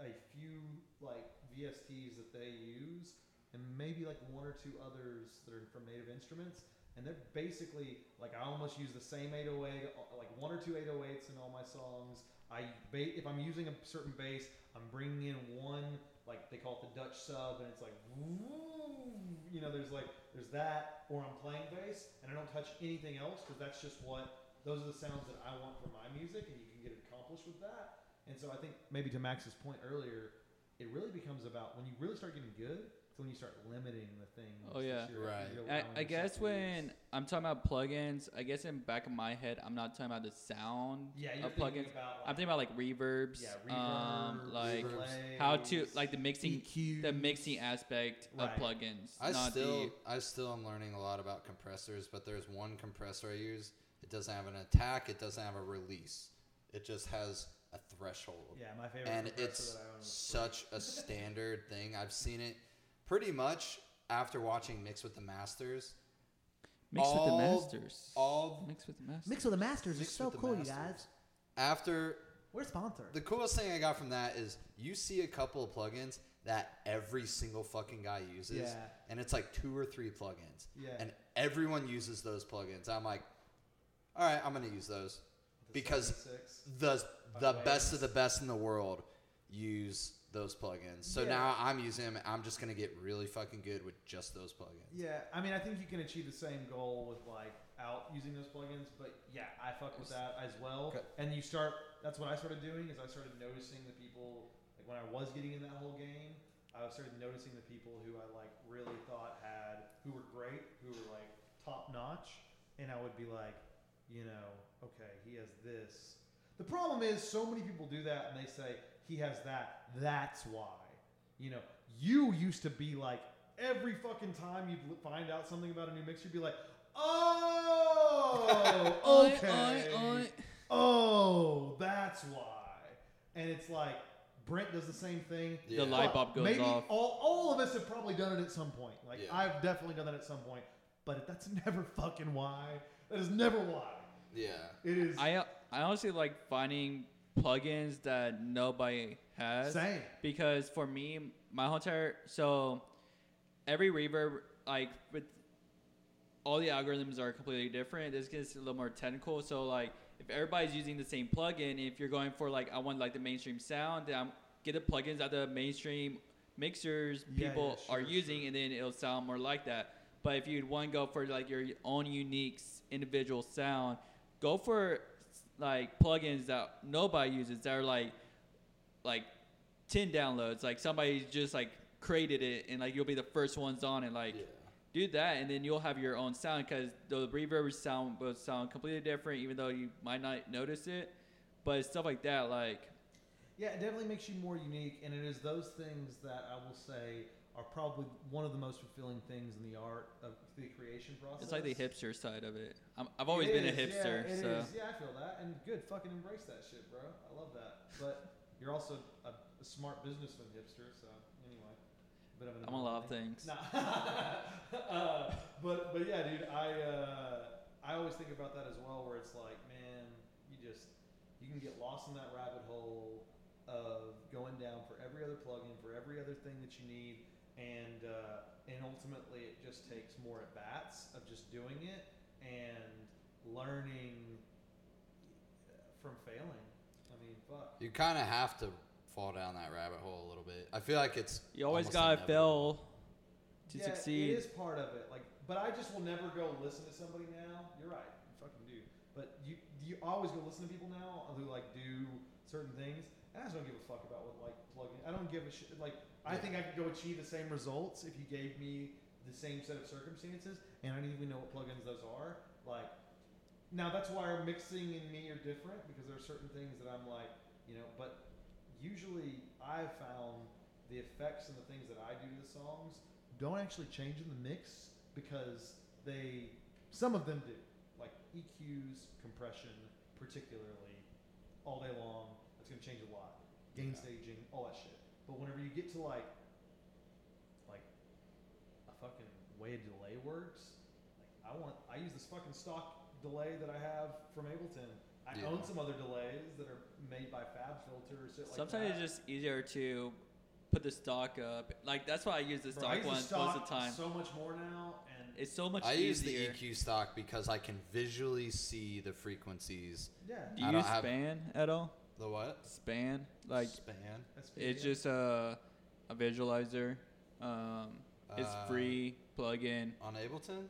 Speaker 1: a few like VSTs that they use, and maybe like one or two others that are from native instruments, and they're basically like I almost use the same 808, uh, like one or two 808s in all my songs. I ba- if I'm using a certain bass, I'm bringing in one like they call it the Dutch sub, and it's like woo, you know, there's like there's that, or I'm playing bass and I don't touch anything else because that's just what those are the sounds that I want for my music, and you can get accomplished with that. And so I think maybe to Max's point earlier, it really becomes about when you really start getting good. It's when you start limiting the things.
Speaker 4: Oh, yeah.
Speaker 1: that you're-
Speaker 3: Right.
Speaker 1: you're
Speaker 4: I,
Speaker 1: allowing
Speaker 4: I guess
Speaker 1: yourself to use.
Speaker 4: when I'm talking about plugins, I guess in back of my head, I'm not talking about the sound
Speaker 1: yeah, you're
Speaker 4: of
Speaker 1: thinking
Speaker 4: plugins.
Speaker 1: about like,
Speaker 4: I'm thinking about like reverbs,
Speaker 1: yeah,
Speaker 4: um,
Speaker 1: reverb,
Speaker 4: like
Speaker 1: delays,
Speaker 4: how to like the mixing, the
Speaker 1: EQs.
Speaker 4: mixing aspect
Speaker 1: E Right.
Speaker 4: of plugins.
Speaker 3: I
Speaker 4: not
Speaker 3: still
Speaker 4: the,
Speaker 3: I still am learning a lot about compressors, but there's one compressor I use. It doesn't have an attack. It doesn't have a release. It just has a threshold.
Speaker 1: Yeah, my favorite.
Speaker 3: and
Speaker 1: compressor
Speaker 3: it's
Speaker 1: that I own is
Speaker 3: such a standard thing. I've seen it pretty much after watching Mix with the Masters.
Speaker 4: mix with the
Speaker 3: all-
Speaker 4: masters.
Speaker 3: All
Speaker 4: mix with the masters.
Speaker 5: Mix with the Masters is
Speaker 3: Mix
Speaker 5: so
Speaker 3: with the
Speaker 5: cool, you
Speaker 3: Masters.
Speaker 5: guys.
Speaker 3: after
Speaker 5: We're sponsored.
Speaker 3: The coolest thing I got from that is you see a couple of plugins that every single fucking guy uses,
Speaker 1: Yeah.
Speaker 3: and it's like two or three plugins,
Speaker 1: Yeah.
Speaker 3: and everyone uses those plugins. I'm like, all right, I'm gonna use those
Speaker 1: the
Speaker 3: because
Speaker 1: 76.
Speaker 3: the the
Speaker 1: Waves.
Speaker 3: best of the best in the world use those plugins. So
Speaker 1: Yeah.
Speaker 3: now I'm using them. I'm just gonna get really fucking good with just those plugins.
Speaker 1: Yeah, I mean, I think you can achieve the same goal with like out using those plugins, but yeah, I fuck with that as well.
Speaker 3: Okay.
Speaker 1: And you start. That's what I started doing is I started noticing the people like when I was getting in that whole game. I started noticing the people who I like really thought had who were great, who were like top notch, and I would be like, you know, okay, he has this. The problem is so many people do that and they say he has that. That's why. You know, you used to be like every fucking time you would find out something about a new mix, you'd be like, oh, okay, oh, that's why. And it's like Brent does the same thing.
Speaker 3: Yeah.
Speaker 4: The light
Speaker 1: Fuck,
Speaker 4: bulb goes
Speaker 1: Maybe
Speaker 4: off.
Speaker 1: all all of us have probably done it at some point. Like
Speaker 3: Yeah.
Speaker 1: I've definitely done that at some point, but that's never fucking why. That is never why.
Speaker 3: Yeah.
Speaker 1: It is
Speaker 4: I I honestly like finding plugins that nobody has.
Speaker 1: same.
Speaker 4: Because for me, my whole entire so every reverb like with all the algorithms are completely different. This gets a little more technical. So like if everybody's using the same plugin, if you're going for like I want like the mainstream sound, then I'm, get the plugins that the mainstream mixers
Speaker 1: Yeah, yeah,
Speaker 4: people
Speaker 1: sure,
Speaker 4: are using, and then it'll sound more like that. But if you'd want to go for like your own unique s- individual sound, go for like plugins that nobody uses that are like like 10 downloads like somebody just like created it and like you'll be the first ones on it like
Speaker 3: Yeah.
Speaker 4: do that and then you'll have your own sound because the reverb sound will sound completely different even though you might not notice it but stuff like that like
Speaker 1: Yeah, it definitely makes you more unique, and it is those things that I will say are probably one of the most fulfilling things in the art of the creation process.
Speaker 4: it's like the hipster side of it I'm, i've always been a
Speaker 1: It is,
Speaker 4: hipster
Speaker 1: Yeah, it
Speaker 4: so
Speaker 1: is. Yeah, I feel that, and good. Fucking embrace that shit, bro. I love that. But you're also a, a smart businessman hipster, so anyway, a bit of an.
Speaker 4: i'm a lot of
Speaker 1: anomaly.
Speaker 4: things
Speaker 1: Nah. uh, but but yeah, dude, I uh, I always think about that as well, where it's like, man, you just you can get lost in that rabbit hole of going down for every other plugin, for every other thing that you need, and uh, and ultimately it just takes more at bats of just doing it and learning uh, from failing. I mean, fuck.
Speaker 3: You kind of have to fall down that rabbit hole a little bit. I feel like it's
Speaker 4: you always
Speaker 3: almost
Speaker 4: gotta
Speaker 3: inevitable.
Speaker 4: fail to succeed
Speaker 1: It is part of it. Like, but I just will never go listen to somebody now. You're right. You fucking do. But you you always go listen to people now who like do certain things. And I just don't give a fuck about what like plugging. I don't give a shit. Like I
Speaker 3: Yeah.
Speaker 1: think I could go achieve the same results if you gave me the same set of circumstances, and I don't even know what plugins those are. Like now that's why our mixing and me are different because there are certain things that I'm like, you know, but usually I've found the effects and the things that I do to the songs don't actually change in the mix because they some of them do. Like EQs, compression, particularly, all day long, that's gonna change a lot. Gain
Speaker 3: Yeah.
Speaker 1: staging, all that shit. But whenever you get to like like a fucking way delay works, like I want I use this fucking stock delay that I have from Ableton. I
Speaker 3: Yeah.
Speaker 1: own some other delays that are made by FabFilter or shit like
Speaker 4: sometimes
Speaker 1: that.
Speaker 4: it's just easier to put the stock up like that's why i use the
Speaker 1: Bro, I
Speaker 4: stock
Speaker 1: use the
Speaker 4: ones most of
Speaker 1: stock
Speaker 4: the time
Speaker 1: So much more now, and
Speaker 4: it's so much
Speaker 3: I use the E
Speaker 4: easier
Speaker 3: EQ stock because I can visually see the frequencies.
Speaker 1: yeah,
Speaker 4: do you
Speaker 3: I don't
Speaker 4: use
Speaker 3: have-
Speaker 4: span at all
Speaker 3: The what?
Speaker 4: span like
Speaker 3: span.
Speaker 1: that's
Speaker 4: it's
Speaker 1: yeah.
Speaker 4: just a, a visualizer um, it's
Speaker 3: Uh,
Speaker 4: free plugin
Speaker 3: On Ableton?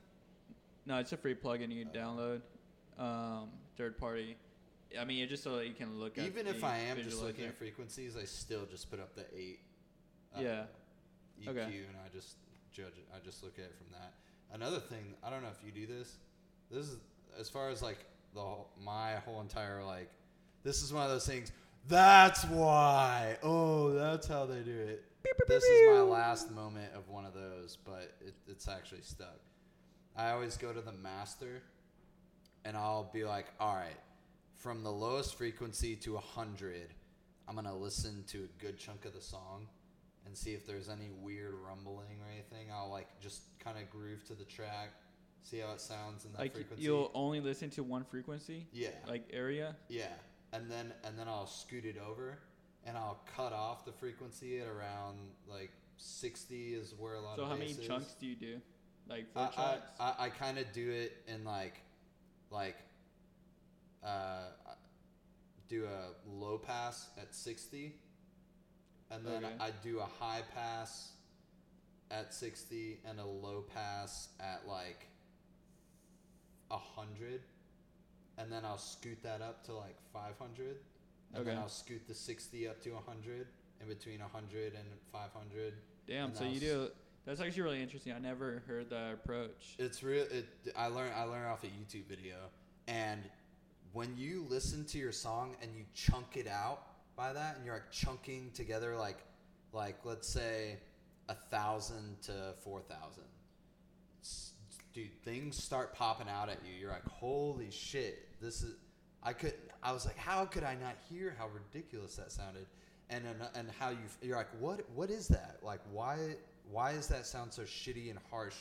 Speaker 4: no it's a free plugin you can
Speaker 3: Oh.
Speaker 4: download um, third party i mean it's just so that you can look at
Speaker 3: Even if
Speaker 4: the
Speaker 3: I am just looking
Speaker 4: visualizer.
Speaker 3: at frequencies, I still just put up the eight.
Speaker 4: Yeah.
Speaker 3: EQ,
Speaker 4: Okay.
Speaker 3: and I just judge it. I just look at it from that. Another thing, I don't know if you do this. This is as far as like the whole, my whole entire like. This is one of those things. That's why. Oh, that's how they do it. This is my last moment of one of those, but it, it's actually stuck. I always go to the master and I'll be like, all right, from the lowest frequency to 100, I'm going to listen to a good chunk of the song and see if there's any weird rumbling or anything. I'll like just kind of groove to the track, see how it sounds in that
Speaker 4: like
Speaker 3: frequency.
Speaker 4: you'll only listen to one frequency
Speaker 3: yeah.
Speaker 4: like area
Speaker 3: Yeah, and then and then I'll scoot it over, and I'll cut off the frequency at around like sixty is where a lot
Speaker 4: so
Speaker 3: of
Speaker 4: how
Speaker 3: bass
Speaker 4: many
Speaker 3: is.
Speaker 4: chunks do you do like four
Speaker 3: I
Speaker 4: chunks
Speaker 3: I, I, I kind of do it in like, like, uh, do a low pass at sixty, and then
Speaker 4: Okay.
Speaker 3: I do a high pass at 60 and a low pass at like 100 and then I'll scoot that up to like 500 and then
Speaker 4: Okay.
Speaker 3: I'll scoot the 60 up to 100 in between 100 and 500
Speaker 4: Damn.
Speaker 3: And
Speaker 4: So you
Speaker 3: that
Speaker 4: do. That's actually really interesting. I never heard that approach.
Speaker 3: it's real. It, I learned. I learned off a YouTube video, and when you listen to your song and you chunk it out by that, and you're like chunking together like, like let's say, a thousand to four thousand. S- Dude, things start popping out at you. You're like, holy shit, this is. I could. I was like, how could I not hear how ridiculous that sounded, and and, and how you you're like, what what is that? Like, why why does that sound so shitty and harsh?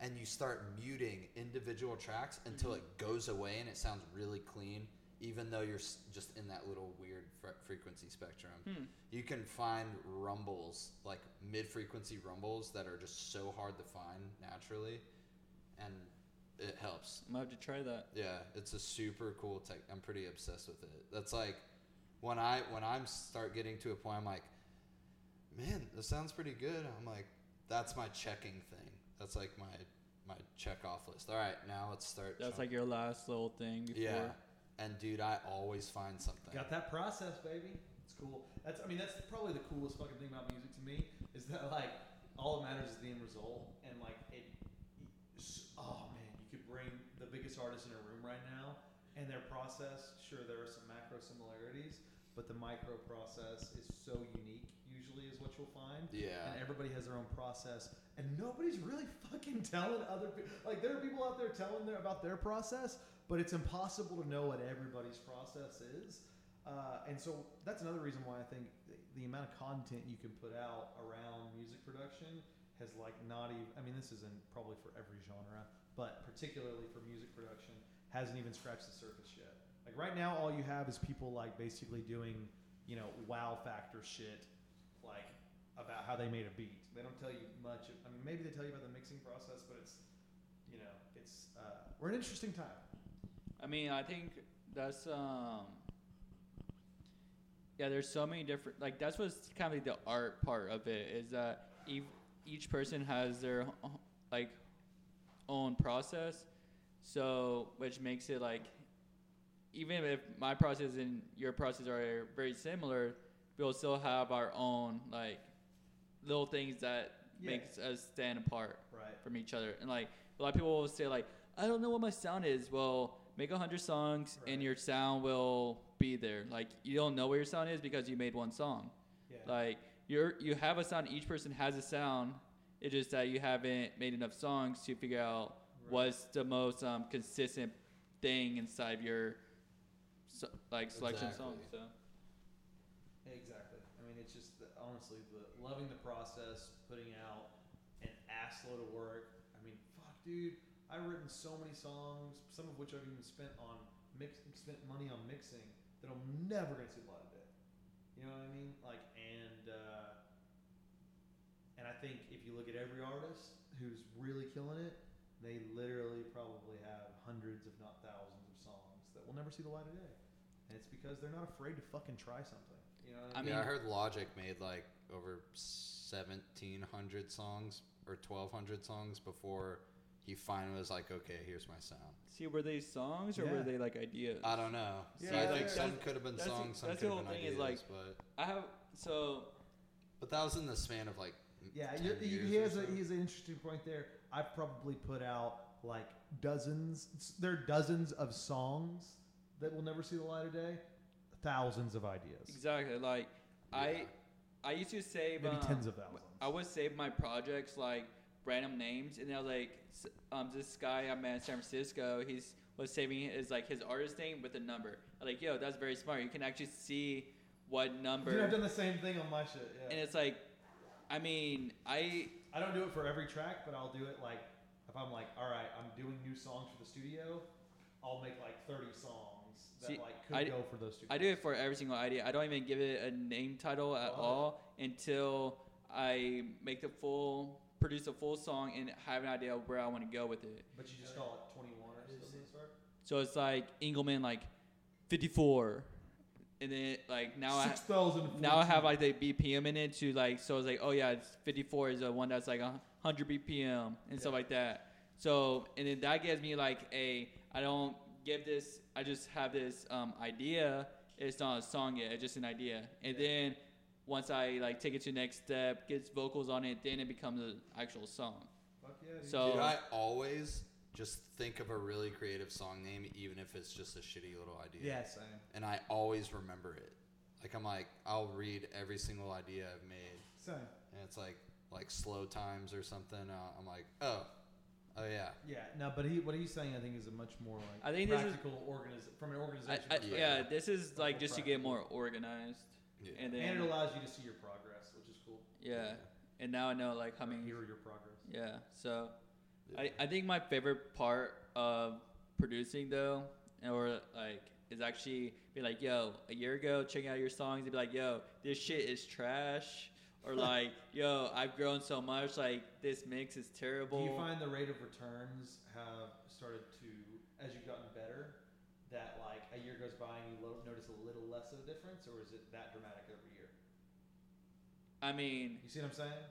Speaker 3: And you start muting individual tracks until it goes away and it sounds really clean, even though you're s- just in that little weird fre- frequency spectrum. You can find rumbles, like mid frequency rumbles, that are just so hard to find naturally, and it helps.
Speaker 4: I'm gonna have to try that.
Speaker 3: Yeah, it's a super cool tech. I'm pretty obsessed with it. That's like when I when I'm start getting to a point, I'm like, man, this sounds pretty good. I'm like, that's my checking thing. That's like my my check off list. All right, now let's start.
Speaker 4: That's
Speaker 3: chunk-
Speaker 4: like your last little thing before.
Speaker 3: yeah. And dude, I always find something.
Speaker 1: Got that process, baby. It's cool. That's I mean that's probably the coolest fucking thing about music to me is that like all that matters is the end result and like it. it's- Oh man, you could bring the biggest artist in a room right now and their process. Sure, there are some macro similarities, but the micro process is so unique. Usually, is what you'll find.
Speaker 3: Yeah.
Speaker 1: And everybody has their own process, and nobody's really fucking telling other people. Like there are people out there telling their about their process, but it's impossible to know what everybody's process is. Uh, and so that's another reason why I think th- the amount of content you can put out around music production has like not even. I mean, this isn't probably for every genre, but particularly for music production, hasn't even scratched the surface yet. Like right now, all you have is people like basically doing, you know, wow factor shit, like about how they made a beat. They don't tell you much. I mean, maybe they tell you about the mixing process, but it's, you know, it's uh, we're an interesting time.
Speaker 4: I mean, I think that's um. Yeah, there's so many different. Like that's what's kind of like the art part of it is that each each person has their o- like own process, so which makes it like even if my process and your process are very similar, we'll still have our own like little things that
Speaker 1: Yeah.
Speaker 4: makes us stand apart
Speaker 1: Right.
Speaker 4: from each other. And like a lot of people will say like, I don't know what my sound is. Well, make a hundred songs
Speaker 1: Right.
Speaker 4: and your sound will be there. Like you don't know what your sound is because you made one song.
Speaker 1: Yeah.
Speaker 4: Like you're you have a sound. Each person has a sound. It's just that you haven't made enough songs to figure out
Speaker 1: Right.
Speaker 4: what's the most um, consistent thing inside of your so, like selection song.
Speaker 3: Exactly.
Speaker 4: So
Speaker 1: Exactly. I mean, it's just the, honestly the loving the process, putting out an ass load of work. I mean, fuck, dude, I've written so many songs, some of which I've even spent on mix, spent money on mixing that I'm never gonna see the light of day. You know what I mean? Like, and uh, and I think if you look at every artist who's really killing it, they literally probably have hundreds, if not thousands, of songs that will never see the light of day. And it's because they're not afraid to fucking try something. You know what
Speaker 4: I
Speaker 1: I
Speaker 4: mean-
Speaker 1: mean?
Speaker 3: yeah, I heard Logic made like over 1,700 songs or 1,200 songs before he finally was like, okay, here's my sound.
Speaker 4: see, were they songs or
Speaker 1: Yeah.
Speaker 4: were they like ideas?
Speaker 3: I don't know.
Speaker 1: Yeah,
Speaker 3: I think
Speaker 1: that's-
Speaker 3: some could have been
Speaker 4: that's the-
Speaker 3: songs, some
Speaker 4: that's
Speaker 3: could
Speaker 4: the
Speaker 3: have been
Speaker 4: whole thing
Speaker 3: ideas,
Speaker 4: is,
Speaker 3: but
Speaker 4: I have so
Speaker 3: but that was in the span of like
Speaker 1: yeah,
Speaker 3: 10
Speaker 1: you you-
Speaker 3: years
Speaker 1: he
Speaker 3: or
Speaker 1: has a,
Speaker 3: so.
Speaker 1: he has an interesting point there. I've probably put out like dozens. There are dozens of songs that will never see the light of day. Thousands of ideas.
Speaker 4: Exactly. Like I, I used to save
Speaker 1: Maybe
Speaker 4: um,
Speaker 1: tens of thousands.
Speaker 4: I would save my projects like random names, and I was like, s- um, this guy I met in San Francisco, he's was saving his like his artist name with a number. I'm like, yo, that's very smart. You can actually see what number,
Speaker 1: Dude, I've done the same thing on my shit. Yeah.
Speaker 4: and it's like, I mean, I
Speaker 1: I don't do it for every track, but I'll do it like if I'm like, all right, I'm doing new songs for the studio. I'll make like 30 songs that
Speaker 4: See,
Speaker 1: like could
Speaker 4: I-
Speaker 1: go for those two.
Speaker 4: I do it for every single idea. I don't even give it a name title at
Speaker 1: Love it.
Speaker 4: all until I make the full produce a full song and have an idea of where I want to go with it.
Speaker 1: But you just call it 21 or something. sir?
Speaker 4: So it's like Engelman, like 54, and then like now I
Speaker 1: Six thousand.
Speaker 4: now I have like the BPM in it to like so it's like oh yeah it's 54 is the one that's like a hundred BPM and stuff like that. So and then that gives me like a I don't give this I just have this um, idea. It's not a song yet. It's just an idea. And then once I like take it to the next step, gets vocals on it, then it becomes an actual song.
Speaker 1: Fuck yeah, dude.
Speaker 4: So
Speaker 3: Dude, I always just think of a really creative song name, even if it's just a shitty little idea.
Speaker 1: yeah, same.
Speaker 3: And I always remember it. Like I'm like, I'll read every single idea I've made,
Speaker 1: Same.
Speaker 3: and it's like like slow times or something. Uh, I'm like, oh, oh yeah,
Speaker 1: Yeah, no, but he, what he's saying, I think, is a much more like
Speaker 4: I think this is-
Speaker 1: practical organiz- from an
Speaker 4: I,
Speaker 1: organization.
Speaker 4: I,
Speaker 3: Yeah.
Speaker 4: yeah, this is like just to get more organized.
Speaker 3: Yeah.
Speaker 4: And then
Speaker 1: and it allows you to see your progress, which is cool.
Speaker 4: Yeah. And now I know like how many.
Speaker 1: hear your progress.
Speaker 4: Yeah. So
Speaker 3: Yeah.
Speaker 4: I, I think my favorite part of producing though, or like, is actually be like, yo, a year ago, checking out your songs and be like, yo, this shit is trash. Or like, yo, I've grown so much. Like this mix is terrible.
Speaker 1: Do you find the rate of returns have started to, as you've gotten better, that like a year goes by and you lo- notice a little less of a difference, or is it that dramatic every year?
Speaker 4: I mean,
Speaker 1: You see what I'm saying?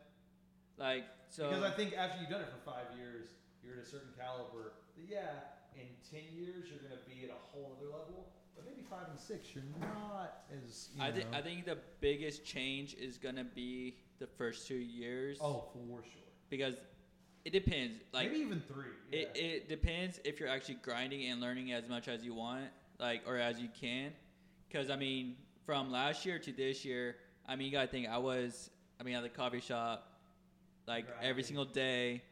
Speaker 4: like so.
Speaker 1: because I think after you've done it for five years, you're at a certain caliber. But yeah, in ten years, you're going to be at a whole other level. But maybe five and six, you're not as. You
Speaker 4: I,
Speaker 1: know.
Speaker 4: thi- I think the biggest change is gonna be the first two years.
Speaker 1: Oh, for sure.
Speaker 4: Because it depends. Like
Speaker 1: maybe even three. Yeah.
Speaker 4: It, it depends if you're actually grinding and learning as much as you want, like or as you can, because I mean, from last year to this year, I mean, you gotta think I was, I mean, at the coffee shop, like every
Speaker 1: Grinding.
Speaker 4: single day,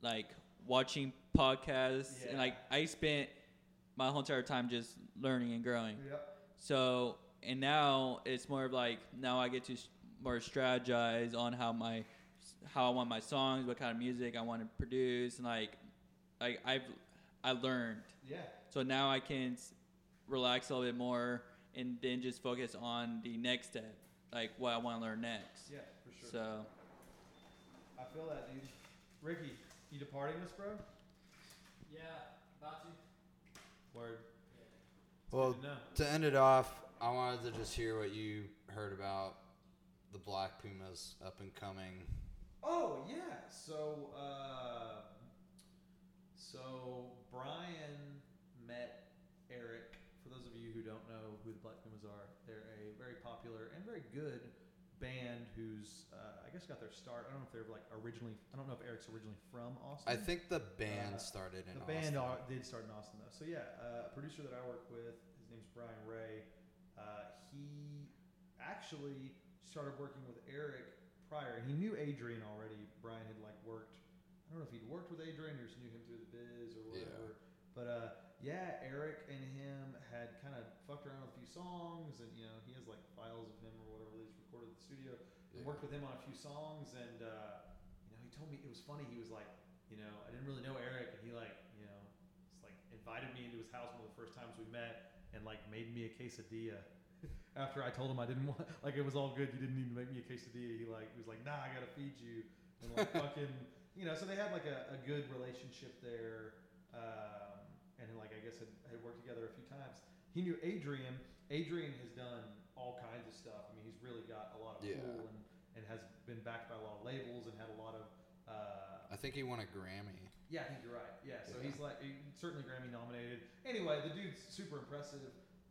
Speaker 4: like watching podcasts, and
Speaker 1: Yeah.
Speaker 4: like I spent my whole entire time just learning and growing.
Speaker 1: Yep.
Speaker 4: So and now it's more of like now I get to s- more strategize on how my how I want my songs, what kind of music I want to produce, and like like I've I learned.
Speaker 1: Yeah.
Speaker 4: So now I can s- relax a little bit more and then just focus on the next step, like what I want to learn next.
Speaker 1: Yeah. For sure.
Speaker 4: So
Speaker 1: I feel that, dude. Ricky, you departing us, bro?
Speaker 4: yeah, about to.
Speaker 1: Word.
Speaker 3: Well,
Speaker 1: Good to know.
Speaker 3: to end it off, I wanted to just hear what you heard about the Black Pumas up and coming.
Speaker 1: Oh yeah. So uh, so Brian met Eric. For those of you who don't know who the Black Pumas are, they're a very popular and very good band who's uh, I guess got their start. I don't know if they're like originally. I don't know if Eric's originally from Austin.
Speaker 3: I think the
Speaker 1: Uh,
Speaker 3: band started in
Speaker 1: the band are,
Speaker 3: Austin.
Speaker 1: did start in Austin though. So yeah, uh, a producer that I work with, his name's Brian Ray. Uh, he actually started working with Eric prior. He knew Adrian already. Brian had like worked. I don't know if he'd worked with Adrian or just knew him through the biz or
Speaker 3: Yeah.
Speaker 1: whatever. But uh, yeah, Eric and him had kind of fucked around with a few songs, and you know he has like files of him or whatever that he's recorded at the studio. I
Speaker 3: Yeah.
Speaker 1: worked with him on a few songs, and uh, you know, he told me it was funny. He was like, you know, I didn't really know Eric, and he like, you know, just like invited me into his house one of the first times we met, and like made me a quesadilla. After I told him I didn't want, like it was all good. You didn't even make me a quesadilla. He like he was like, nah, I gotta feed you, and like fucking, you know. So they had like a, a good relationship there, um, and like I guess had, had worked together a few times. He knew Adrian. Adrian has done all kinds of stuff. I mean, he's really got a lot of
Speaker 3: Yeah.
Speaker 1: pull and, and has been backed by a lot of labels and had a lot of. Uh,
Speaker 3: I think he won a Grammy.
Speaker 1: yeah, I think you're right. Yeah, so
Speaker 3: Yeah.
Speaker 1: he's like he- certainly Grammy nominated. Anyway, the dude's super impressive.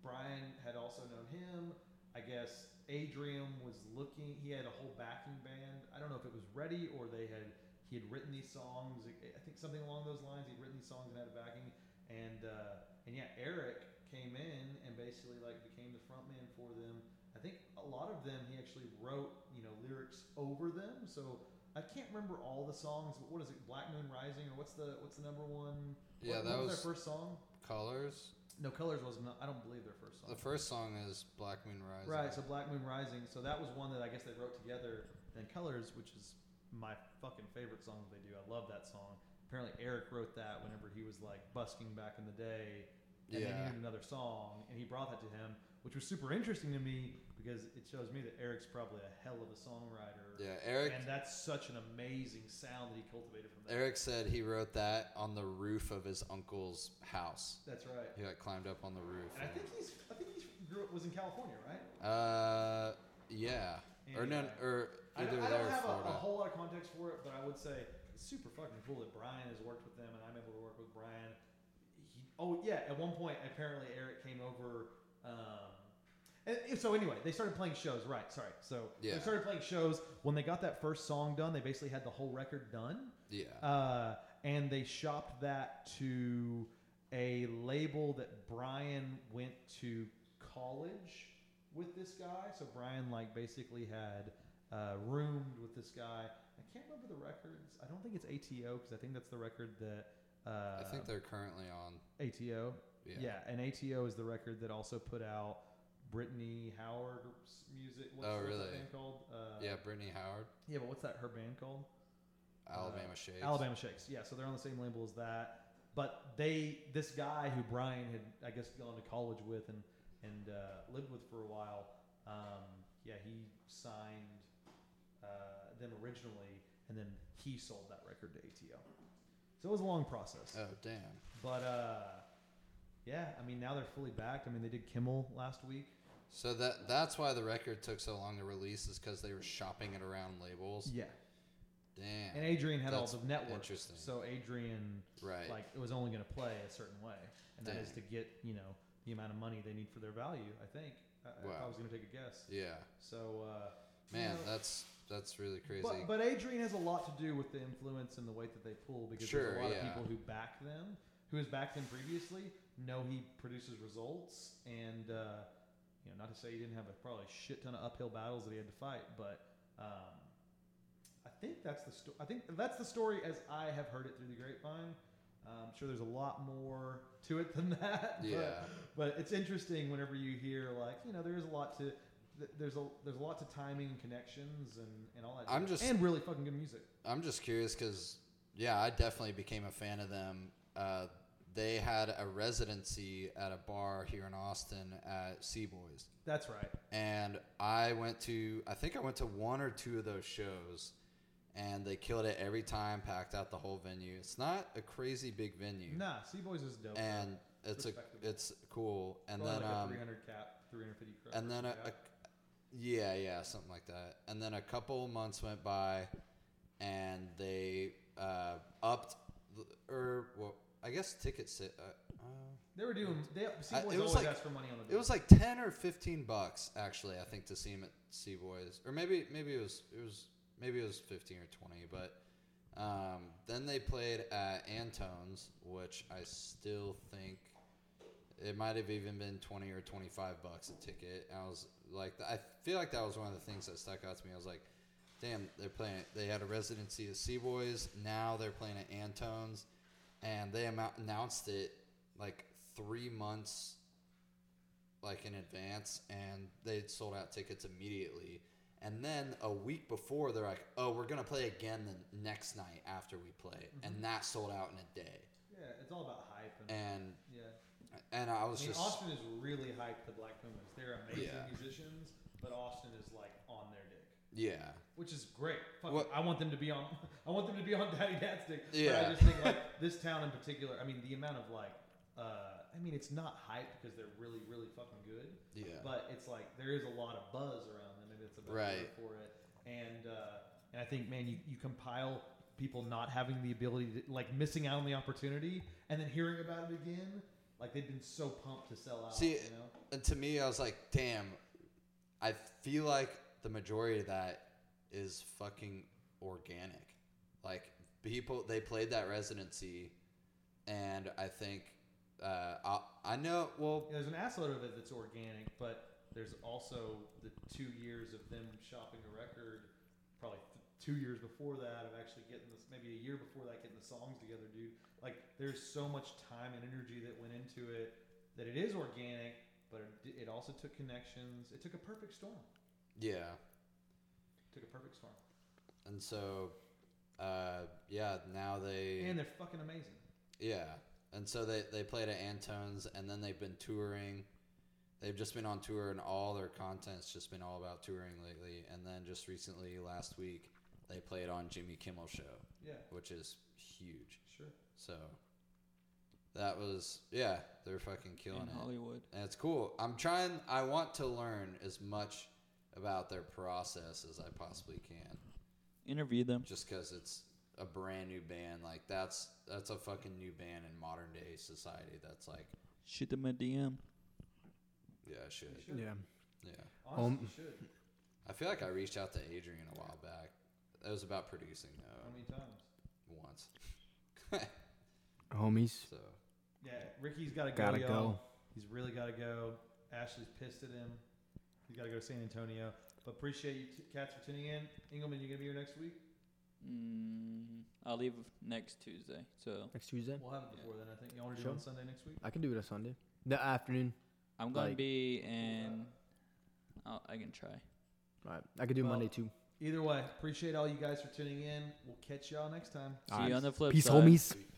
Speaker 1: Brian had also known him. I guess Adrian was looking. He had a whole backing band. I don't know if it was ready or they had he had written these songs. I I think something along those lines. He'd written these songs and had a backing. And uh, and yeah, Eric came in and basically like became the front man for them. I think a lot of them he actually wrote you know lyrics over them. So I can't remember all the songs, but what is it? Black Moon Rising, or what's the what's the number one?
Speaker 3: Yeah,
Speaker 1: what,
Speaker 3: that
Speaker 1: what was,
Speaker 3: was-
Speaker 1: their first song.
Speaker 3: Colors.
Speaker 1: No, Colors was not. I don't believe their first song.
Speaker 3: The first song is Black Moon Rising.
Speaker 1: Right, so Black Moon Rising. So that was one that I guess they wrote together. Then Colors, which is my fucking favorite song that they do. I love that song. Apparently Eric wrote that whenever he was like busking back in the day, and they
Speaker 3: Yeah.
Speaker 1: needed another song, and he brought that to him, which was super interesting to me because it shows me that Eric's probably a hell of a songwriter.
Speaker 3: yeah, Eric.
Speaker 1: And that's such an amazing sound that he cultivated from that.
Speaker 3: Eric said he wrote that on the roof of his uncle's house.
Speaker 1: That's right.
Speaker 3: He like climbed up on the roof.
Speaker 1: And I think he's I think he's grew up was in California, right?
Speaker 3: Uh, yeah. Or no,
Speaker 1: Yeah.
Speaker 3: or
Speaker 1: I,
Speaker 3: either
Speaker 1: don't- I
Speaker 3: there
Speaker 1: don't
Speaker 3: or
Speaker 1: have a,
Speaker 3: Florida.
Speaker 1: a whole lot of context for it, but I would say it's super fucking cool that Brian has worked with them, and I'm able to work with Brian. He, oh yeah, at one point apparently Eric came over. Um, and, and so anyway, they started playing shows. Right, sorry. So
Speaker 3: Yeah.
Speaker 1: they started playing shows when they got that first song done. They basically had the whole record done.
Speaker 3: yeah.
Speaker 1: Uh, and they shopped that to a label that Brian went to college with this guy. So Brian like basically had uh, roomed with this guy. I can't remember the records. I don't think it's ATO because I think that's the record that uh,
Speaker 3: I think they're currently on.
Speaker 1: ATO.
Speaker 3: Yeah.
Speaker 1: and ATO is the record that also put out Brittany Howard's music. What's,
Speaker 3: Oh,
Speaker 1: What's
Speaker 3: really?
Speaker 1: that band called? Uh,
Speaker 3: Yeah, Brittany Howard,
Speaker 1: yeah, but what's that her band called?
Speaker 3: Alabama Shakes.
Speaker 1: Alabama Shakes. Yeah, so they're on the same label as that. But they, this guy who Brian had, I guess, gone to college with and and uh, lived with for a while. Um, yeah, he signed uh, them originally, and then he sold that record to ATO. So it was a long process.
Speaker 3: Oh damn.
Speaker 1: But uh, yeah, I mean, now they're fully backed. I mean, they did Kimmel last week.
Speaker 3: So that that's why the record took so long to release is because they were shopping it around labels.
Speaker 1: Yeah,
Speaker 3: Damn.
Speaker 1: and Adrian had all
Speaker 3: That's
Speaker 1: the network.
Speaker 3: interesting.
Speaker 1: So Adrian
Speaker 3: right.
Speaker 1: like it was only going to play a certain way, and that is
Speaker 3: Dang.
Speaker 1: to get you know the amount of money they need for their value. I think I, I- I
Speaker 3: Wow.
Speaker 1: was going to take a guess.
Speaker 3: yeah.
Speaker 1: So uh, you
Speaker 3: Man,
Speaker 1: know,
Speaker 3: that's that's really crazy.
Speaker 1: But, but Adrian has a lot to do with the influence and the weight that they pull because there's
Speaker 3: Sure,
Speaker 1: a lot
Speaker 3: yeah.
Speaker 1: of people who back them, who has backed them previously, know he produces results, and uh, you know not to say he didn't have a probably shit ton of uphill battles that he had to fight, but. Um, I think that's the story. I think that's the story as I have heard it through the grapevine. Um, I'm sure there's a lot more to it than that. but-
Speaker 3: yeah.
Speaker 1: but it's interesting whenever you hear like you know there is a lot to th- there's a there's a lot to timing and connections and and all that.
Speaker 3: I'm
Speaker 1: jazz.
Speaker 3: just-
Speaker 1: and really fucking good music.
Speaker 3: I'm just curious because, yeah, I definitely became a fan of them. Uh, they had a residency at a bar here in Austin at Seaboys.
Speaker 1: That's right.
Speaker 3: And I went to, I think I went to one or two of those shows, and they killed it every time, packed out the whole venue. It's not a crazy big venue.
Speaker 1: Nah, Sea Boys is dope.
Speaker 3: And it's a,
Speaker 1: respectable.
Speaker 3: it's cool. And
Speaker 1: Probably
Speaker 3: then,
Speaker 1: like a
Speaker 3: um,
Speaker 1: 300 cap, 350 crowd
Speaker 3: and then uh, a,
Speaker 1: cap.
Speaker 3: a, yeah, yeah, something like that. And then a couple months went by, and they uh, upped, the- or well, I guess ticket si- uh, uh,
Speaker 1: they were doing they Sea
Speaker 3: I-
Speaker 1: Boys
Speaker 3: it was
Speaker 1: always
Speaker 3: like-
Speaker 1: asked for money on the
Speaker 3: It
Speaker 1: bill.
Speaker 3: was like ten or fifteen bucks, actually. I think to see him at Seaboys, or maybe maybe it was it was maybe it was fifteen or twenty. But um, then they played at Antone's, which I still think it might have even been twenty or twenty five bucks a ticket. I was like, I feel like that was one of the things that stuck out to me. I was like, damn, they're playing. They had a residency at Seaboys. Now they're playing at Antone's, and they amou- announced it like three months like in advance and they sold out tickets immediately and then a week before they're like oh we're gonna play again the next night after we play
Speaker 1: Mm-hmm.
Speaker 3: and that sold out in a day
Speaker 1: yeah, it's all about hype and,
Speaker 3: and
Speaker 1: yeah.
Speaker 3: and i was
Speaker 1: Mm-hmm. I mean,
Speaker 3: just
Speaker 1: Austin is really hyped the Black Pumas. They're amazing
Speaker 3: Yeah.
Speaker 1: musicians, but Austin is like on their dick.
Speaker 3: yeah
Speaker 1: which is great. Fuck,
Speaker 3: Well-
Speaker 1: I want them to be on. I want them to be on Daddy Dad's Dick. But
Speaker 3: Yeah.
Speaker 1: I just think like this town in particular. I mean, the amount of like, uh, I mean, it's not hype because they're really, really fucking good.
Speaker 3: yeah
Speaker 1: But it's like there is a lot of buzz around them. Maybe that's a better word
Speaker 3: Right.
Speaker 1: for it. And uh, and I think, man, you, you compile people not having the ability to like missing out on the opportunity and then hearing about it again. Like they've been so pumped to sell out.
Speaker 3: See,
Speaker 1: you know?
Speaker 3: and to me i was like damn i feel like the majority of that is fucking organic like people they played that residency and i think uh, I, I know well
Speaker 1: Yeah, there's an assload of it that's organic, but there's also the two years of them shopping a record, probably th- two years before that of actually getting this, maybe a year before that getting the songs together, dude. Like there's so much time and energy that went into it that it is organic, but it, d- it also took connections. It took a perfect storm.
Speaker 3: yeah
Speaker 1: It took a perfect storm,
Speaker 3: And so, uh, yeah, now they,
Speaker 1: and they're fucking amazing.
Speaker 3: yeah, and so they they played at Antone's, and then they've been touring. They've just been on tour, and all their content's just been all about touring lately. And then just recently, last week, they played on Jimmy Kimmel Show,
Speaker 1: Yeah,
Speaker 3: which is huge.
Speaker 1: sure.
Speaker 3: So, That was yeah, they're fucking killing
Speaker 4: in
Speaker 3: it.
Speaker 4: Hollywood.
Speaker 3: And it's cool. I'm trying. I want to learn as much about their process as I possibly can,
Speaker 4: Interview them.
Speaker 3: just because it's a brand new band. Like that's that's a fucking new band in modern day society. That's like
Speaker 4: Shoot them a DM.
Speaker 3: yeah, shit.
Speaker 2: Yeah.
Speaker 3: Yeah,
Speaker 1: Honestly,
Speaker 2: Um,
Speaker 1: you should.
Speaker 3: I feel like I reached out to Adrian a while back. That was about producing
Speaker 1: How
Speaker 3: though.
Speaker 1: many times?
Speaker 3: Once,
Speaker 2: Homies.
Speaker 3: so
Speaker 1: Yeah, Ricky's got to go.
Speaker 2: Gotta
Speaker 1: y'all.
Speaker 2: go.
Speaker 1: He's really got to go. Ashley's pissed at him. He's got to go to San Antonio. But appreciate you t- cats for tuning in. Engelman, you gonna be here next week? Mm-hmm.
Speaker 4: Mm, I'll leave next Tuesday. So
Speaker 2: Next Tuesday.
Speaker 1: We'll have it before then. I think you want to do it
Speaker 2: Sure.
Speaker 1: on Sunday next week.
Speaker 2: I can do it on Sunday. The afternoon.
Speaker 4: I'm gonna
Speaker 2: Like-
Speaker 4: be in. I'll, I can try.
Speaker 2: All right. I could do
Speaker 1: Well,
Speaker 2: Monday too.
Speaker 1: Either way, appreciate all you guys for tuning in. We'll catch y'all next time.
Speaker 4: See you on the flip
Speaker 2: Peace,
Speaker 4: side.
Speaker 1: uh,
Speaker 2: homies.
Speaker 3: sweet.